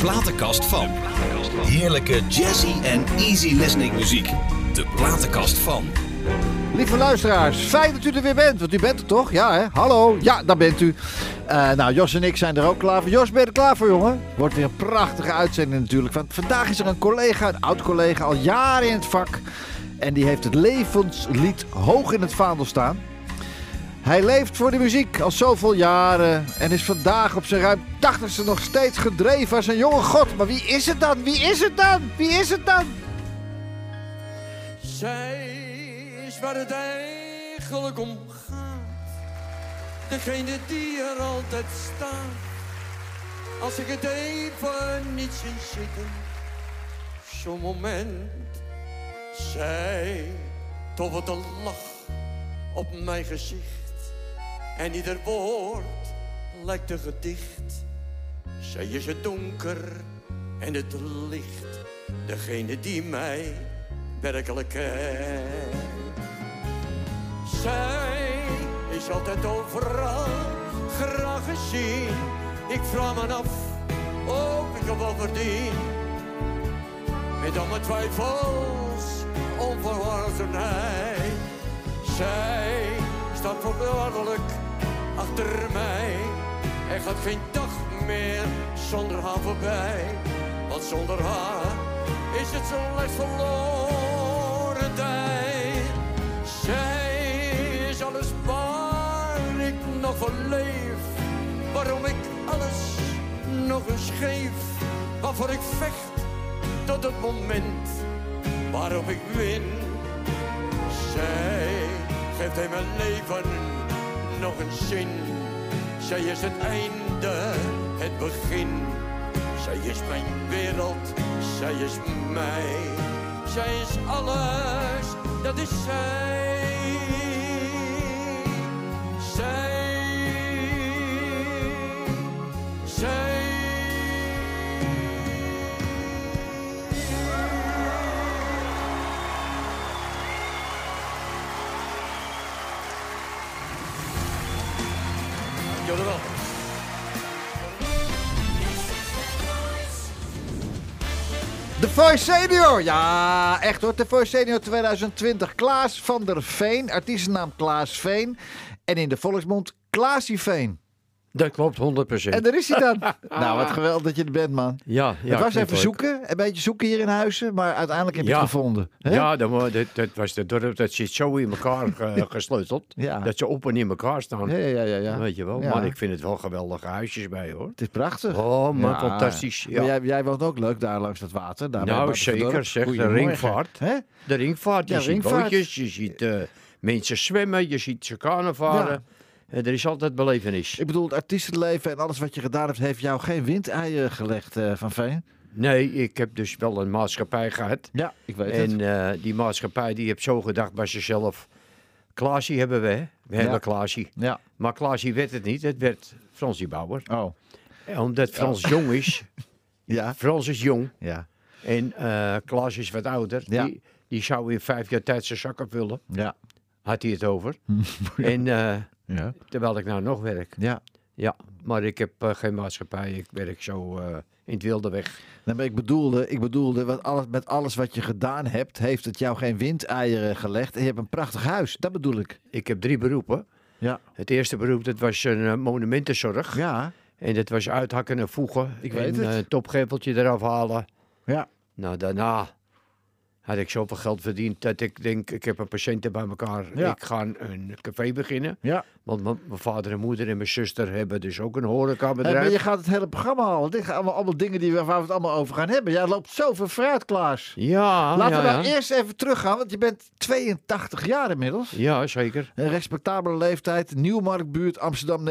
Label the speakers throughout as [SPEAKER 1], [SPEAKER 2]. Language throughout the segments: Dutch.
[SPEAKER 1] platenkast van. Heerlijke jazzy en easy listening muziek. De platenkast van.
[SPEAKER 2] Lieve luisteraars, fijn dat u er weer bent. Want u bent er toch? Ja, hè? Hallo? Ja, daar bent u. Eh, nou, Jos en ik zijn er ook klaar voor. Jos, ben je er klaar voor, jongen? Wordt weer een prachtige uitzending natuurlijk. Want vandaag is er een collega, een oud-collega, al jaren in het vak. En die heeft het levenslied hoog in het vaandel staan. Hij leeft voor de muziek al zoveel jaren en is vandaag op zijn ruim 80ste nog steeds gedreven als een jonge god. Maar wie is het dan? Wie is het dan? Wie is het dan?
[SPEAKER 3] Zij is waar het eigenlijk om gaat. Degene die er altijd staat. Als ik het even niet zie zitten. Zo'n moment. Zij tovert een lach op mijn gezicht. En ieder woord lijkt een gedicht. Zij is het donker en het licht. Degene die mij werkelijk kent. Zij is altijd overal graag gezien. Ik vraag me af of ik er wel verdien. Met al mijn twijfels, onverworvenheid. Zij staat voorwaardelijk achter mij. Er gaat geen dag meer zonder haar voorbij. Want zonder haar is het zo lijst verloren tijd. Zij is alles waar ik nog voor leef. Waarom ik alles nog eens geef. Waarvoor ik vecht tot het moment waarop ik win. Zij geeft hem mijn leven nog een zin. Zij is het einde, het begin. Zij is mijn wereld, zij is mij. Zij is alles, dat is zij. Zij, zij. Jullie wel.
[SPEAKER 2] De Voice Senior! Ja, echt hoor. De Voice Senior 2020. Klaas van der Veen. Artiestennaam Klaas Veen. En in de volksmond Klaasie Veen.
[SPEAKER 4] Dat klopt, 100
[SPEAKER 2] En daar is hij dan. nou, wat geweldig dat je er bent, man.
[SPEAKER 4] Ja, ja,
[SPEAKER 2] het was even
[SPEAKER 4] knipperk.
[SPEAKER 2] zoeken. Een beetje zoeken hier in Huizen. Maar uiteindelijk heb je
[SPEAKER 4] Ja.
[SPEAKER 2] het gevonden. hè?
[SPEAKER 4] Ja, dat, wa- dat, dat was het dorp. Dat zit zo in elkaar ge- gesleuteld.
[SPEAKER 2] Ja.
[SPEAKER 4] Dat ze op en in elkaar staan.
[SPEAKER 2] Ja, ja, ja. ja.
[SPEAKER 4] Weet je wel.
[SPEAKER 2] Ja.
[SPEAKER 4] Maar ik vind het wel geweldige huisjes bij hoor.
[SPEAKER 2] Het is prachtig.
[SPEAKER 4] Oh, maar fantastisch.
[SPEAKER 2] Maar
[SPEAKER 4] Ja.
[SPEAKER 2] jij, jij woont ook leuk daar langs dat water. Daar bij
[SPEAKER 4] nou,
[SPEAKER 2] Bad van
[SPEAKER 4] zeker
[SPEAKER 2] Dorp.
[SPEAKER 4] zeg. De
[SPEAKER 2] Goedemorgen.
[SPEAKER 4] ringvaart.
[SPEAKER 2] Hè?
[SPEAKER 4] De ringvaart. Je
[SPEAKER 2] Ja,
[SPEAKER 4] ziet
[SPEAKER 2] ringvaart.
[SPEAKER 4] bootjes, je ziet eh, mensen zwemmen, je ziet ze kanen varen. Eh, er is altijd belevenis.
[SPEAKER 2] Ik bedoel, het artiestenleven en alles wat je gedaan hebt, heeft jou geen windeieren gelegd, eh, Van Veen.
[SPEAKER 4] Nee, ik heb dus wel een maatschappij gehad.
[SPEAKER 2] Ja, ik weet het.
[SPEAKER 4] En eh, die maatschappij die heeft zo gedacht bij zichzelf. Klaasie hebben we, hè? We
[SPEAKER 2] Ja.
[SPEAKER 4] hebben Klaasie.
[SPEAKER 2] Ja.
[SPEAKER 4] Maar Klaasie werd het niet, het werd Fransie Bauer.
[SPEAKER 2] Oh.
[SPEAKER 4] Omdat Frans jong is.
[SPEAKER 2] Ja.
[SPEAKER 4] Frans is jong
[SPEAKER 2] Ja.
[SPEAKER 4] en eh Klaas is wat ouder.
[SPEAKER 2] Ja.
[SPEAKER 4] Die, die zou in vijf jaar tijd zijn zakken vullen.
[SPEAKER 2] Ja.
[SPEAKER 4] Had hij het over. en eh,
[SPEAKER 2] Ja.
[SPEAKER 4] terwijl ik nou nog werk.
[SPEAKER 2] Ja.
[SPEAKER 4] Ja, maar ik heb eh, geen maatschappij. Ik werk zo eh, in het wilde weg.
[SPEAKER 2] Nee, maar ik bedoelde, ik bedoelde wat alles, met alles wat je gedaan hebt, heeft het jou geen windeieren gelegd. En je hebt een prachtig huis, dat bedoel ik.
[SPEAKER 4] Ik heb drie beroepen.
[SPEAKER 2] Ja.
[SPEAKER 4] Het eerste beroep dat was een eh, monumentenzorg.
[SPEAKER 2] Ja.
[SPEAKER 4] En dat was uithakken en voegen.
[SPEAKER 2] Ik weet
[SPEAKER 4] en,
[SPEAKER 2] het.
[SPEAKER 4] eh, topgeveltje eraf halen.
[SPEAKER 2] Ja.
[SPEAKER 4] Nou, daarna had ik zoveel geld verdiend dat ik denk, ik heb een patiënten bij elkaar.
[SPEAKER 2] Ja.
[SPEAKER 4] Ik ga een café beginnen.
[SPEAKER 2] Ja.
[SPEAKER 4] Want mijn mijn vader en moeder en mijn zuster hebben dus ook een horecabedrijf.
[SPEAKER 2] Hey, Eh, maar je gaat het hele programma halen. Dit gaan allemaal, allemaal dingen die we, waar we het allemaal over gaan hebben. Jij loopt zoveel vooruit, Klaas.
[SPEAKER 4] Ja,
[SPEAKER 2] Laten
[SPEAKER 4] ja,
[SPEAKER 2] we nou
[SPEAKER 4] ja.
[SPEAKER 2] eerst even teruggaan, want je bent 82 jaar inmiddels.
[SPEAKER 4] Ja, zeker.
[SPEAKER 2] Een respectabele leeftijd, Nieuwmarktbuurt, Amsterdam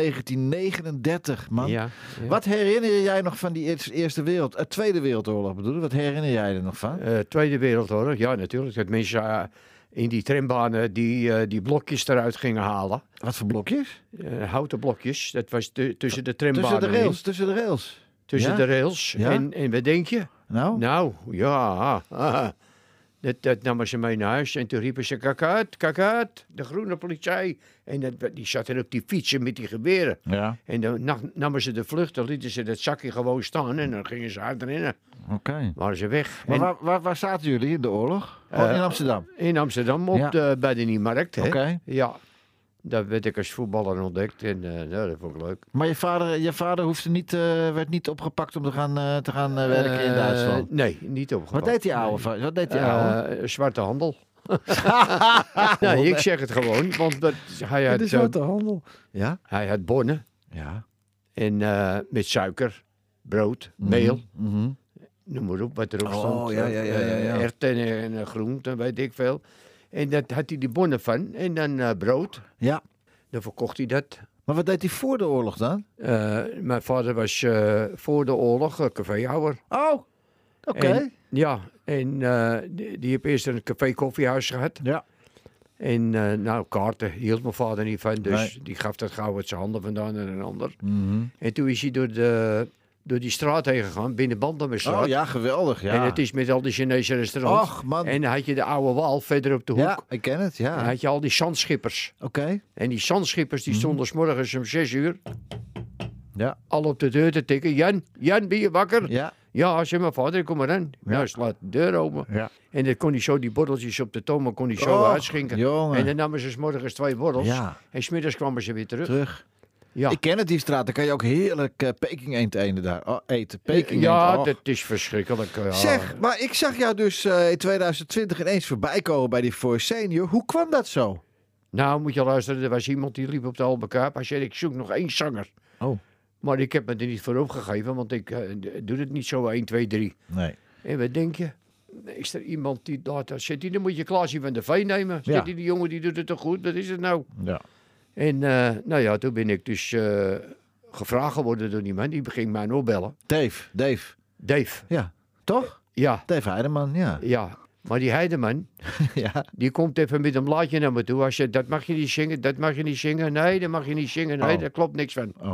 [SPEAKER 2] 1939, man.
[SPEAKER 4] Ja, ja.
[SPEAKER 2] Wat herinner jij nog van die eerste, eerste wereld, eh, Tweede Wereldoorlog bedoel ik? Wat herinner jij er nog van?
[SPEAKER 4] Eh, Tweede Wereldoorlog, ja natuurlijk. Dat mensen eh, in die trambanen die, eh, die blokjes eruit gingen halen.
[SPEAKER 2] Wat voor blokjes?
[SPEAKER 4] Eh, houten blokjes, dat was tu- tussen de trambanen.
[SPEAKER 2] Tussen de
[SPEAKER 4] in.
[SPEAKER 2] rails, tussen de rails.
[SPEAKER 4] Tussen
[SPEAKER 2] Ja? Nou?
[SPEAKER 4] de rails.
[SPEAKER 2] Ja?
[SPEAKER 4] En, en wat denk je?
[SPEAKER 2] Nou,
[SPEAKER 4] Nou, ja. Dat, dat namen ze mee naar huis en toen riepen ze: kakaat, kakaat, de groene politie. En dat, die zaten op die fietsen met die geweren.
[SPEAKER 2] Ja,
[SPEAKER 4] En dan na- namen ze de vlucht, dan lieten ze dat zakje gewoon staan en dan gingen ze hard rennen.
[SPEAKER 2] oké.
[SPEAKER 4] Waren ze weg.
[SPEAKER 2] Maar
[SPEAKER 4] En
[SPEAKER 2] waar, waar, waar zaten jullie in de oorlog? Gewoon Oh, in
[SPEAKER 4] Eh,
[SPEAKER 2] Amsterdam.
[SPEAKER 4] in Amsterdam op
[SPEAKER 2] Ja.
[SPEAKER 4] de, bij de Nieuwmarkt. hè?
[SPEAKER 2] Oké.
[SPEAKER 4] Ja, daar werd ik als voetballer ontdekt en eh, ja, dat vond ik leuk.
[SPEAKER 2] Maar je vader, je vader hoefde niet, eh, werd niet opgepakt om te gaan, eh, te gaan eh, werken in
[SPEAKER 4] Eh,
[SPEAKER 2] Duitsland.
[SPEAKER 4] nee, niet opgepakt.
[SPEAKER 2] Wat deed die ouwe? va- Wat deed die ouwe?
[SPEAKER 4] Eh, zwarte handel. nee, ik zeg het gewoon, want dat, hij, had,
[SPEAKER 5] Het is
[SPEAKER 4] eh,
[SPEAKER 5] wat de handel.
[SPEAKER 2] ja?
[SPEAKER 4] hij had bonnen
[SPEAKER 2] Ja.
[SPEAKER 4] en, eh, met suiker, brood, meel,
[SPEAKER 2] Mhm.
[SPEAKER 4] noem maar op wat erop
[SPEAKER 2] Oh,
[SPEAKER 4] stond.
[SPEAKER 2] ja, ja, ja, ja,
[SPEAKER 4] Eh,
[SPEAKER 2] ja.
[SPEAKER 4] Erwten en eh, groenten, weet ik veel. En dat had hij die bonnen van en dan eh, brood.
[SPEAKER 2] Ja.
[SPEAKER 4] Dan verkocht hij dat.
[SPEAKER 2] Maar wat deed hij voor de oorlog dan?
[SPEAKER 4] Eh, mijn vader was eh, voor de oorlog eh, caféhouder.
[SPEAKER 2] Oh, oké.
[SPEAKER 4] En- ja, en eh, die, die heb eerst een café koffiehuis gehad.
[SPEAKER 2] Ja.
[SPEAKER 4] En eh, nou, kaarten hield mijn vader niet van, dus
[SPEAKER 2] Nee.
[SPEAKER 4] die gaf dat gauw uit zijn handen vandaan en een ander.
[SPEAKER 2] Mhm.
[SPEAKER 4] En toen is hij door, de, door die straat heen gegaan, binnen Bandenbestraat.
[SPEAKER 2] Oh ja, geweldig. Ja.
[SPEAKER 4] En het is met al die Chinese restaurants.
[SPEAKER 2] Och man.
[SPEAKER 4] En dan had je de oude wal verder op de hoek.
[SPEAKER 2] ja, ik ken het.
[SPEAKER 4] Dan
[SPEAKER 2] Ja.
[SPEAKER 4] had je al die zandschippers.
[SPEAKER 2] Oké. Mhm.
[SPEAKER 4] En die zandschippers die stonden s morgens om zes uur
[SPEAKER 2] Ja.
[SPEAKER 4] al op de deur te tikken. Jan, Jan, ben je wakker?
[SPEAKER 2] Ja.
[SPEAKER 4] Ja, als je mijn vader, kom maar in. Nou, slaat de deur open.
[SPEAKER 2] Ja.
[SPEAKER 4] En dan kon hij zo die borreltjes op de tomen kon hij zo
[SPEAKER 2] Och,
[SPEAKER 4] uitschinken.
[SPEAKER 2] jongen.
[SPEAKER 4] En dan namen ze 's morgens twee borrels.
[SPEAKER 2] Ja.
[SPEAKER 4] En smiddags kwamen ze weer terug.
[SPEAKER 2] Terug.
[SPEAKER 4] Ja,
[SPEAKER 2] Ik ken het, die straat. Daar kan je ook heerlijk eh, Peking eend eenden daar oh, eten. Peking
[SPEAKER 4] ja
[SPEAKER 2] eend, och.
[SPEAKER 4] dat is verschrikkelijk. eh, ja.
[SPEAKER 2] Zeg, maar ik zag jou dus eh, in 2020 ineens voorbij komen bij die Voice Senior. Hoe kwam dat zo?
[SPEAKER 4] Nou, moet je luisteren, er was iemand die liep op de Albekaap. Hij zei, ik zoek nog één zanger.
[SPEAKER 2] Oh.
[SPEAKER 4] Maar ik heb me er niet voor opgegeven, want ik eh, d- doe het niet zo 1, 2, 3.
[SPEAKER 2] Nee.
[SPEAKER 4] En wat denk je? Is er iemand die daar daar zit? Die, dan moet je Klaasje van de Veen nemen.
[SPEAKER 2] Ja.
[SPEAKER 4] Zit die, die jongen die doet het toch goed? Wat is het nou?
[SPEAKER 2] Ja.
[SPEAKER 4] En eh, nou ja, toen ben ik dus eh, gevraagd geworden door die man. Die ging mij nog bellen.
[SPEAKER 2] Dave, Dave.
[SPEAKER 4] Dave.
[SPEAKER 2] Ja. Toch?
[SPEAKER 4] Ja,
[SPEAKER 2] Dave Heideman, ja.
[SPEAKER 4] ja. Maar die Heideman,
[SPEAKER 2] ja.
[SPEAKER 4] die komt even met een blaadje naar me toe. Hij zegt, dat mag je niet zingen, dat mag je niet zingen. Nee, dat mag je niet zingen. Nee,
[SPEAKER 2] Oh.
[SPEAKER 4] daar klopt niks van.
[SPEAKER 2] Oh.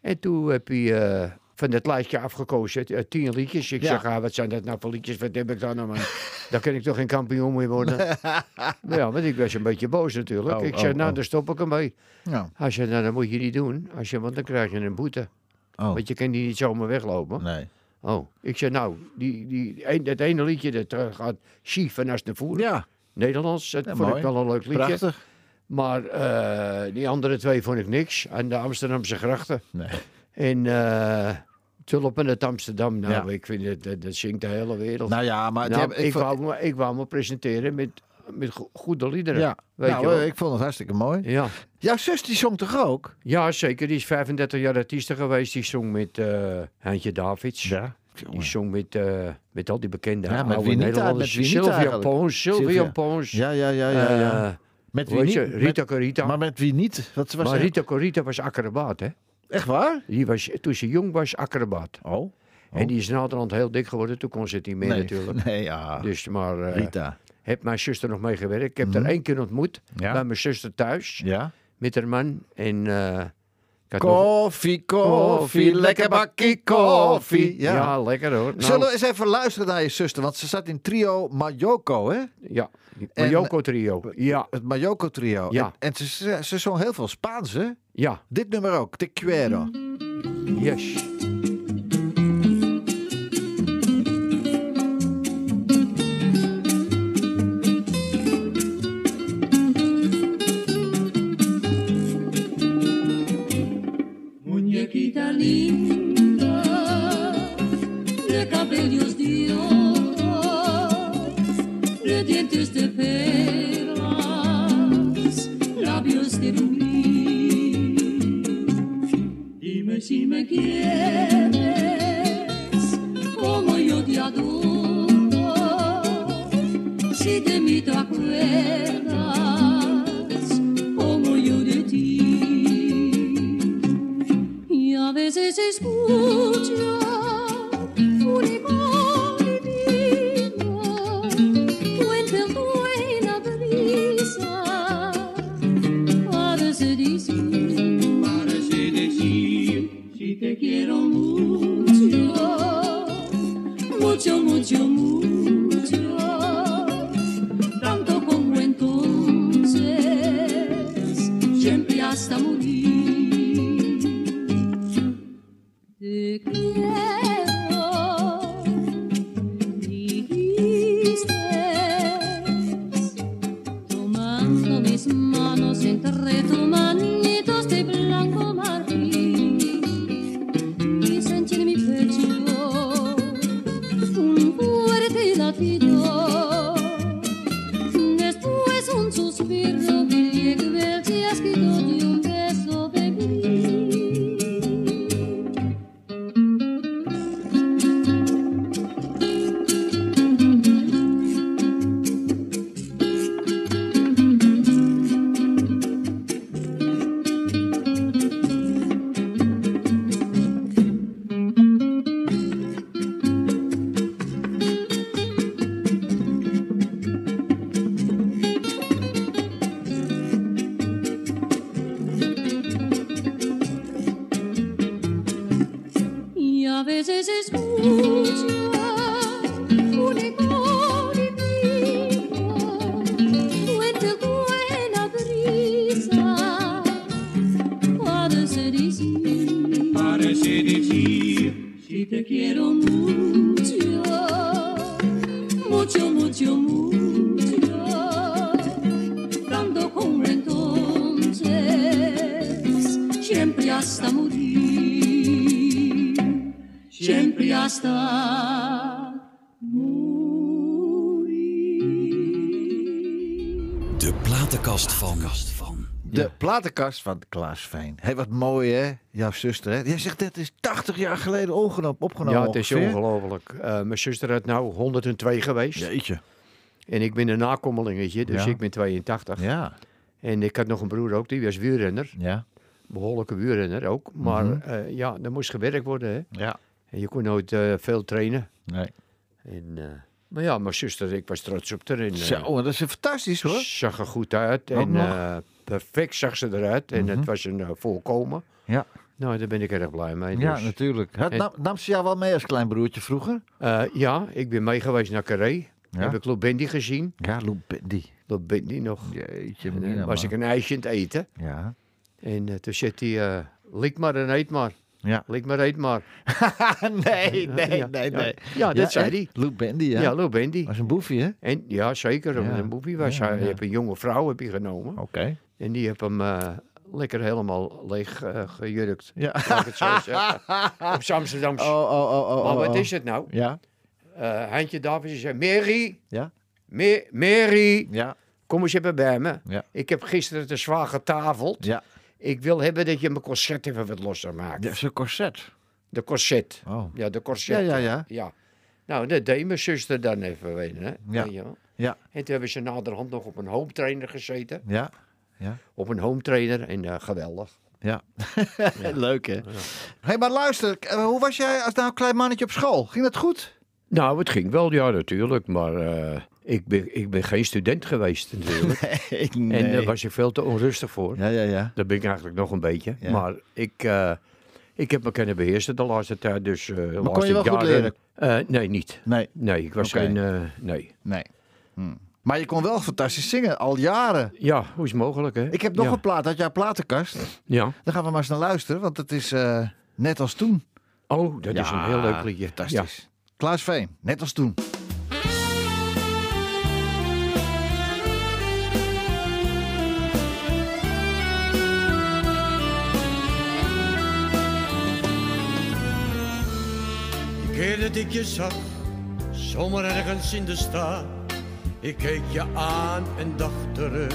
[SPEAKER 4] En toen heb hij eh, van dat lijstje afgekozen, eh, tien liedjes. Ik
[SPEAKER 2] Ja.
[SPEAKER 4] zeg, ah, wat zijn dat nou voor liedjes? Wat heb ik daar nou aan? daar kan ik toch geen kampioen mee worden? Maar ja, want ik was een beetje boos natuurlijk.
[SPEAKER 2] Oh,
[SPEAKER 4] ik zeg,
[SPEAKER 2] oh,
[SPEAKER 4] nou,
[SPEAKER 2] oh.
[SPEAKER 4] dan stop ik ermee.
[SPEAKER 2] Nou.
[SPEAKER 4] Hij zei, nou, dat moet je niet doen. Hij zei, want dan krijg je een boete.
[SPEAKER 2] Oh.
[SPEAKER 4] Want je kan die niet zomaar weglopen.
[SPEAKER 2] Nee.
[SPEAKER 4] Oh, ik zei, nou, die, die, een- dat ene liedje dat eh, gaat Chief van As de Voer.
[SPEAKER 2] Ja,
[SPEAKER 4] Nederlands, dat
[SPEAKER 2] Ja,
[SPEAKER 4] vond
[SPEAKER 2] mooi.
[SPEAKER 4] ik wel een leuk liedje.
[SPEAKER 2] prachtig.
[SPEAKER 4] Maar eh, die andere twee vond ik niks. Aan de Amsterdamse grachten.
[SPEAKER 2] Nee.
[SPEAKER 4] En eh Tulpen uit Amsterdam. Nou,
[SPEAKER 2] Ja.
[SPEAKER 4] ik vind het, dat, dat zingt de hele wereld.
[SPEAKER 2] Nou ja, maar... het-
[SPEAKER 4] Nou,
[SPEAKER 2] ja,
[SPEAKER 4] ik,
[SPEAKER 2] vond-
[SPEAKER 4] wou me, ik wou me presenteren met, met go- goede liederen.
[SPEAKER 2] ja.
[SPEAKER 4] weet
[SPEAKER 2] nou,
[SPEAKER 4] je wel.
[SPEAKER 2] eh, ik vond het hartstikke mooi.
[SPEAKER 4] Ja.
[SPEAKER 2] Jouw zus die zong toch ook?
[SPEAKER 4] ja, zeker. Die is 35 jaar artiesten geweest. Die zong met eh Heintje Davids. Die zong met, eh, met al die bekende
[SPEAKER 2] Ja, met
[SPEAKER 4] oude
[SPEAKER 2] Winita,
[SPEAKER 4] Nederlanders.
[SPEAKER 2] met Winita
[SPEAKER 4] Sylvia
[SPEAKER 2] eigenlijk.
[SPEAKER 4] Pons, Sylvia
[SPEAKER 2] Sylvia.
[SPEAKER 4] Pons.
[SPEAKER 2] Ja, ja, ja, ja. ja.
[SPEAKER 4] eh,
[SPEAKER 2] met wie
[SPEAKER 4] hoe heet
[SPEAKER 2] niet?
[SPEAKER 4] ze? Rita
[SPEAKER 2] Met-
[SPEAKER 4] Corita.
[SPEAKER 2] maar
[SPEAKER 4] Maar,
[SPEAKER 2] met wie niet? Wat was echt-
[SPEAKER 4] Rita Corita was acrobaat, hè?
[SPEAKER 2] Echt waar?
[SPEAKER 4] Die was, toen ze jong was, acrobaat.
[SPEAKER 2] Oh.
[SPEAKER 4] En die is naderhand heel dik geworden. Toen kon ze het niet meer
[SPEAKER 2] nee.
[SPEAKER 4] natuurlijk.
[SPEAKER 2] Nee, ja.
[SPEAKER 4] Dus, maar eh
[SPEAKER 2] Rita. Mhm.
[SPEAKER 4] heb mijn zuster nog mee gewerkt. Ik heb haar één keer ontmoet.
[SPEAKER 2] Ja.
[SPEAKER 4] Bij mijn zuster thuis.
[SPEAKER 2] Ja.
[SPEAKER 4] Met haar man. En eh, ik had nog-
[SPEAKER 2] Koffie, koffie, lekker bakkie koffie.
[SPEAKER 4] Ja.
[SPEAKER 2] Ja.
[SPEAKER 4] lekker hoor. Nou,
[SPEAKER 2] Zullen we eens even luisteren naar je zuster? Want ze zat in trio Mayoko, hè?
[SPEAKER 4] Ja.
[SPEAKER 2] En-
[SPEAKER 4] Joko Trio. Ja.
[SPEAKER 2] Het Mayoko trio.
[SPEAKER 4] Ja.
[SPEAKER 2] En, en ze- ze, ze zong heel veel Spaans, hè?
[SPEAKER 4] Ja.
[SPEAKER 2] Dit nummer ook, Te Quiero.
[SPEAKER 4] Yes.
[SPEAKER 6] Muñequita linda, de cabellos de oro, de dientes de perlas, labios de rubí. Dime si me quieres. Alzo mis manos entre tus manitos de blanco marfil y sentí en mi pecho un fuerte latido. Después un suspiro que llegue el chasquido de un beso, baby. y a veces escucho un eco divino, fuente buena brisa, parece decir, parece decir, si te quiero mucho, mucho, mucho, mucho tanto como entonces, siempre hasta morir, siempre hasta morir.
[SPEAKER 1] De platenkast van. van.
[SPEAKER 2] De platenkast van Klaas Veen. Hé, wat mooi hè, jouw zuster. Hè? Jij zegt dat is 80 jaar geleden ongeno- opgenomen.
[SPEAKER 4] Ja, het is
[SPEAKER 2] ongeveer.
[SPEAKER 4] ongelooflijk. Eh, mijn zuster had nou 102 geweest.
[SPEAKER 2] Jeetje.
[SPEAKER 4] En ik ben een nakomelingetje, dus
[SPEAKER 2] Ja.
[SPEAKER 4] ik ben 82.
[SPEAKER 2] Ja,
[SPEAKER 4] En ik had nog een broer ook, die was wielrenner.
[SPEAKER 2] ja, Mhm.
[SPEAKER 4] Behoorlijke wielrenner ook. Maar eh, ja, er moest gewerkt worden. Hè?
[SPEAKER 2] ja.
[SPEAKER 4] En je kon nooit eh, veel trainen.
[SPEAKER 2] Nee.
[SPEAKER 4] En, eh, maar ja, mijn zuster, ik was trots op haar. En, eh,
[SPEAKER 2] Zo, dat is Oh, fantastisch hoor.
[SPEAKER 4] zag er goed uit.
[SPEAKER 2] Ook
[SPEAKER 4] En
[SPEAKER 2] nog?
[SPEAKER 4] eh, perfect zag ze eruit. En het was een eh, volkomen.
[SPEAKER 2] Mhm. Ja,
[SPEAKER 4] Nou, daar ben ik erg blij mee. Dus.
[SPEAKER 2] ja
[SPEAKER 4] Ja,
[SPEAKER 2] natuurlijk. nou, Had- nam, nam ze jou wel mee als klein broertje vroeger?
[SPEAKER 4] Eh, ja ik ben meegeweest naar Carré.
[SPEAKER 2] Ja.
[SPEAKER 4] Heb ik Lobendi gezien.
[SPEAKER 2] Ja, Loep Bendy.
[SPEAKER 4] Lobendi nog.
[SPEAKER 2] Jeetje,
[SPEAKER 4] En dan
[SPEAKER 2] mina,
[SPEAKER 4] was ik
[SPEAKER 2] man.
[SPEAKER 4] een ijsje aan het eten.
[SPEAKER 2] Ja.
[SPEAKER 4] En eh, toen zegt hij, eh, lik maar en eet maar.
[SPEAKER 2] Ja.
[SPEAKER 4] Lik maar, eet maar.
[SPEAKER 2] nee, nee,
[SPEAKER 4] Ja,
[SPEAKER 2] nee,
[SPEAKER 4] ja.
[SPEAKER 2] nee.
[SPEAKER 4] Ja, dat zei
[SPEAKER 2] hè?
[SPEAKER 4] die.
[SPEAKER 2] Lou Bendy,
[SPEAKER 4] Ja,
[SPEAKER 2] ja.
[SPEAKER 4] ja Lobendi.
[SPEAKER 2] was een boefie, hè? Oké.
[SPEAKER 4] En ja, zeker.
[SPEAKER 2] Ja.
[SPEAKER 4] omdat Een boefie was.
[SPEAKER 2] Ja,
[SPEAKER 4] hij
[SPEAKER 2] ja.
[SPEAKER 4] heeft een jonge vrouw heb je genomen. En die heb hem eh, lekker helemaal leeg eh, gejurkt.
[SPEAKER 2] Ja.
[SPEAKER 4] Laat ik het zo zeggen. Op Amsterdams.
[SPEAKER 2] Oh, oh, oh, oh.
[SPEAKER 4] maar
[SPEAKER 2] oh,
[SPEAKER 4] wat
[SPEAKER 2] oh.
[SPEAKER 4] is het nou?
[SPEAKER 2] Ja,
[SPEAKER 4] Eh Handje Davids zei, Mary,
[SPEAKER 2] ja,
[SPEAKER 4] Ma- Mary,
[SPEAKER 2] ja,
[SPEAKER 4] kom eens even bij me.
[SPEAKER 2] Ja.
[SPEAKER 4] Ik heb gisteren te zwaar getafeld.
[SPEAKER 2] ja.
[SPEAKER 4] Ik wil hebben dat je mijn corset even wat losser maakt.
[SPEAKER 2] Dat is een corset.
[SPEAKER 4] De corset.
[SPEAKER 2] Oh.
[SPEAKER 4] Ja, de corset.
[SPEAKER 2] Ja, ja, ja.
[SPEAKER 4] Nou, dat deed mijn zuster dan even weten. Hè?
[SPEAKER 2] Ja.
[SPEAKER 4] Weet je wel.
[SPEAKER 2] Ja,
[SPEAKER 4] En toen hebben ze naderhand nog op een home trainer gezeten.
[SPEAKER 2] ja, ja.
[SPEAKER 4] Op een home trainer. En eh, geweldig.
[SPEAKER 2] Ja. Leuk, hè? hey, maar luister. k- eh, Hoe was jij als nou klein mannetje op school? Ging dat goed?
[SPEAKER 4] Nou, het ging wel, ja, natuurlijk. Maar eh, ik, ben, ik ben geen student geweest natuurlijk.
[SPEAKER 2] Nee,
[SPEAKER 4] En daar was ik veel te onrustig voor.
[SPEAKER 2] Ja, ja, ja.
[SPEAKER 4] Dat ben ik eigenlijk nog een beetje.
[SPEAKER 2] Ja.
[SPEAKER 4] Maar ik, eh, ik heb me kunnen beheersen de laatste tijd. Dus, eh, de
[SPEAKER 2] kon
[SPEAKER 4] laatste
[SPEAKER 2] je wel goed
[SPEAKER 4] jaren- Eh, nee, niet.
[SPEAKER 2] Nee,
[SPEAKER 4] Nee, ik was
[SPEAKER 2] Oké.
[SPEAKER 4] geen... eh, nee.
[SPEAKER 2] nee. Hm. Maar je kon wel fantastisch zingen, al jaren.
[SPEAKER 4] Ja, hoe is het mogelijk, hè?
[SPEAKER 2] Ik heb nog
[SPEAKER 4] ja.
[SPEAKER 2] een plaat uit jouw platenkast.
[SPEAKER 4] Ja.
[SPEAKER 2] Daar gaan we maar eens naar luisteren, want het is eh, net als toen.
[SPEAKER 4] Oh, dat is een heel leuk liedje.
[SPEAKER 2] Fantastisch. Klaas Veen, net als toen.
[SPEAKER 3] De keer dat ik je zag, zomaar ergens in de stad. Ik keek je aan en dacht terug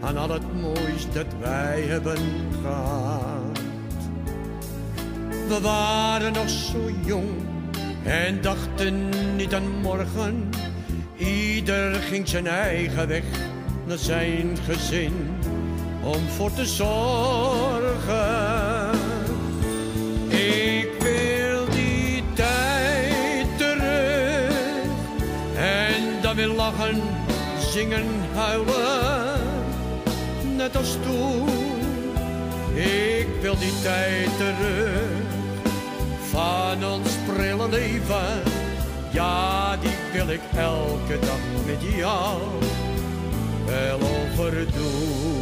[SPEAKER 3] aan al het moois dat wij hebben gehad. We waren nog zo jong en dachten niet aan morgen. Ieder ging zijn eigen weg naar zijn gezin om voor te zorgen. Ik wil die tijd terug en dan weer lachen, zingen, huilen, net als toen. Ik wil die tijd terug van ons prille leven. Ja, die wil ik elke dag met jou wel overdoen.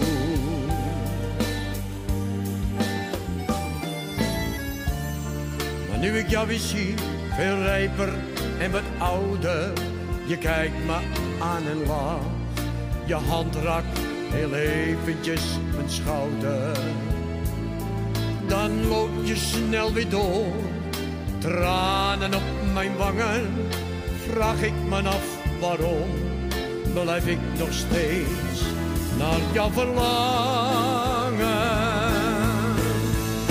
[SPEAKER 3] Maar nu ik jou weer zie, veel rijper en wat ouder. Je kijkt me aan en lacht. Je hand raakt heel eventjes mijn schouder. Dan loop je snel weer door, tranen op mijn wangen. Vraag ik me af waarom, blijf ik nog steeds naar jou verlangen.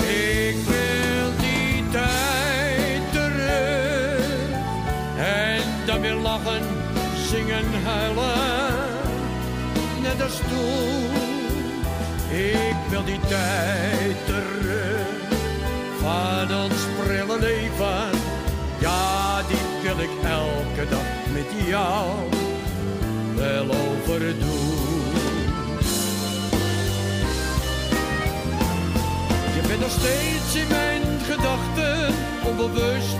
[SPEAKER 3] Ik wil die tijd terug en dan weer lachen, zingen, huilen, net als toen. Ik wil die tijd terug van ons prille leven, ja die wil ik elke dag met jou wel overdoen. Je bent nog steeds in mijn gedachten, onbewust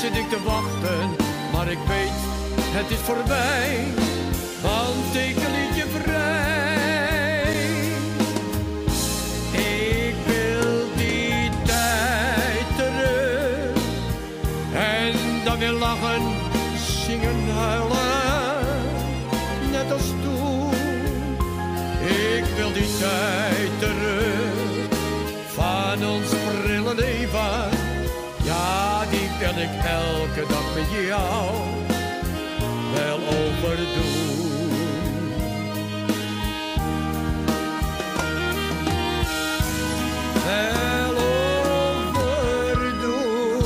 [SPEAKER 3] zit ik te wachten. Maar ik weet, het is voorbij, want ik liet je vrij. Ik wil die tijd terug en dan weer lachen, zingen, huilen, net als toen. Ik wil die tijd terug van ons prille leven. Ja, die kan ik elke dag met jou wel overdoen. Wel overdoen.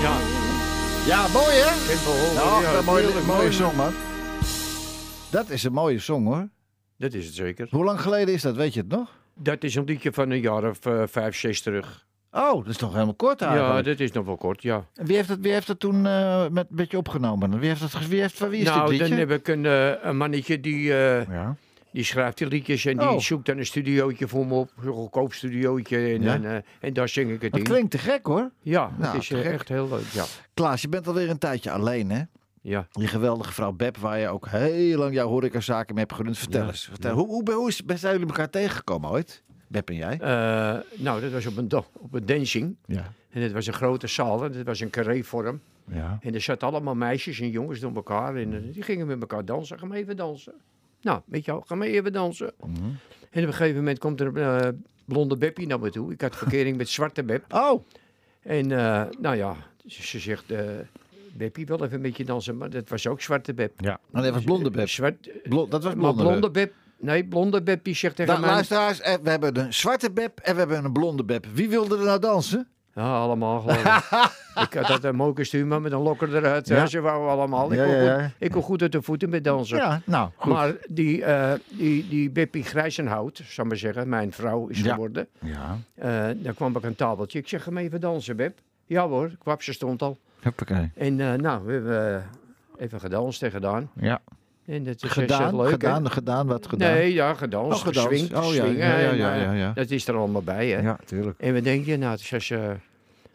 [SPEAKER 4] Ja,
[SPEAKER 2] Ja, mooi hè?
[SPEAKER 4] simpel.
[SPEAKER 2] Ja,
[SPEAKER 4] ja,
[SPEAKER 2] Nou, dat mooie,
[SPEAKER 4] tuurlijk,
[SPEAKER 2] mooie
[SPEAKER 4] mooi.
[SPEAKER 2] song man. Dat is een mooie song hoor.
[SPEAKER 4] Dat is het zeker.
[SPEAKER 2] Hoe lang geleden is dat, weet je het nog?
[SPEAKER 4] Dat is een liedje van een jaar of eh, vijf, zes terug.
[SPEAKER 2] Oh, dat is toch helemaal kort eigenlijk.
[SPEAKER 4] Ja, dat is nog wel kort, ja.
[SPEAKER 2] En Wie heeft het, wie heeft het toen eh, met, met je opgenomen? Wie heeft het, ge- wie heeft, van wie is
[SPEAKER 4] nou,
[SPEAKER 2] dit
[SPEAKER 4] dan
[SPEAKER 2] liedje?
[SPEAKER 4] heb ik een, eh, een mannetje die, eh,
[SPEAKER 2] Ja.
[SPEAKER 4] die schrijft die liedjes en die
[SPEAKER 2] Oh.
[SPEAKER 4] zoekt dan een studiootje voor me op. Een goedkoop studiootje en,
[SPEAKER 2] Ja.
[SPEAKER 4] en, eh, en daar zing ik het
[SPEAKER 2] Dat
[SPEAKER 4] in.
[SPEAKER 2] klinkt te gek hoor.
[SPEAKER 4] Ja,
[SPEAKER 2] Nou,
[SPEAKER 4] het is
[SPEAKER 2] te
[SPEAKER 4] eh,
[SPEAKER 2] gek.
[SPEAKER 4] echt heel leuk. Ja.
[SPEAKER 2] Klaas, je bent alweer een tijdje alleen hè?
[SPEAKER 4] Ja.
[SPEAKER 2] Die geweldige vrouw Beb, waar je ook heel lang jouw horecazaken mee hebt gerund. Vertel eens. Vertel, Hoe, hoe, hoe is, zijn jullie elkaar tegengekomen ooit? Beb en jij?
[SPEAKER 4] Eh, nou, dat was op een, da- op een dancing.
[SPEAKER 2] Ja.
[SPEAKER 4] En het was een grote zaal en het was een carré-vorm.
[SPEAKER 2] ja.
[SPEAKER 4] En er zaten allemaal meisjes en jongens door elkaar. En eh, die gingen met elkaar dansen. Ga maar even dansen. Nou, weet je wel, ga maar even dansen.
[SPEAKER 2] Mhm.
[SPEAKER 4] En op een gegeven moment komt er een eh, blonde Beppie naar me toe. Ik had verkering met zwarte Beb.
[SPEAKER 2] Oh,
[SPEAKER 4] En eh, nou ja, ze, ze zegt, eh Beppie wil even met je dansen. Maar dat was ook zwarte Beb.
[SPEAKER 2] en dat was blonde Beb.
[SPEAKER 4] Zwart,
[SPEAKER 2] Blo- dat was
[SPEAKER 4] maar
[SPEAKER 2] blonde,
[SPEAKER 4] blonde Beb. Nee, blonde Beppie zegt
[SPEAKER 2] Beb.
[SPEAKER 4] tegen
[SPEAKER 2] Nou,
[SPEAKER 4] mij...
[SPEAKER 2] luisteraars, eh, we hebben een zwarte Beb en we hebben een blonde Beb. Wie wilde er nou dansen?
[SPEAKER 4] Ja, allemaal geloof ik. ik had dat een moker stuurman met een lokker eruit.
[SPEAKER 2] Ja.
[SPEAKER 4] Ja. Ze wouden allemaal. Ik,
[SPEAKER 2] Ja,
[SPEAKER 4] kon
[SPEAKER 2] ja, ja.
[SPEAKER 4] Goed, ik kon goed uit de voeten met dansen.
[SPEAKER 2] Ja, nou, goed.
[SPEAKER 4] Maar die, eh die, die Bippie Grijzenhout, zou ik maar zeggen, mijn vrouw is
[SPEAKER 2] Ja.
[SPEAKER 4] geworden.
[SPEAKER 2] ja,
[SPEAKER 4] Eh daar kwam ik aan tafeltje. Ik zeg, hem even dansen, Beb. Ja hoor, kwap, ze stond al.
[SPEAKER 2] Hoppakee.
[SPEAKER 4] En eh, nou, we hebben eh, even gedanst en gedaan.
[SPEAKER 2] Ja.
[SPEAKER 4] En het is echt
[SPEAKER 2] Gedaan,
[SPEAKER 4] leuk, hè?
[SPEAKER 2] gedaan, gedaan, wat gedaan.
[SPEAKER 4] Nee, ja, gedanst,
[SPEAKER 2] Oh, gedanst.
[SPEAKER 4] geswingd,
[SPEAKER 2] Oh, ja,
[SPEAKER 4] swingen,
[SPEAKER 2] ja, ja,
[SPEAKER 4] en,
[SPEAKER 2] ja,
[SPEAKER 4] eh,
[SPEAKER 2] ja, ja.
[SPEAKER 4] Dat is er allemaal bij, hè?
[SPEAKER 2] Ja, tuurlijk.
[SPEAKER 4] En we denken, nou, ze zegt, eh,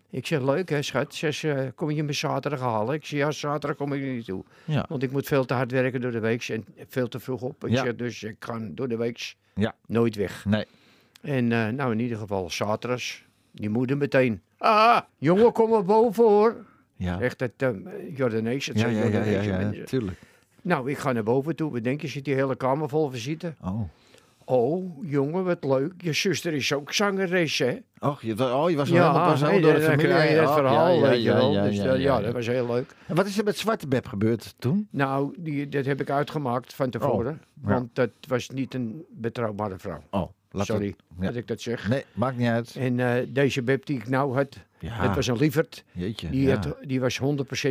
[SPEAKER 4] ik zeg, leuk hè, schat. Ze zegt, eh, kom je me zaterdag halen? Ik zeg, ja, zaterdag kom ik er niet toe.
[SPEAKER 2] Ja.
[SPEAKER 4] Want ik moet veel te hard werken door de week en veel te vroeg op. Ik
[SPEAKER 2] Ja.
[SPEAKER 4] zeg, dus ik ga door de week
[SPEAKER 2] Ja.
[SPEAKER 4] nooit weg.
[SPEAKER 2] Nee.
[SPEAKER 4] En eh, nou, in ieder geval, zaterdags, die moeder meteen. Ah, jongen, kom maar boven hoor.
[SPEAKER 2] Ja,
[SPEAKER 4] Echt het eh, Jordanees, het
[SPEAKER 2] ja,
[SPEAKER 4] zijn
[SPEAKER 2] ja, ja, ja,
[SPEAKER 4] Jordanees
[SPEAKER 2] ja,
[SPEAKER 4] mensen.
[SPEAKER 2] tuurlijk.
[SPEAKER 4] Nou, ik ga naar boven toe. We denken, zit die hele kamer vol visite.
[SPEAKER 2] Oh.
[SPEAKER 4] Oh, jongen, wat leuk. Je zuster is ook zangeres, hè?
[SPEAKER 2] Och, je, oh, je was wel helemaal pas
[SPEAKER 4] hey,
[SPEAKER 2] door de
[SPEAKER 4] dan
[SPEAKER 2] familie.
[SPEAKER 4] krijg je het
[SPEAKER 2] Oh,
[SPEAKER 4] verhaal,
[SPEAKER 2] ja, ja,
[SPEAKER 4] weet je
[SPEAKER 2] ja,
[SPEAKER 4] wel.
[SPEAKER 2] ja,
[SPEAKER 4] dus,
[SPEAKER 2] ja,
[SPEAKER 4] eh,
[SPEAKER 2] ja,
[SPEAKER 4] ja,
[SPEAKER 2] ja.
[SPEAKER 4] dat was heel leuk.
[SPEAKER 2] En wat is er met Zwarte Beb gebeurd toen? Oh,
[SPEAKER 4] Nou, die, dat heb ik uitgemaakt van tevoren.
[SPEAKER 2] ja.
[SPEAKER 4] Want dat was niet een betrouwbare vrouw.
[SPEAKER 2] Oh, laat
[SPEAKER 4] Sorry
[SPEAKER 2] ja.
[SPEAKER 4] dat ik dat zeg.
[SPEAKER 2] Nee, maakt niet uit.
[SPEAKER 4] En eh, deze Beb die ik nou had,
[SPEAKER 2] Ja.
[SPEAKER 4] dat was een lieverd.
[SPEAKER 2] Jeetje.
[SPEAKER 4] Die,
[SPEAKER 2] ja.
[SPEAKER 4] had, die was 100%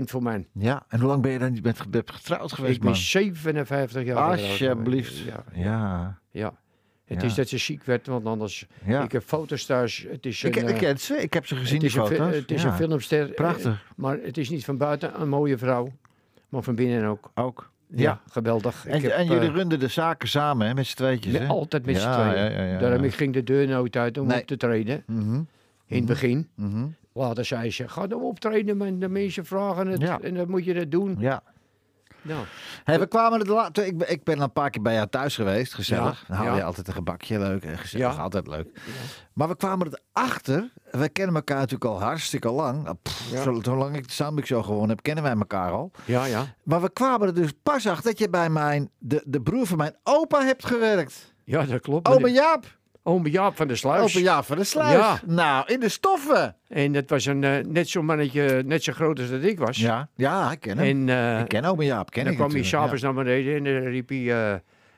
[SPEAKER 4] voor mij.
[SPEAKER 2] ja, en hoe lang ben je dan met Beb getrouwd geweest,
[SPEAKER 4] Ik ben 57 jaar
[SPEAKER 2] man?
[SPEAKER 4] oud.
[SPEAKER 2] Alsjeblieft.
[SPEAKER 4] Ja,
[SPEAKER 2] Ja. Ja.
[SPEAKER 4] ja. Het
[SPEAKER 2] Ja.
[SPEAKER 4] is dat ze ziek werd, want anders... Ik heb foto's thuis. Het is
[SPEAKER 2] Ik,
[SPEAKER 4] een,
[SPEAKER 2] ik
[SPEAKER 4] eh,
[SPEAKER 2] ken ze, ik heb ze
[SPEAKER 4] het
[SPEAKER 2] gezien, die
[SPEAKER 4] is, een, fi-
[SPEAKER 2] foto's.
[SPEAKER 4] het is
[SPEAKER 2] ja.
[SPEAKER 4] een filmster. eh,
[SPEAKER 2] Prachtig,
[SPEAKER 4] Maar het is niet van buiten een mooie vrouw. Maar van binnen ook.
[SPEAKER 2] ook.
[SPEAKER 4] Ja,
[SPEAKER 2] Ja.
[SPEAKER 4] geweldig.
[SPEAKER 2] En,
[SPEAKER 4] Ik heb,
[SPEAKER 2] en jullie
[SPEAKER 4] eh,
[SPEAKER 2] runden de zaken samen, hè, met z'n tweetjes,
[SPEAKER 4] ja,
[SPEAKER 2] hè?
[SPEAKER 4] altijd met
[SPEAKER 2] Ja,
[SPEAKER 4] z'n tweeën.
[SPEAKER 2] ja, ja, ja,
[SPEAKER 4] Daarom
[SPEAKER 2] ja.
[SPEAKER 4] ik ging de deur nooit uit om
[SPEAKER 2] Nee.
[SPEAKER 4] op te treden.
[SPEAKER 2] Mhm,
[SPEAKER 4] In het begin.
[SPEAKER 2] mhm.
[SPEAKER 4] nou Later zei ze, ga dan optreden, man. de mensen vragen het.
[SPEAKER 2] Ja.
[SPEAKER 4] En dan moet je dat doen.
[SPEAKER 2] Ja.
[SPEAKER 4] Nou,
[SPEAKER 2] Hey, we kwamen het la- ik, ben- ik ben een paar keer bij jou thuis geweest, gezellig.
[SPEAKER 4] Ja,
[SPEAKER 2] nou,
[SPEAKER 4] ja.
[SPEAKER 2] je altijd een gebakje, leuk en gezellig,
[SPEAKER 4] Ja.
[SPEAKER 2] altijd leuk. Maar we kwamen erachter, we kennen elkaar natuurlijk al hartstikke lang. Ah, pff,
[SPEAKER 4] Ja.
[SPEAKER 2] zo- Zolang ik de Soundbik Show gewonnen heb, kennen wij elkaar al.
[SPEAKER 4] ja, ja.
[SPEAKER 2] Maar we kwamen er dus pas achter dat je bij mijn, de, de broer van mijn opa hebt gewerkt.
[SPEAKER 4] Ja, dat klopt.
[SPEAKER 2] Oma
[SPEAKER 4] Ome
[SPEAKER 2] Jaap.
[SPEAKER 4] Jaap van de Sluis.
[SPEAKER 2] Opa Jaap van de Sluis.
[SPEAKER 4] Ja.
[SPEAKER 2] Nou, in de stoffen.
[SPEAKER 4] En dat was een, eh, net zo'n mannetje, net zo groot als dat ik was.
[SPEAKER 2] Ja, ja ik ken
[SPEAKER 4] En
[SPEAKER 2] hem.
[SPEAKER 4] eh,
[SPEAKER 2] ik ken oma Jaap, ken
[SPEAKER 4] dan
[SPEAKER 2] ik
[SPEAKER 4] kwam hij
[SPEAKER 2] natuurlijk,
[SPEAKER 4] s'avonds naar beneden en dan riep hij eh,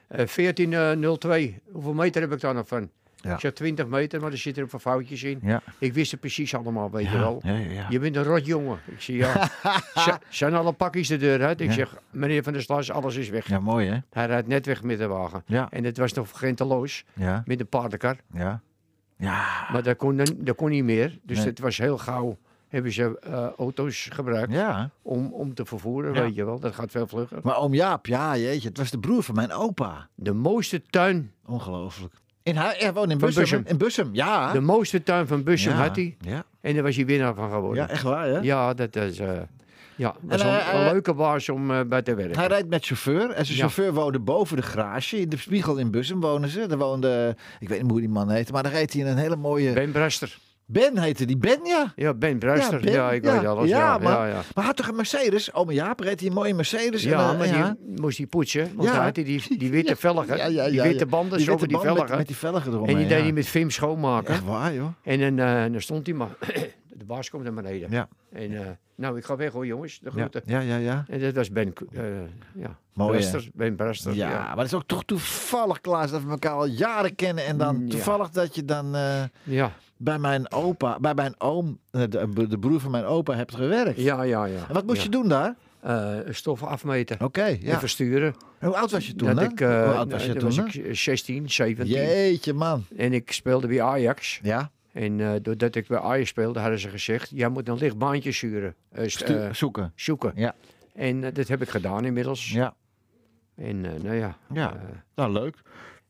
[SPEAKER 4] eh, 1402. Hoeveel meter heb ik daar nog van?
[SPEAKER 2] Ja.
[SPEAKER 4] Ik zeg 20 meter, maar er zitten er een paar foutjes in.
[SPEAKER 2] Ja.
[SPEAKER 4] Ik wist het precies allemaal, weet je
[SPEAKER 2] Ja.
[SPEAKER 4] wel.
[SPEAKER 2] Ja, ja, ja.
[SPEAKER 4] Je bent een rotjongen. Ik zie ja. Z- zijn alle pakjes de deur uit? Ik
[SPEAKER 2] Ja.
[SPEAKER 4] zeg, meneer Van der Slas, alles is weg.
[SPEAKER 2] Ja, mooi hè?
[SPEAKER 4] Hij rijdt net weg met de wagen.
[SPEAKER 2] Ja.
[SPEAKER 4] En het was nog grenteloos
[SPEAKER 2] Ja,
[SPEAKER 4] met een paardenkar.
[SPEAKER 2] ja. Ja,
[SPEAKER 4] Maar dat kon, dat kon niet meer. Dus
[SPEAKER 2] Nee.
[SPEAKER 4] het was heel gauw. Hebben ze eh, auto's gebruikt
[SPEAKER 2] ja.
[SPEAKER 4] om, om te vervoeren,
[SPEAKER 2] Ja.
[SPEAKER 4] weet je wel. Dat gaat veel vlugger.
[SPEAKER 2] Maar oom Jaap, ja jeetje, het was de broer van mijn opa.
[SPEAKER 4] De mooiste tuin,
[SPEAKER 2] Ongelooflijk. In hij, hij woonde in
[SPEAKER 4] Van
[SPEAKER 2] Bussum.
[SPEAKER 4] Bussum.
[SPEAKER 2] In Bussum, ja.
[SPEAKER 4] de mooiste tuin van Bussum
[SPEAKER 2] ja.
[SPEAKER 4] had hij.
[SPEAKER 2] Ja.
[SPEAKER 4] En daar was hij winnaar van
[SPEAKER 2] ja,
[SPEAKER 4] geworden.
[SPEAKER 2] echt waar hè?
[SPEAKER 4] Ja, dat is... eh, ja, was
[SPEAKER 2] En,
[SPEAKER 4] een,
[SPEAKER 2] eh,
[SPEAKER 4] een
[SPEAKER 2] eh,
[SPEAKER 4] leuke baas om eh, bij te werken.
[SPEAKER 2] Hij rijdt met chauffeur en zijn
[SPEAKER 4] Ja.
[SPEAKER 2] chauffeur woonde boven de garage. In de spiegel in Bussum wonen ze. Daar woonde, ik weet niet hoe die man heette, maar daar reed hij in een hele mooie... Ben,
[SPEAKER 4] Ben Bruster.
[SPEAKER 2] heette die, Ben ja.
[SPEAKER 4] Ja, Ben Bruister. Ja,
[SPEAKER 2] Ben,
[SPEAKER 4] ik
[SPEAKER 2] ja.
[SPEAKER 4] weet alles.
[SPEAKER 2] Ja,
[SPEAKER 4] Ja,
[SPEAKER 2] maar-
[SPEAKER 4] ja, ja, ja.
[SPEAKER 2] Maar had toch een Mercedes? Ome Jaap reed hij een mooie Mercedes. en, eh,
[SPEAKER 4] maar
[SPEAKER 2] ja.
[SPEAKER 4] die moest hij poetsen. Want
[SPEAKER 2] Ja.
[SPEAKER 4] hij had die, die, die witte
[SPEAKER 2] Ja,
[SPEAKER 4] velgen,
[SPEAKER 2] ja, ja,
[SPEAKER 4] die
[SPEAKER 2] eh, ja,
[SPEAKER 4] witte
[SPEAKER 2] ja.
[SPEAKER 4] banden,
[SPEAKER 2] Die
[SPEAKER 4] zo
[SPEAKER 2] witte
[SPEAKER 4] met die
[SPEAKER 2] band met,
[SPEAKER 4] velgen.
[SPEAKER 2] met die velgen eromheen.
[SPEAKER 4] en die
[SPEAKER 2] ja.
[SPEAKER 4] deed hij met Vim schoonmaken.
[SPEAKER 2] Echt waar joh.
[SPEAKER 4] En dan, eh, dan stond hij maar. de baas komt naar beneden.
[SPEAKER 2] Ja,
[SPEAKER 4] En eh, nou, ik ga weg hoor jongens, de
[SPEAKER 2] ja,
[SPEAKER 4] groeten.
[SPEAKER 2] ja, ja. ja.
[SPEAKER 4] En dat was Ben, eh ja,
[SPEAKER 2] Mooi, hè?
[SPEAKER 4] Bruster. Ben Bruster,
[SPEAKER 2] Ja,
[SPEAKER 4] ja.
[SPEAKER 2] maar het is ook toch toevallig, Klaas, dat we elkaar al jaren kennen. En dan
[SPEAKER 4] Ja.
[SPEAKER 2] toevallig dat je dan eh,
[SPEAKER 4] Ja,
[SPEAKER 2] bij mijn opa, bij mijn oom, eh, de, de broer van mijn opa, hebt gewerkt.
[SPEAKER 4] ja, ja. ja.
[SPEAKER 2] En wat moest
[SPEAKER 4] Ja.
[SPEAKER 2] je doen daar?
[SPEAKER 4] Eh, stoffen afmeten
[SPEAKER 2] Oké,
[SPEAKER 4] en
[SPEAKER 2] ja.
[SPEAKER 4] versturen.
[SPEAKER 2] En Hoe oud was je toen,
[SPEAKER 4] dat
[SPEAKER 2] hè?
[SPEAKER 4] ik, eh,
[SPEAKER 2] Hoe oud was
[SPEAKER 4] nou,
[SPEAKER 2] je
[SPEAKER 4] dan
[SPEAKER 2] toen, hè?
[SPEAKER 4] was ik 16, 17.
[SPEAKER 2] Jeetje, man.
[SPEAKER 4] En ik speelde bij Ajax.
[SPEAKER 2] Ja,
[SPEAKER 4] En eh, doordat ik bij Ajax speelde, hadden ze gezegd... jij moet een licht baantje zuren, eh, st-
[SPEAKER 2] Stu-
[SPEAKER 4] eh,
[SPEAKER 2] zoeken.
[SPEAKER 4] zoeken.
[SPEAKER 2] Ja.
[SPEAKER 4] En eh, dat heb ik gedaan inmiddels.
[SPEAKER 2] Ja,
[SPEAKER 4] En eh, nou ja,
[SPEAKER 2] ja.
[SPEAKER 4] eh,
[SPEAKER 2] nou leuk.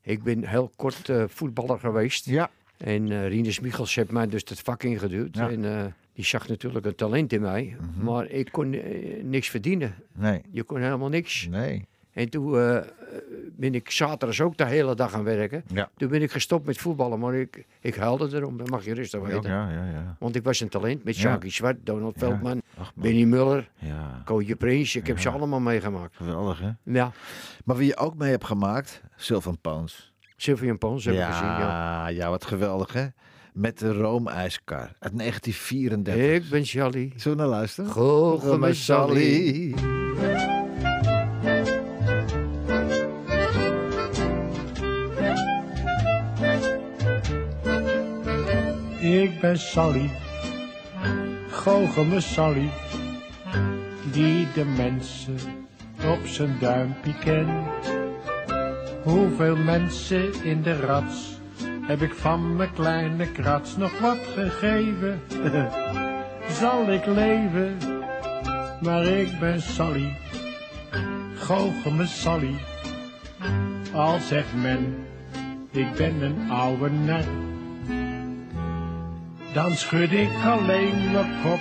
[SPEAKER 4] ik ben heel kort eh, voetballer geweest.
[SPEAKER 2] Ja,
[SPEAKER 4] En eh Rinus Michels heeft mij dus dat vak ingeduwd.
[SPEAKER 2] Ja. Mhm.
[SPEAKER 4] En eh, die zag natuurlijk een talent in mij. Maar ik kon eh, niks verdienen.
[SPEAKER 2] nee,
[SPEAKER 4] Je kon helemaal niks.
[SPEAKER 2] nee.
[SPEAKER 4] En toen eh, eh, ben ik zaterdags ook de hele dag aan werken.
[SPEAKER 2] Ja,
[SPEAKER 4] Toen ben ik gestopt met voetballen, maar ik, ik huilde erom. Dat mag je rustig
[SPEAKER 2] ja,
[SPEAKER 4] weten.
[SPEAKER 2] ja, ja.
[SPEAKER 4] Want ik was een talent met
[SPEAKER 2] Ja.
[SPEAKER 4] Sjaki Zwart, Donald
[SPEAKER 2] Ja.
[SPEAKER 4] Veldman,
[SPEAKER 2] Ach, man.
[SPEAKER 4] Benny Muller,
[SPEAKER 2] Ja,
[SPEAKER 4] Kootje Prins. Ik heb ze
[SPEAKER 2] Ja.
[SPEAKER 4] allemaal meegemaakt.
[SPEAKER 2] geweldig, hè?
[SPEAKER 4] Ja,
[SPEAKER 2] Maar wie je ook mee hebt gemaakt, Sylvan Poons.
[SPEAKER 4] Sylvian Pons heb ik gezien. Ja.
[SPEAKER 2] ja, ja, wat geweldig, hè? Met de roomijskar uit 1934.
[SPEAKER 4] Ik ben Charlie.
[SPEAKER 2] Zullen we naar luisteren?
[SPEAKER 4] Goochel me Charlie.
[SPEAKER 2] Roomijssalie.
[SPEAKER 5] Ik ben Sally, goochel me Sally, die de mensen op zijn duimpje kent. Hoeveel mensen in de rats heb ik van mijn kleine krats nog wat gegeven? Zal ik leven? Maar ik ben Sally, goochel me Sally. Al zegt men, ik ben een oude nar. Dan schud ik alleen mijn kop.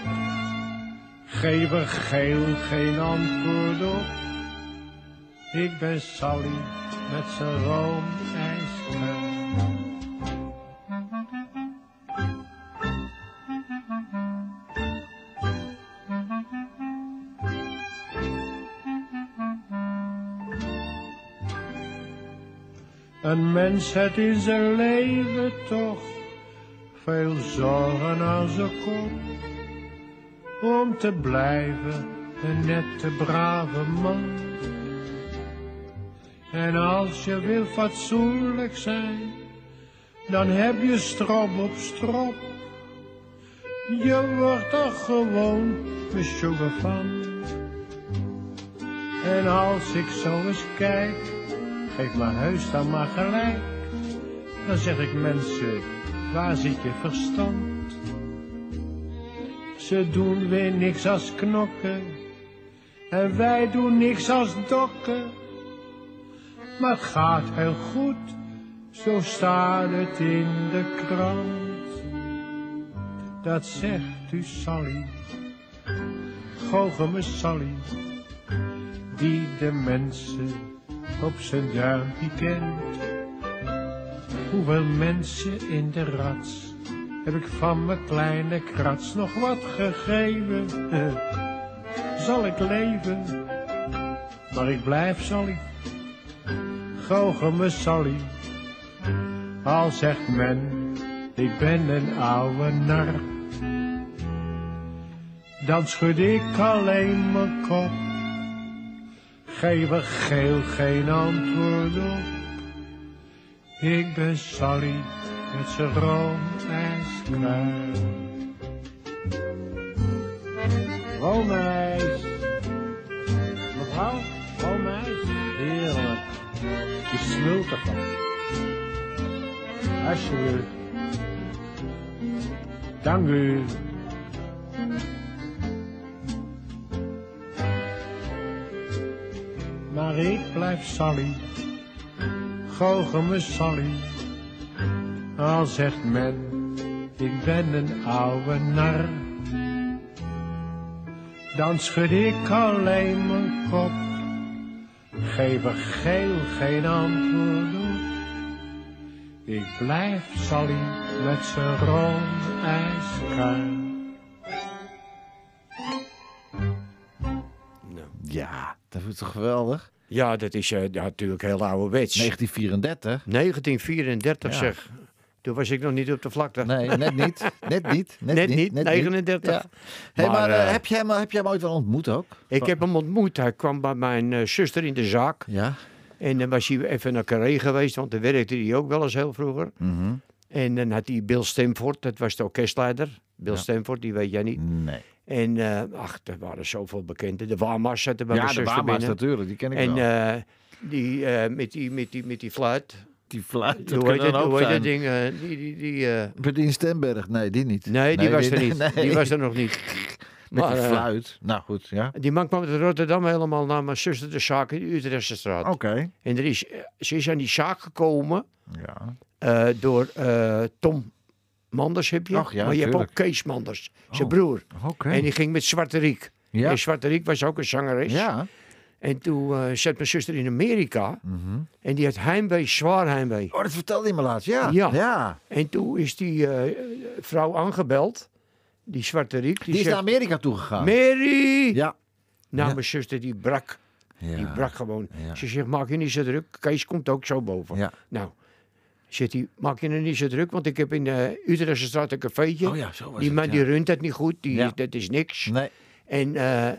[SPEAKER 5] Geef er geel geen antwoord op. Ik ben Sally met zijn roomijskrem. Een mens het in zijn leven toch veel zorgen aan zijn kop. Om te blijven een nette, brave man. En als je wil fatsoenlijk zijn, dan heb je strop op strop. Je wordt er gewoon besjoegen van. En als ik zo eens kijk, geef me heus dan maar gelijk. Dan zeg ik mensen, waar zit je verstand? Ze doen weer niks als knokken. En wij doen niks als dokken. Maar het gaat heel goed, zo staat het in de krant. Dat zegt u Sally, goochel me Sally. die de mensen op zijn duimpje kent. Hoeveel mensen in de rats heb ik van mijn kleine krats nog wat gegeven? zal ik leven? Maar ik blijf Sally, goochel me Sally. Al zegt men, ik ben een oude nar. Dan schud ik alleen mijn kop. Geef een geel geen antwoord op. Ik ben Sally met zijn room en skruim. Roomijs. Mevrouw, roomijs. Heerlijk. Je smult ervan. Alsjeblieft. Dank u. Maar ik blijf Sally, goochel me Sally. Al zegt men, ik ben een oude nar. Dan schud ik alleen mijn kop, geef er geel geen antwoord op. Ik blijf Sally met zijn room ijskruim.
[SPEAKER 2] Ja, dat is toch geweldig?
[SPEAKER 4] Ja, dat is eh, ja, natuurlijk heel ouderwets.
[SPEAKER 2] 1934?
[SPEAKER 4] 1934
[SPEAKER 2] Ja.
[SPEAKER 4] zeg. Toen was ik nog niet op de vlakte.
[SPEAKER 2] Nee, net niet. Net niet. Net,
[SPEAKER 4] Net niet,
[SPEAKER 2] net
[SPEAKER 4] 39.
[SPEAKER 2] Ja. Hey, maar
[SPEAKER 4] Maar, eh,
[SPEAKER 2] eh, heb, jij hem, heb jij hem ooit wel ontmoet ook?
[SPEAKER 4] Ik heb hem ontmoet. Hij kwam bij mijn eh, zuster in de zaak.
[SPEAKER 2] Ja.
[SPEAKER 4] En dan was hij even naar Carré geweest, want daar werkte hij ook wel eens heel vroeger.
[SPEAKER 2] Mhm.
[SPEAKER 4] En dan had hij Bill Stamford, dat was de orkestleider. Bill
[SPEAKER 2] Ja.
[SPEAKER 4] Stamford, die weet jij niet.
[SPEAKER 2] Nee.
[SPEAKER 4] En eh, ach, er waren zoveel bekenden. De Wamars zaten bij
[SPEAKER 2] Ja,
[SPEAKER 4] mijn
[SPEAKER 2] de
[SPEAKER 4] zuster
[SPEAKER 2] Bama's
[SPEAKER 4] binnen.
[SPEAKER 2] natuurlijk, die ken ik
[SPEAKER 4] En
[SPEAKER 2] wel.
[SPEAKER 4] eh, die, eh, met, die, met, die, met die fluit.
[SPEAKER 2] die fluit, dat
[SPEAKER 4] hoe heet
[SPEAKER 2] kan
[SPEAKER 4] dat,
[SPEAKER 2] dan ook
[SPEAKER 4] hoe heet dat
[SPEAKER 2] zijn.
[SPEAKER 4] ding? eh, die, die, die, eh,
[SPEAKER 2] Bedien Stenberg, nee, die niet.
[SPEAKER 4] nee, die was er
[SPEAKER 2] nee,
[SPEAKER 4] niet.
[SPEAKER 2] nee.
[SPEAKER 4] Die was er nog niet.
[SPEAKER 2] Met die
[SPEAKER 4] eh,
[SPEAKER 2] fluit. nou goed, ja.
[SPEAKER 4] die man kwam uit Rotterdam helemaal naar mijn zuster de zaak in de Utrechtse straat.
[SPEAKER 2] Oké.
[SPEAKER 4] En er is, eh, ze is aan die zaak gekomen
[SPEAKER 2] Ja.
[SPEAKER 4] eh, door eh, Tom Manders, heb je.
[SPEAKER 2] Ach ja,
[SPEAKER 4] maar je hebt
[SPEAKER 2] tuurlijk.
[SPEAKER 4] ook Kees Manders, zijn
[SPEAKER 2] Oh.
[SPEAKER 4] broer.
[SPEAKER 2] Oké.
[SPEAKER 4] En die ging met Zwarte Riek.
[SPEAKER 2] Ja.
[SPEAKER 4] En Zwarte Riek was ook een zangeres.
[SPEAKER 2] Ja.
[SPEAKER 4] En toen eh, zat mijn zuster in Amerika.
[SPEAKER 2] Mhm.
[SPEAKER 4] En die had heimwee, zwaar heimwee.
[SPEAKER 2] Oh, dat vertelde je me laatst. Ja.
[SPEAKER 4] Ja.
[SPEAKER 2] ja.
[SPEAKER 4] En toen is die eh, vrouw aangebeld, die Zwarte Riek.
[SPEAKER 2] Die is naar
[SPEAKER 4] zegt,
[SPEAKER 2] Amerika toegegaan.
[SPEAKER 4] Mary!
[SPEAKER 2] Ja.
[SPEAKER 4] Nou,
[SPEAKER 2] Ja.
[SPEAKER 4] mijn zuster die brak.
[SPEAKER 2] ja.
[SPEAKER 4] Die brak gewoon.
[SPEAKER 2] Ja.
[SPEAKER 4] Ze zegt, maak je niet zo druk. Kees komt ook zo boven.
[SPEAKER 2] Ja.
[SPEAKER 4] Nou, zegt hij, maak je er niet zo druk, want ik heb in de Utrechtse straat een cafeetje.
[SPEAKER 2] Oh ja, zo was
[SPEAKER 4] die
[SPEAKER 2] het,
[SPEAKER 4] man
[SPEAKER 2] ja.
[SPEAKER 4] die runt dat niet goed, die,
[SPEAKER 2] Ja.
[SPEAKER 4] dat is niks.
[SPEAKER 2] Nee.
[SPEAKER 4] En eh,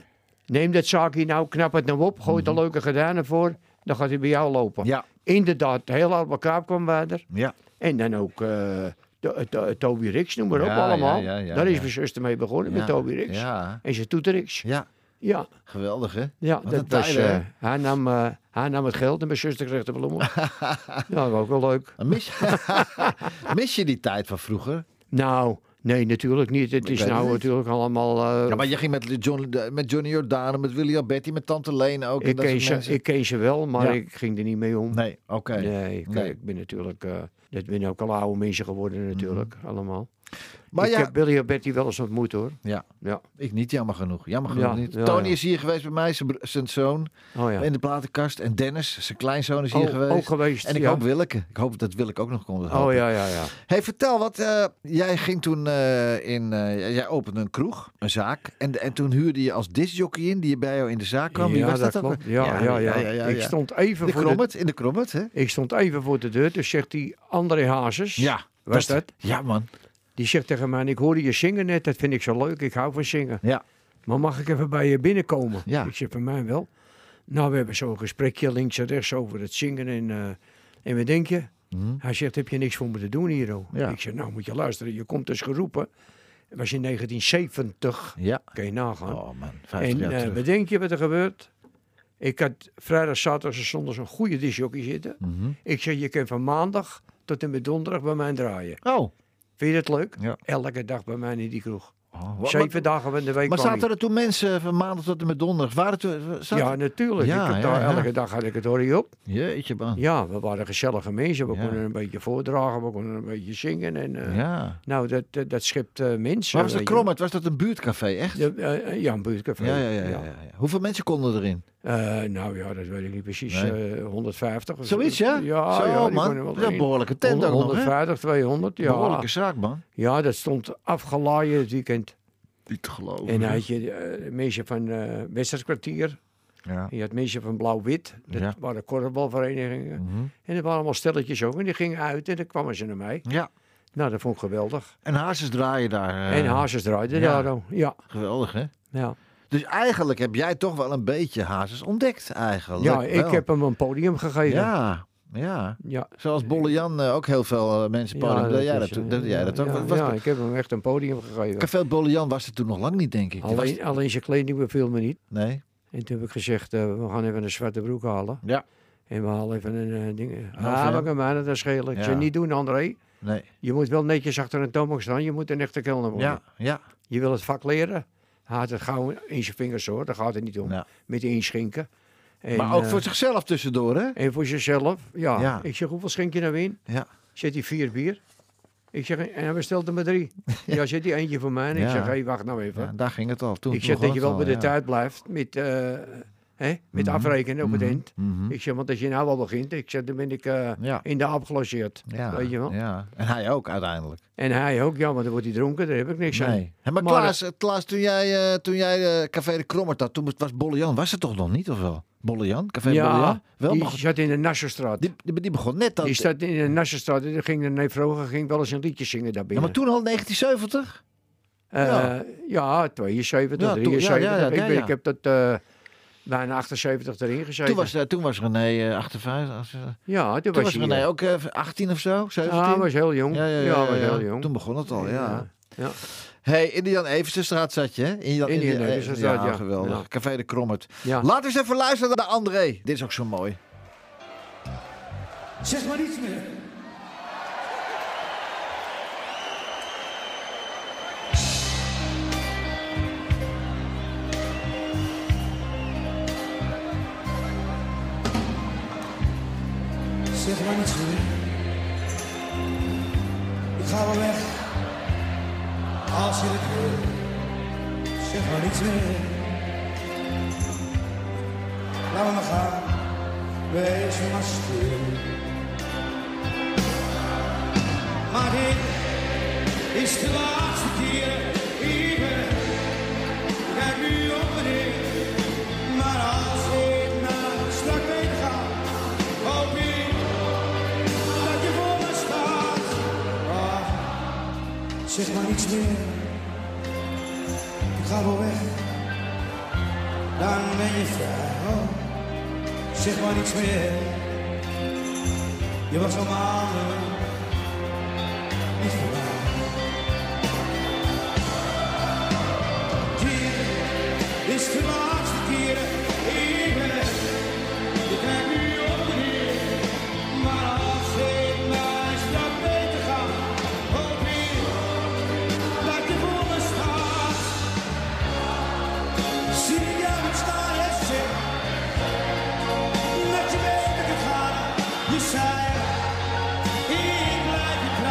[SPEAKER 4] neem dat zaakje nou, knap het nou op, gooi er leuke gedaan voor. Dan gaat hij bij jou lopen.
[SPEAKER 2] Mhm. Ja.
[SPEAKER 4] Inderdaad, heel Alba Kaap kwam verder.
[SPEAKER 2] Ja.
[SPEAKER 4] En dan ook eh, To- To- Toby Rix, noem maar op,
[SPEAKER 2] Ja, ja,
[SPEAKER 4] allemaal.
[SPEAKER 2] ja, ja,
[SPEAKER 4] Daar is
[SPEAKER 2] ja.
[SPEAKER 4] mijn zuster mee begonnen, met
[SPEAKER 2] Ja.
[SPEAKER 4] Toby Rix.
[SPEAKER 2] Ja.
[SPEAKER 4] En ze toeterix. Ja,
[SPEAKER 2] Ja.
[SPEAKER 4] ja,
[SPEAKER 2] Geweldig, hè? Wat een
[SPEAKER 4] dat was...
[SPEAKER 2] tijden, hè?
[SPEAKER 4] eh, hij, nam, eh, hij nam het geld en mijn zuster kreeg de bloemen. nou, dat was ook wel leuk.
[SPEAKER 2] Mis, mis je die tijd van vroeger?
[SPEAKER 4] Nou, nee, natuurlijk niet. Het is
[SPEAKER 2] weet het
[SPEAKER 4] nou
[SPEAKER 2] niet.
[SPEAKER 4] natuurlijk allemaal... eh,
[SPEAKER 2] Ja, maar je ging met, John, met Johnny Jordaan, met William Betty, met Tante Leen ook. en
[SPEAKER 4] ik,
[SPEAKER 2] dat
[SPEAKER 4] ken
[SPEAKER 2] soort
[SPEAKER 4] ze,
[SPEAKER 2] mensen.
[SPEAKER 4] ik ken ze wel, maar
[SPEAKER 2] Ja.
[SPEAKER 4] ik ging er niet mee om.
[SPEAKER 2] Nee, oké.
[SPEAKER 4] Nee, ik,
[SPEAKER 2] Nee. Mhm.
[SPEAKER 4] ik ben natuurlijk... eh dat ben ook al oude mensen geworden natuurlijk, allemaal.
[SPEAKER 2] Maar
[SPEAKER 4] ik
[SPEAKER 2] ja,
[SPEAKER 4] heb Billy en Betty wel eens ontmoet, hoor.
[SPEAKER 2] ja,
[SPEAKER 4] Ja.
[SPEAKER 2] ik niet, jammer genoeg. Jammer genoeg
[SPEAKER 4] Ja,
[SPEAKER 2] niet.
[SPEAKER 4] ja,
[SPEAKER 2] Tony
[SPEAKER 4] ja.
[SPEAKER 2] is hier geweest bij mij, zijn br- zijn zoon,
[SPEAKER 4] Oh ja.
[SPEAKER 2] in de platenkast. En Dennis, zijn kleinzoon, is hier
[SPEAKER 4] Oh,
[SPEAKER 2] geweest.
[SPEAKER 4] ook geweest,
[SPEAKER 2] En ik
[SPEAKER 4] ja.
[SPEAKER 2] hoop Willeke. Ik hoop dat Willeke ook nog komt.
[SPEAKER 4] Oh ja, ja, ja.
[SPEAKER 2] Hey, vertel, wat, eh, jij ging toen eh, in, eh, jij opende een kroeg, een zaak. En, en toen huurde je als discjockey in, die bij jou in de zaak kwam. Wie was dat, ook?
[SPEAKER 4] klopt. Ja, ja, ja, Ik, stond even
[SPEAKER 2] de
[SPEAKER 4] voor de,
[SPEAKER 2] Krommet, in de Krommet, hè?
[SPEAKER 4] ik stond even voor de deur, dus zegt die André Hazes. was dat?
[SPEAKER 2] Ja, man.
[SPEAKER 4] Die zegt tegen mij, ik hoorde je zingen net, dat vind ik zo leuk, ik hou van zingen.
[SPEAKER 2] Ja.
[SPEAKER 4] Maar mag ik even bij je binnenkomen?
[SPEAKER 2] Ja.
[SPEAKER 4] Ik zeg, bij mij wel. Nou, we hebben zo'n gesprekje links en rechts over het zingen en, eh, en wat denk je? Hij zegt, heb je niks voor me te doen hier? hoor?"
[SPEAKER 2] Mhm. Ja.
[SPEAKER 4] Ik zeg, nou moet je luisteren, je komt dus geroepen. Het was in 1970,
[SPEAKER 2] Ja.
[SPEAKER 4] kan je nagaan.
[SPEAKER 2] Oh, man. 50
[SPEAKER 4] En
[SPEAKER 2] jaar
[SPEAKER 4] eh
[SPEAKER 2] terug.
[SPEAKER 4] bedenk je wat er gebeurt? Ik had vrijdag, zaterdag en zondag een goede disjockey zitten.
[SPEAKER 2] Mhm.
[SPEAKER 4] Ik zeg, je kan van maandag tot en met donderdag bij mij draaien.
[SPEAKER 2] Oh.
[SPEAKER 4] Vind je dat leuk?
[SPEAKER 2] Ja.
[SPEAKER 4] Elke dag bij mij in die kroeg.
[SPEAKER 2] oh wat-
[SPEAKER 4] Zeven dagen van de week
[SPEAKER 2] maar
[SPEAKER 4] kwam
[SPEAKER 2] zaten
[SPEAKER 4] ik.
[SPEAKER 2] er toen mensen van maandag tot en met donderdag? Waren toen, zaten-
[SPEAKER 4] Ja, natuurlijk.
[SPEAKER 2] Ja,
[SPEAKER 4] ik heb
[SPEAKER 2] ja,
[SPEAKER 4] daar,
[SPEAKER 2] ja.
[SPEAKER 4] Elke dag had ik het hoor je op.
[SPEAKER 2] Jeetje, man.
[SPEAKER 4] Ja, we waren gezellige mensen. We
[SPEAKER 2] Ja.
[SPEAKER 4] konden een beetje voordragen, we konden een beetje zingen. En, eh,
[SPEAKER 2] Ja.
[SPEAKER 4] Nou, dat, dat, dat schept eh, mensen.
[SPEAKER 2] Maar was dat
[SPEAKER 4] weet je.
[SPEAKER 2] Krommet? Was dat een buurtcafé, echt?
[SPEAKER 4] De- eh, eh, ja, een buurtcafé.
[SPEAKER 2] Ja, ja, ja, ja, ja. Hoeveel mensen konden erin?
[SPEAKER 4] Eh, nou ja, dat weet ik niet precies.
[SPEAKER 2] Nee.
[SPEAKER 4] eh, 150 of
[SPEAKER 2] Zoiets, ja?
[SPEAKER 4] Ja,
[SPEAKER 2] Zo,
[SPEAKER 4] ja, die
[SPEAKER 2] man.
[SPEAKER 4] kon er wel
[SPEAKER 2] Dat is een
[SPEAKER 4] in.
[SPEAKER 2] behoorlijke tent ook nog, hè?
[SPEAKER 4] 150, 200, ja.
[SPEAKER 2] Behoorlijke zaak, man.
[SPEAKER 4] Ja, dat stond afgelaaien het weekend.
[SPEAKER 2] Niet te geloven.
[SPEAKER 4] En dan had je eh, mensen van eh Westerskwartier.
[SPEAKER 2] Ja.
[SPEAKER 4] Je had mensen van Blauw-Wit. Dat
[SPEAKER 2] Ja. Mhm.
[SPEAKER 4] waren korfbalverenigingen. En er waren allemaal stelletjes ook. En die gingen uit en dan kwamen ze naar mij.
[SPEAKER 2] ja.
[SPEAKER 4] Nou, dat vond ik geweldig.
[SPEAKER 2] En hazes draaien daar. eh,
[SPEAKER 4] en hazes draaiden
[SPEAKER 2] ja.
[SPEAKER 4] ja. daarom. Ja,
[SPEAKER 2] Geweldig, hè?
[SPEAKER 4] ja.
[SPEAKER 2] Dus eigenlijk heb jij toch wel een beetje hazes ontdekt, eigenlijk.
[SPEAKER 4] ja ik
[SPEAKER 2] wel.
[SPEAKER 4] heb hem een podium gegeven. Ja.
[SPEAKER 2] Ja, ja.
[SPEAKER 4] Ja,
[SPEAKER 2] Zoals Bolle Jan eh, ook heel veel eh, mensen podium. deed jij
[SPEAKER 4] is,
[SPEAKER 2] dat, toen-
[SPEAKER 4] eh,
[SPEAKER 2] deed jij
[SPEAKER 4] ja,
[SPEAKER 2] dat ook?
[SPEAKER 4] ja,
[SPEAKER 2] Was-
[SPEAKER 4] ja, ik heb hem echt een podium gegeven.
[SPEAKER 2] Café Bolle Jan was er toen nog lang niet, denk ik. Die was-
[SPEAKER 4] Alleen, alleen zijn kleding beviel me niet.
[SPEAKER 2] Nee.
[SPEAKER 4] En toen heb ik gezegd, eh, we gaan even een zwarte broek halen.
[SPEAKER 2] Ja.
[SPEAKER 4] En we halen even een eh, ding.
[SPEAKER 2] ja.
[SPEAKER 4] Ah, we kunnen mij dat schelen. Ik
[SPEAKER 2] Ja.
[SPEAKER 4] zei, niet doen André.
[SPEAKER 2] Nee.
[SPEAKER 4] Je moet wel netjes achter een toonbank staan. Je moet een echte kelner worden.
[SPEAKER 2] Ja, ja.
[SPEAKER 4] Je wil het vak leren. Hij had het gauw in zijn vingers hoor. Daar gaat het niet om.
[SPEAKER 2] Ja.
[SPEAKER 4] Met inschinken. En,
[SPEAKER 2] Maar ook
[SPEAKER 4] eh,
[SPEAKER 2] voor zichzelf tussendoor, hè?
[SPEAKER 4] En voor jezelf. Ja.
[SPEAKER 2] Ja.
[SPEAKER 4] Ik zeg, hoeveel schenk je nou in?
[SPEAKER 2] Ja.
[SPEAKER 4] Zet hij vier bier. Ik zeg, en hij bestelt er maar drie. ja, zet hij eentje voor mij. En
[SPEAKER 2] Ja.
[SPEAKER 4] ik zeg, hé, wacht nou even.
[SPEAKER 2] Ja, daar ging het al. Toen,
[SPEAKER 4] Ik
[SPEAKER 2] toen
[SPEAKER 4] zeg
[SPEAKER 2] begon
[SPEAKER 4] dat je wel
[SPEAKER 2] het al,
[SPEAKER 4] bij de
[SPEAKER 2] ja.
[SPEAKER 4] tijd blijft met, eh, hè, met afrekenen op het eind.
[SPEAKER 2] mhm.
[SPEAKER 4] Ik zeg, want als je nou al begint, ik zeg, dan ben ik eh,
[SPEAKER 2] Ja.
[SPEAKER 4] in de aap gelogeerd.
[SPEAKER 2] Ja,
[SPEAKER 4] Weet je wel?
[SPEAKER 2] ja. En hij ook uiteindelijk.
[SPEAKER 4] En hij ook, ja, want dan wordt hij dronken, daar heb ik niks aan.
[SPEAKER 2] Nee. Hé, maar,
[SPEAKER 4] Maar
[SPEAKER 2] Klaas, eh, Klaas, toen jij, eh, toen jij eh, Café de Krommert had, toen was Bolle Jan, was het toch nog niet, of wel? Bolle Jan? Café Bolle Jan?
[SPEAKER 4] Ja,
[SPEAKER 2] Wel,
[SPEAKER 4] die
[SPEAKER 2] maar goed,
[SPEAKER 4] zat in de Nasserstraat. Die,
[SPEAKER 2] die, die, die begon net dat.
[SPEAKER 4] zat in de Nasserstraat en dan ging de neef Vroger ging wel eens een liedje zingen daar
[SPEAKER 2] ja,
[SPEAKER 4] binnen.
[SPEAKER 2] maar toen al 1970?
[SPEAKER 4] Eh,
[SPEAKER 2] ja.
[SPEAKER 4] ja. 72,
[SPEAKER 2] Ja, toen- ja,
[SPEAKER 4] 73.
[SPEAKER 2] ja, ja,
[SPEAKER 4] ik,
[SPEAKER 2] ja,
[SPEAKER 4] ben-
[SPEAKER 2] ja.
[SPEAKER 4] ik heb dat eh, bijna 78 erin gezeten.
[SPEAKER 2] Toen was, eh, toen was René eh, 58. als, eh,
[SPEAKER 4] ja, toen,
[SPEAKER 2] toen
[SPEAKER 4] was
[SPEAKER 2] was
[SPEAKER 4] hij,
[SPEAKER 2] René
[SPEAKER 4] eh,
[SPEAKER 2] ook eh, 18 of zo, 17?
[SPEAKER 4] ah, was heel jong.
[SPEAKER 2] ja, ja, ja, ja,
[SPEAKER 4] was
[SPEAKER 2] ja.
[SPEAKER 4] heel jong.
[SPEAKER 2] Toen begon het al, ja.
[SPEAKER 4] ja.
[SPEAKER 2] hey, in de Jan Eversenstraat zat je, hè? In de Jan
[SPEAKER 4] In de Jan
[SPEAKER 2] eh,
[SPEAKER 4] Eversenstraat, ja.
[SPEAKER 2] geweldig.
[SPEAKER 4] Ja.
[SPEAKER 2] Café de Krommert.
[SPEAKER 4] Ja.
[SPEAKER 2] Laten we eens even luisteren naar André. Dit is ook zo mooi.
[SPEAKER 7] Zeg maar niets meer. Zeg maar niets meer. Ik ga wel weg. Als je het wil. Zeg maar niets meer. Laat me maar gaan. Wees maar stil. Maar dit is de laatste keer hier ben. Kijk nu om me heen. Maar als ik naar strak heen ga, hoop ik dat je voor me staat. Maar zeg maar niets meer. Ik ga wel weg. Dan ben je vrij. Oh, zeg maar niets meer. Je was al maanden niet voor mij. Dit is de laatste keer ik ben weg. Je kijkt nu op en neer, maar als ik mij stap beter ga, hoop ik dat je voor me staat. Zie ik jou met staan en zeg, dat je beter kan gaan. Je zei, ik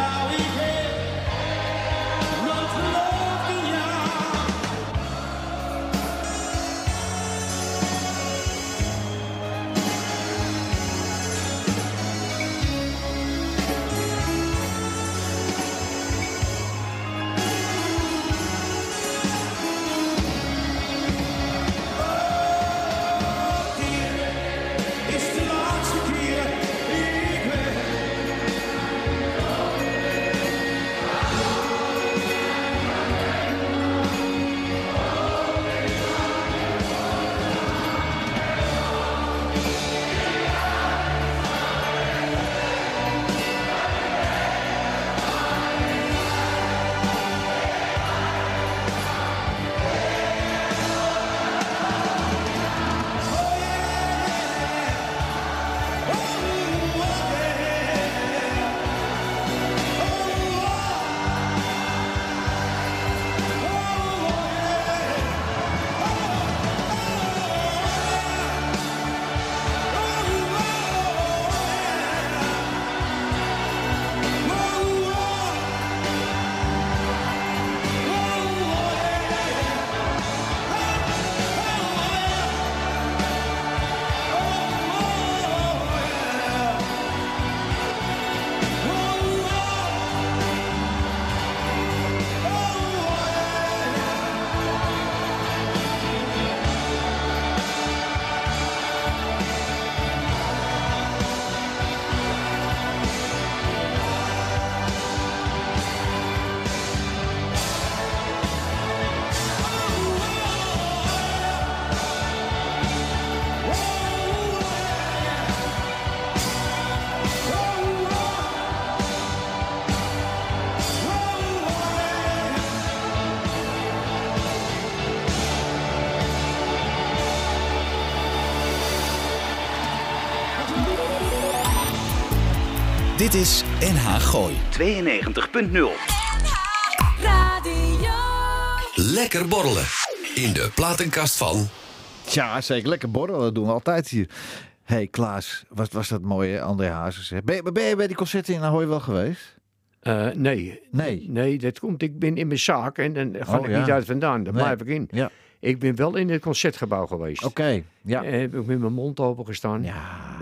[SPEAKER 1] Dit is NH Gooi.
[SPEAKER 8] 92.0.
[SPEAKER 9] Lekker borrelen. In de platenkast van
[SPEAKER 2] Tja, zeker. Lekker borrelen. Dat doen we altijd hier. Hé hey Klaas, was, was dat mooi hè, André Hazes? hè? Ben, je- ben je bij die concerten in Ahoy wel geweest?
[SPEAKER 4] Eh, nee.
[SPEAKER 2] Nee.
[SPEAKER 4] Nee, dat komt. Ik ben in mijn zaak en dan ga
[SPEAKER 2] Oh,
[SPEAKER 4] ik
[SPEAKER 2] ja.
[SPEAKER 4] niet uit vandaan. Daar
[SPEAKER 2] Nee.
[SPEAKER 4] blijf ik in.
[SPEAKER 2] Ja.
[SPEAKER 4] Ik ben wel in het concertgebouw geweest.
[SPEAKER 2] Oké, ja.
[SPEAKER 4] En heb ik met mijn mond open gestaan.
[SPEAKER 2] Ja.